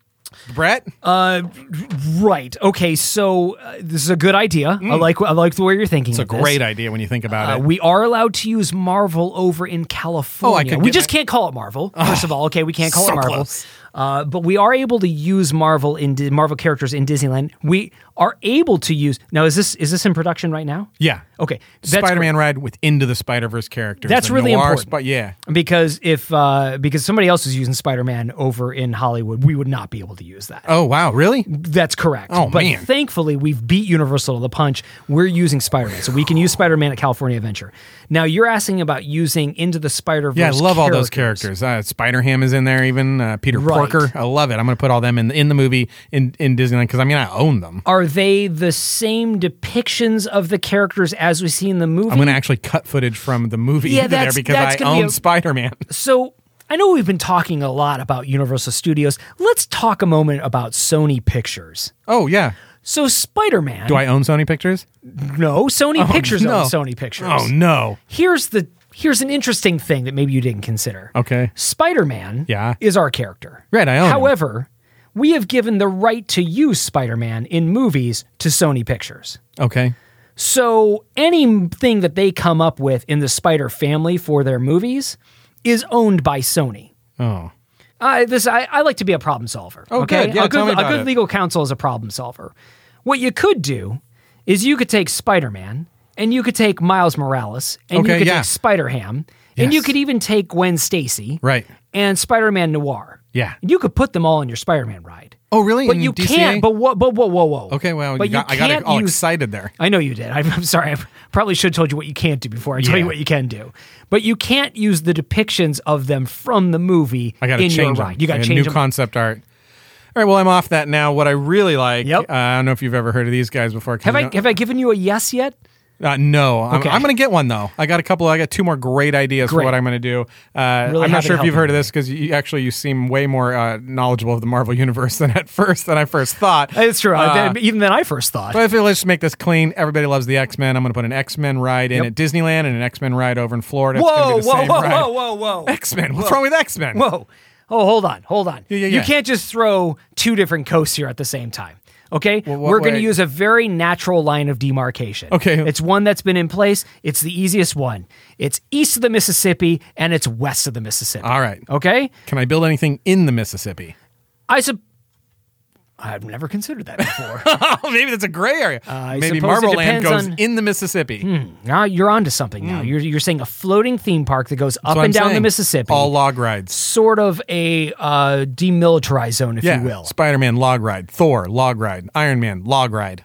[SPEAKER 2] Brett.
[SPEAKER 1] right. Okay. So uh, this is a good idea. I like. I like the way you're thinking.
[SPEAKER 2] Mm. it's a great idea when you think about
[SPEAKER 1] Uh,
[SPEAKER 2] it.
[SPEAKER 1] we are allowed to use Marvel over in California.
[SPEAKER 2] could
[SPEAKER 1] we
[SPEAKER 2] get
[SPEAKER 1] just
[SPEAKER 2] my-
[SPEAKER 1] can't call it Marvel. First of all, okay, we can't call
[SPEAKER 2] so
[SPEAKER 1] it Marvel.
[SPEAKER 2] close.
[SPEAKER 1] Uh, but we are able to use Marvel in Di- Marvel characters in Disneyland. We are able to use now. Is this is this in production right now?
[SPEAKER 2] Yeah.
[SPEAKER 1] Okay, that's great.
[SPEAKER 2] Spider-Man ride with into the Spider-Verse characters.
[SPEAKER 1] That's
[SPEAKER 2] the
[SPEAKER 1] really
[SPEAKER 2] noir
[SPEAKER 1] important.
[SPEAKER 2] Spi- yeah.
[SPEAKER 1] Because if uh, because somebody else is using Spider Man over in Hollywood, we would not be able to use that.
[SPEAKER 2] Oh wow, really?
[SPEAKER 1] That's correct.
[SPEAKER 2] Oh,
[SPEAKER 1] but
[SPEAKER 2] man.
[SPEAKER 1] thankfully, we've beat Universal to the punch. We're using Spider Man, so we can use Spider Man at California Adventure. Now you're asking about using into the Spider Verse.
[SPEAKER 2] Yeah, I love all those characters. Uh, Spider Ham is in there, even uh, Peter
[SPEAKER 1] Right.
[SPEAKER 2] Porker. I love it. I'm going to put all them in in the movie in in Disneyland because I mean I own them.
[SPEAKER 1] Are they the same depictions of the characters as we see in the movie?
[SPEAKER 2] I'm going to actually cut footage from the movie
[SPEAKER 1] Yeah,
[SPEAKER 2] into there
[SPEAKER 1] that's-
[SPEAKER 2] because
[SPEAKER 1] that's
[SPEAKER 2] I
[SPEAKER 1] gonna be
[SPEAKER 2] own
[SPEAKER 1] a-
[SPEAKER 2] Spider Man.
[SPEAKER 1] so I know we've been talking a lot about Universal Studios. Let's talk a moment about Sony Pictures.
[SPEAKER 2] Oh yeah,
[SPEAKER 1] So Spider Man.
[SPEAKER 2] Do I own Sony Pictures? Oh,
[SPEAKER 1] No, Sony Pictures
[SPEAKER 2] no.
[SPEAKER 1] owns Sony Pictures.
[SPEAKER 2] Oh no.
[SPEAKER 1] Here's the here's an interesting thing that maybe you didn't consider.
[SPEAKER 2] Okay.
[SPEAKER 1] Spider Man
[SPEAKER 2] Yeah.
[SPEAKER 1] is our character.
[SPEAKER 2] Right, I own him.
[SPEAKER 1] However, we have given the right to use Spider Man in movies to Sony Pictures.
[SPEAKER 2] Okay.
[SPEAKER 1] So anything that they come up with in the Spider family for their movies is owned by Sony.
[SPEAKER 2] Oh.
[SPEAKER 1] I this I, I like to be a problem solver.
[SPEAKER 2] Oh,
[SPEAKER 1] okay,
[SPEAKER 2] good. Yeah,
[SPEAKER 1] a good,
[SPEAKER 2] tell me
[SPEAKER 1] a
[SPEAKER 2] about
[SPEAKER 1] good
[SPEAKER 2] it.
[SPEAKER 1] legal counsel is a problem solver. What you could do is you could take Spider Man and you could take Miles Morales and you
[SPEAKER 2] Okay,
[SPEAKER 1] could
[SPEAKER 2] yeah.
[SPEAKER 1] take Spider Ham and you
[SPEAKER 2] Yes.
[SPEAKER 1] could even take Gwen Stacy
[SPEAKER 2] Right.
[SPEAKER 1] and Spider Man Noir.
[SPEAKER 2] Yeah.
[SPEAKER 1] you could put them all in your Spider Man ride.
[SPEAKER 2] Oh really?
[SPEAKER 1] But
[SPEAKER 2] In
[SPEAKER 1] you
[SPEAKER 2] DCA?
[SPEAKER 1] can't. But whoa, but whoa, whoa, whoa.
[SPEAKER 2] Okay, well,
[SPEAKER 1] but
[SPEAKER 2] you got,
[SPEAKER 1] you
[SPEAKER 2] I got
[SPEAKER 1] can't
[SPEAKER 2] all
[SPEAKER 1] use-
[SPEAKER 2] excited there.
[SPEAKER 1] I know you did. I'm, I'm sorry. I probably should have told you what you can't do before I tell you
[SPEAKER 2] Yeah.
[SPEAKER 1] what you can do. But you can't use the depictions of them from the movie
[SPEAKER 2] I got to
[SPEAKER 1] in your
[SPEAKER 2] change them.
[SPEAKER 1] ride. You got to
[SPEAKER 2] Like a
[SPEAKER 1] change
[SPEAKER 2] new
[SPEAKER 1] them.
[SPEAKER 2] concept art. All right, well, I'm off that now. What I really like,
[SPEAKER 1] Yep.
[SPEAKER 2] uh, I don't know if you've ever heard of these guys before. 'cause
[SPEAKER 1] have
[SPEAKER 2] you
[SPEAKER 1] I
[SPEAKER 2] don't-
[SPEAKER 1] have I given you a yes yet?
[SPEAKER 2] Uh, no, I'm,
[SPEAKER 1] Okay.
[SPEAKER 2] I'm going to get one though. I got a couple. I got two more great ideas
[SPEAKER 1] Great.
[SPEAKER 2] for what I'm going to do. Uh,
[SPEAKER 1] Really happy to
[SPEAKER 2] I'm not sure if
[SPEAKER 1] help
[SPEAKER 2] you've
[SPEAKER 1] you
[SPEAKER 2] heard of this because you, actually you seem way more uh, knowledgeable of the Marvel universe than at first than I first thought.
[SPEAKER 1] It's true.
[SPEAKER 2] Uh,
[SPEAKER 1] That- even than I first thought.
[SPEAKER 2] but I feel let's just make this clean. Everybody loves the X Men. I'm going to put an X Men ride in
[SPEAKER 1] Yep.
[SPEAKER 2] at Disneyland and an X Men ride over in Florida. It's gonna
[SPEAKER 1] whoa,
[SPEAKER 2] be the
[SPEAKER 1] whoa,
[SPEAKER 2] same
[SPEAKER 1] whoa,
[SPEAKER 2] ride.
[SPEAKER 1] whoa, whoa, whoa,
[SPEAKER 2] X Men. What's wrong with X Men?
[SPEAKER 1] whoa. Oh, hold on, hold on.
[SPEAKER 2] yeah,
[SPEAKER 1] You
[SPEAKER 2] yeah.
[SPEAKER 1] can't just throw two different coasts here at the same time. Okay,
[SPEAKER 2] what
[SPEAKER 1] we're going to
[SPEAKER 2] way?
[SPEAKER 1] use a very natural line of demarcation.
[SPEAKER 2] Okay.
[SPEAKER 1] it's one that's been in place. It's the easiest one. It's east of the Mississippi and it's west of the Mississippi.
[SPEAKER 2] All right.
[SPEAKER 1] Okay,
[SPEAKER 2] Can I build anything in the Mississippi?
[SPEAKER 1] I sub. I've never considered that before.
[SPEAKER 2] Oh, maybe that's a gray area.
[SPEAKER 1] Uh, I suppose
[SPEAKER 2] maybe
[SPEAKER 1] it
[SPEAKER 2] Marvel Land
[SPEAKER 1] depends
[SPEAKER 2] goes
[SPEAKER 1] on- Hmm.
[SPEAKER 2] in the Mississippi.
[SPEAKER 1] now you're onto something. Now you're you're saying a floating theme park that goes up
[SPEAKER 2] Hmm. That's
[SPEAKER 1] and
[SPEAKER 2] what I'm
[SPEAKER 1] down the
[SPEAKER 2] saying.
[SPEAKER 1] Mississippi.
[SPEAKER 2] All log rides.
[SPEAKER 1] sort of a uh, demilitarized zone, if you will.
[SPEAKER 2] Spider Man log ride, Thor log ride, Iron Man log ride.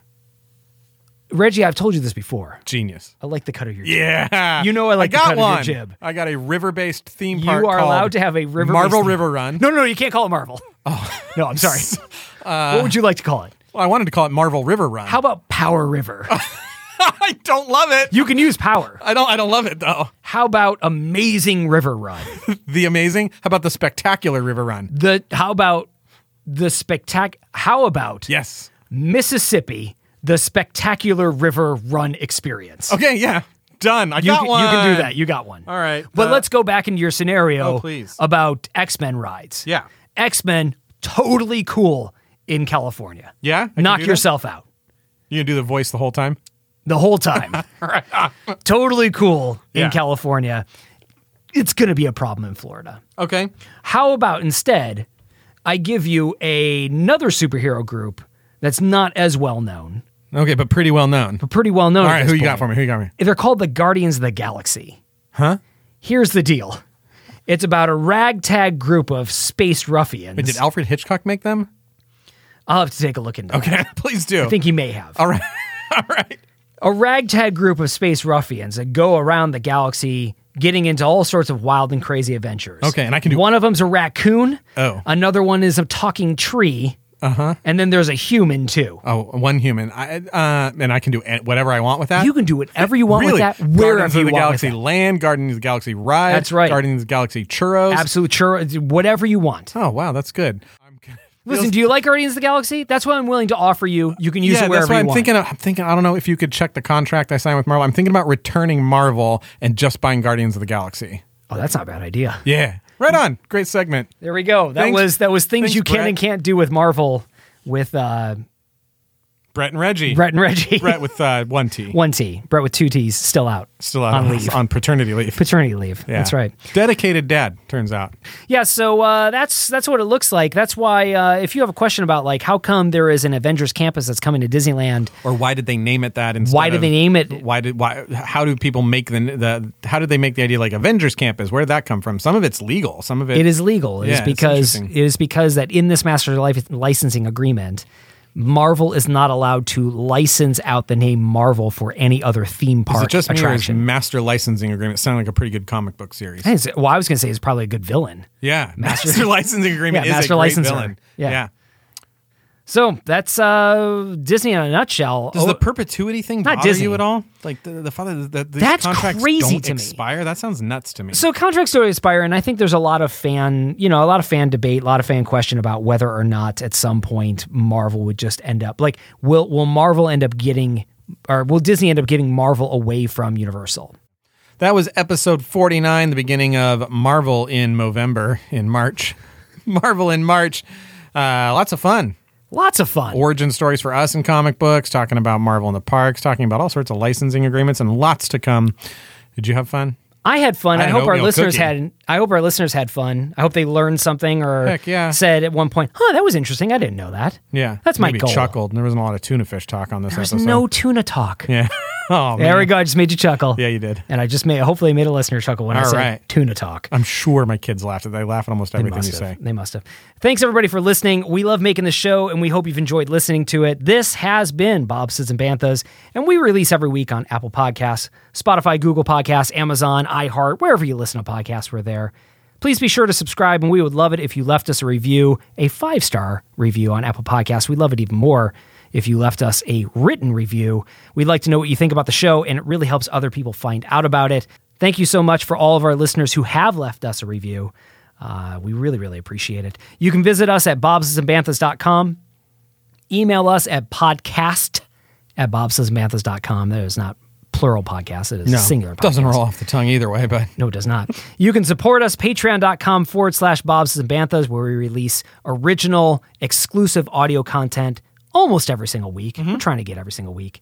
[SPEAKER 1] Reggie, I've told you this before.
[SPEAKER 2] Genius.
[SPEAKER 1] I like the cut of your
[SPEAKER 2] Yeah,
[SPEAKER 1] You know I like the
[SPEAKER 2] got
[SPEAKER 1] cut of your
[SPEAKER 2] one.
[SPEAKER 1] jib.
[SPEAKER 2] I got a river-based theme
[SPEAKER 1] You
[SPEAKER 2] park.
[SPEAKER 1] are
[SPEAKER 2] called
[SPEAKER 1] allowed to have a river.
[SPEAKER 2] Marvel
[SPEAKER 1] based-
[SPEAKER 2] River Run.
[SPEAKER 1] No, no, no, you can't call it Marvel. Oh no, I'm sorry.
[SPEAKER 2] Uh,
[SPEAKER 1] what would you like to call it?
[SPEAKER 2] Well, I wanted to call it Marvel River Run.
[SPEAKER 1] How about Power River?
[SPEAKER 2] I don't love it.
[SPEAKER 1] you can use power.
[SPEAKER 2] I don't. I don't love it though.
[SPEAKER 1] How about Amazing River Run?
[SPEAKER 2] The amazing. How about the spectacular River Run?
[SPEAKER 1] The how about the spectac? How about
[SPEAKER 2] Yes.
[SPEAKER 1] Mississippi? The spectacular river run experience.
[SPEAKER 2] Okay. Yeah. Done. I
[SPEAKER 1] You,
[SPEAKER 2] got
[SPEAKER 1] can,
[SPEAKER 2] one.
[SPEAKER 1] you can do that. You got one.
[SPEAKER 2] All right,
[SPEAKER 1] But
[SPEAKER 2] uh,
[SPEAKER 1] let's go back into your scenario
[SPEAKER 2] Oh, please.
[SPEAKER 1] about X Men rides.
[SPEAKER 2] Yeah.
[SPEAKER 1] X Men, totally cool in California.
[SPEAKER 2] Yeah? I can
[SPEAKER 1] Knock
[SPEAKER 2] do that?
[SPEAKER 1] yourself out
[SPEAKER 2] You can do the voice the whole time.
[SPEAKER 1] the whole time. totally cool in
[SPEAKER 2] Yeah.
[SPEAKER 1] California. It's going to be a problem in Florida.
[SPEAKER 2] Okay.
[SPEAKER 1] How about instead, I give you another superhero group that's not as well known,
[SPEAKER 2] Okay, but pretty well known.
[SPEAKER 1] but pretty well known.
[SPEAKER 2] All right. Who you got for me? Who you got for me?
[SPEAKER 1] They're called the Guardians of the Galaxy.
[SPEAKER 2] Huh?
[SPEAKER 1] Here's the deal. It's about a ragtag group of space ruffians.
[SPEAKER 2] Wait, did Alfred Hitchcock make them?
[SPEAKER 1] I'll have to take a look into that.
[SPEAKER 2] Okay. Please do.
[SPEAKER 1] I think he may have.
[SPEAKER 2] All right. All right.
[SPEAKER 1] A ragtag group of space ruffians that go around the galaxy getting into all sorts of wild and crazy adventures.
[SPEAKER 2] Okay, and I can do-
[SPEAKER 1] One of them's a raccoon.
[SPEAKER 2] Oh.
[SPEAKER 1] Another one is a talking tree. Uh-huh. And then there's a human too.
[SPEAKER 2] Oh, one human. I uh, and I can do an- whatever I want with that.
[SPEAKER 1] You can do whatever you want
[SPEAKER 2] really?
[SPEAKER 1] with that, wherever
[SPEAKER 2] Guardians
[SPEAKER 1] you
[SPEAKER 2] of the
[SPEAKER 1] want
[SPEAKER 2] Galaxy
[SPEAKER 1] with that.
[SPEAKER 2] Land, Guardians of the Galaxy Ride.
[SPEAKER 1] That's right.
[SPEAKER 2] Guardians of the Galaxy Churros.
[SPEAKER 1] Absolute sure whatever you want.
[SPEAKER 2] Oh wow, that's good. I'm
[SPEAKER 1] Listen, do you like Guardians of the Galaxy? That's what I'm willing to offer you. You can use
[SPEAKER 2] yeah,
[SPEAKER 1] it
[SPEAKER 2] that's
[SPEAKER 1] wherever
[SPEAKER 2] why
[SPEAKER 1] you
[SPEAKER 2] I'm
[SPEAKER 1] want.
[SPEAKER 2] thinking. Of, I'm thinking. I don't know if you could check the contract I signed with Marvel. I'm thinking about returning Marvel and just buying Guardians of the Galaxy.
[SPEAKER 1] oh, that's not a bad idea.
[SPEAKER 2] Yeah, right on. Great segment.
[SPEAKER 1] There we go. That
[SPEAKER 2] Thanks-
[SPEAKER 1] was that was things
[SPEAKER 2] thanks,
[SPEAKER 1] you can
[SPEAKER 2] Brett.
[SPEAKER 1] and can't do with Marvel with uh,
[SPEAKER 2] Brett and Reggie.
[SPEAKER 1] Brett and Reggie.
[SPEAKER 2] Brett with uh, one T.
[SPEAKER 1] One T. Brett with two T's still out.
[SPEAKER 2] Still out
[SPEAKER 1] on leave.
[SPEAKER 2] on paternity leave.
[SPEAKER 1] Paternity leave.
[SPEAKER 2] Yeah.
[SPEAKER 1] That's right.
[SPEAKER 2] Dedicated dad. Turns out.
[SPEAKER 1] Yeah. So uh, that's that's what it looks like. That's why uh, if you have a question about like how come there is an Avengers campus that's coming to Disneyland,
[SPEAKER 2] or why did they name it that instead
[SPEAKER 1] Why did
[SPEAKER 2] of-
[SPEAKER 1] they name it-
[SPEAKER 2] why did why how do people make the, the how did they make the idea like avengers campus where did that come from some of it's legal some of it,
[SPEAKER 1] it is legal. It is
[SPEAKER 2] Yeah, it's
[SPEAKER 1] because it
[SPEAKER 2] interesting.
[SPEAKER 1] is because that in this master li- licensing agreement. Marvel is not allowed to license out the name Marvel for any other theme
[SPEAKER 2] is
[SPEAKER 1] park
[SPEAKER 2] it just me or is
[SPEAKER 1] attraction.
[SPEAKER 2] master licensing agreement sound like a pretty good comic book series
[SPEAKER 1] I think it's- well, I was going to say it's probably a good villain.
[SPEAKER 2] yeah master, licensing agreement
[SPEAKER 1] Yeah,
[SPEAKER 2] is
[SPEAKER 1] master
[SPEAKER 2] a great
[SPEAKER 1] licensor.
[SPEAKER 2] villain
[SPEAKER 1] Yeah.
[SPEAKER 2] yeah
[SPEAKER 1] So that's uh, Disney in a nutshell.
[SPEAKER 2] Does
[SPEAKER 1] Oh,
[SPEAKER 2] the perpetuity thing
[SPEAKER 1] Not
[SPEAKER 2] bother
[SPEAKER 1] Disney.
[SPEAKER 2] you at all? Like the, the father, the, these
[SPEAKER 1] That's
[SPEAKER 2] contracts
[SPEAKER 1] crazy
[SPEAKER 2] don't
[SPEAKER 1] to me.
[SPEAKER 2] expire. That sounds nuts to me.
[SPEAKER 1] so contracts don't expire, and I think there's a lot of fan, you know, a lot of fan debate, a lot of fan question about whether or not at some point Marvel would just end up like will will Marvel end up getting or will Disney end up getting Marvel away from Universal?
[SPEAKER 2] that was episode forty nine, the beginning of Marvel in November, in March, Marvel in March. Uh, lots of fun.
[SPEAKER 1] Lots of fun.
[SPEAKER 2] Origin stories for us in comic books, talking about Marvel in the parks, talking about all sorts of licensing agreements, and lots to come. Did you have fun?
[SPEAKER 1] I had fun.
[SPEAKER 2] I
[SPEAKER 1] I,
[SPEAKER 2] had
[SPEAKER 1] hope our
[SPEAKER 2] oatmeal
[SPEAKER 1] listeners
[SPEAKER 2] cookie.
[SPEAKER 1] had. I hope our listeners had fun. I hope they learned something or
[SPEAKER 2] Heck, yeah.
[SPEAKER 1] said at one point, "Huh, that was interesting. I didn't know that."
[SPEAKER 2] Yeah,
[SPEAKER 1] that's my
[SPEAKER 2] Maybe
[SPEAKER 1] goal.
[SPEAKER 2] Chuckled. There wasn't a lot of tuna fish talk on this
[SPEAKER 1] There's
[SPEAKER 2] episode.
[SPEAKER 1] no tuna talk.
[SPEAKER 2] yeah. Oh,
[SPEAKER 1] There
[SPEAKER 2] man.
[SPEAKER 1] we go. I just made you chuckle.
[SPEAKER 2] Yeah, you did.
[SPEAKER 1] And I just made hopefully made a listener chuckle when I
[SPEAKER 2] All
[SPEAKER 1] said
[SPEAKER 2] right.
[SPEAKER 1] tuna talk.
[SPEAKER 2] I'm sure my kids laughed at. They laugh at almost
[SPEAKER 1] They
[SPEAKER 2] everything you
[SPEAKER 1] must,
[SPEAKER 2] say.
[SPEAKER 1] have. they must have. Thanks everybody for listening. We love making the show and we hope you've enjoyed listening to it. This has been Bob Sids and Banthas, and we release every week on Apple Podcasts, Spotify, Google Podcasts, Amazon, iHeart, wherever you listen to podcasts, we're there. Please be sure to subscribe, and we would love it if you left us a review, a five star review on Apple Podcasts. We love it even more if you left us a written review. We'd like to know what you think about the show, and it really helps other people find out about it. Thank you so much for all of our listeners who have left us a review. Uh, we really, really appreciate it. You can visit us at bobsesandbanthas.com. Email us at podcast at bobsesandbanthas.com. That is not plural podcast. It is singular podcast.
[SPEAKER 2] doesn't roll off the tongue either way, but
[SPEAKER 1] No, it does not. You can support us, patreon.com forward slash Bobs and Banthas, where we release original, exclusive audio content almost every single week.
[SPEAKER 2] Mm-hmm.
[SPEAKER 1] We're trying to get every single week.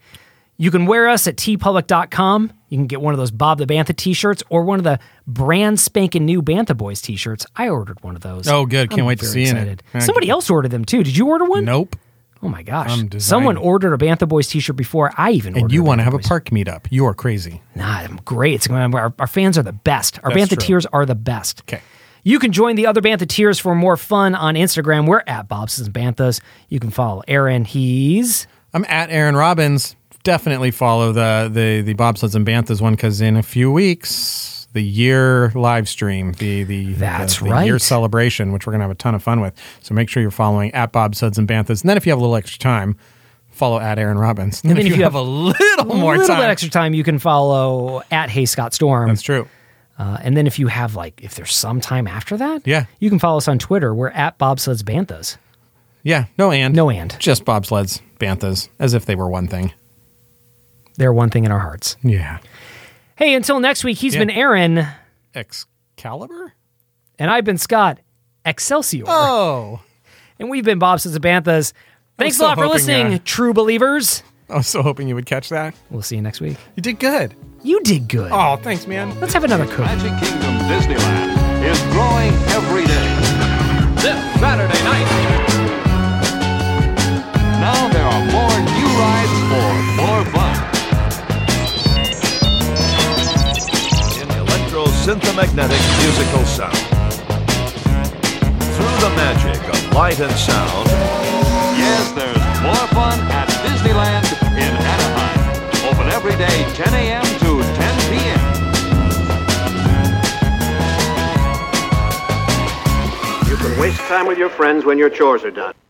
[SPEAKER 1] You can wear us at tpublic.com. You can get one of those Bob the Bantha t shirts or one of the brand spanking new Bantha Boys t shirts. I ordered one of those.
[SPEAKER 2] Oh, good. Can't wait to
[SPEAKER 1] very
[SPEAKER 2] see you in it. Thank
[SPEAKER 1] Somebody
[SPEAKER 2] you.
[SPEAKER 1] else ordered them too. Did you order one?
[SPEAKER 2] nope.
[SPEAKER 1] Oh my gosh.
[SPEAKER 2] I'm designing.
[SPEAKER 1] Someone ordered a Bantha Boys t shirt before I even ordered
[SPEAKER 2] And you
[SPEAKER 1] a
[SPEAKER 2] want to
[SPEAKER 1] Bantha
[SPEAKER 2] have a
[SPEAKER 1] Boys
[SPEAKER 2] park meetup? You are crazy.
[SPEAKER 1] Nah, I'm great. It's going our, our fans are the best. Our
[SPEAKER 2] That's
[SPEAKER 1] Bantha
[SPEAKER 2] true.
[SPEAKER 1] Tears are the best.
[SPEAKER 2] Okay.
[SPEAKER 1] You can join the other Bantha Tears for more fun on Instagram. We're at Bobsons Banthas. You can follow Aaron. He's
[SPEAKER 2] I'm at Aaron Robbins. Definitely follow the the the bobsleds and banthas one because in a few weeks the year live stream the the
[SPEAKER 1] That's
[SPEAKER 2] the, the
[SPEAKER 1] right.
[SPEAKER 2] year celebration which we're gonna have a ton of fun with. So make sure you're following at bobsleds and banthas. And then if you have a little extra time, follow at Aaron Robbins. And,
[SPEAKER 1] then if you have
[SPEAKER 2] a little more
[SPEAKER 1] a little
[SPEAKER 2] time,
[SPEAKER 1] bit extra time. You can follow at Hey Scott Storm.
[SPEAKER 2] that's true.
[SPEAKER 1] Uh, and then if you have like if there's some time after that,
[SPEAKER 2] Yeah.
[SPEAKER 1] you can follow us on Twitter. We're at Bobsleds Banthas.
[SPEAKER 2] Yeah, no and
[SPEAKER 1] No and.
[SPEAKER 2] just bobsleds banthas as if they were one thing.
[SPEAKER 1] They're one thing in our hearts.
[SPEAKER 2] Yeah.
[SPEAKER 1] Hey, until next week, he's
[SPEAKER 2] Yeah.
[SPEAKER 1] been Aaron,
[SPEAKER 2] Excalibur?
[SPEAKER 1] and I've been Scott. Excelsior.
[SPEAKER 2] Oh.
[SPEAKER 1] And we've been Bobsons and Banthas. Thanks a
[SPEAKER 2] still
[SPEAKER 1] lot for
[SPEAKER 2] hoping,
[SPEAKER 1] listening,
[SPEAKER 2] uh,
[SPEAKER 1] true believers.
[SPEAKER 2] I was so hoping you would catch that.
[SPEAKER 1] We'll see you next week.
[SPEAKER 2] You did good.
[SPEAKER 1] You did good.
[SPEAKER 2] Oh, thanks, man.
[SPEAKER 1] Let's have another cookie.
[SPEAKER 4] Magic Kingdom Disneyland is growing every day. This Saturday night. Now there are more new rides for more fun.
[SPEAKER 5] in electro synthamagnetic musical sound. Through the magic of light and sound,
[SPEAKER 4] Yes, there's more fun at Disneyland in Anaheim. Open every day, 10 a.m. to 10 p.m.
[SPEAKER 7] You can waste time with your friends when your chores are done.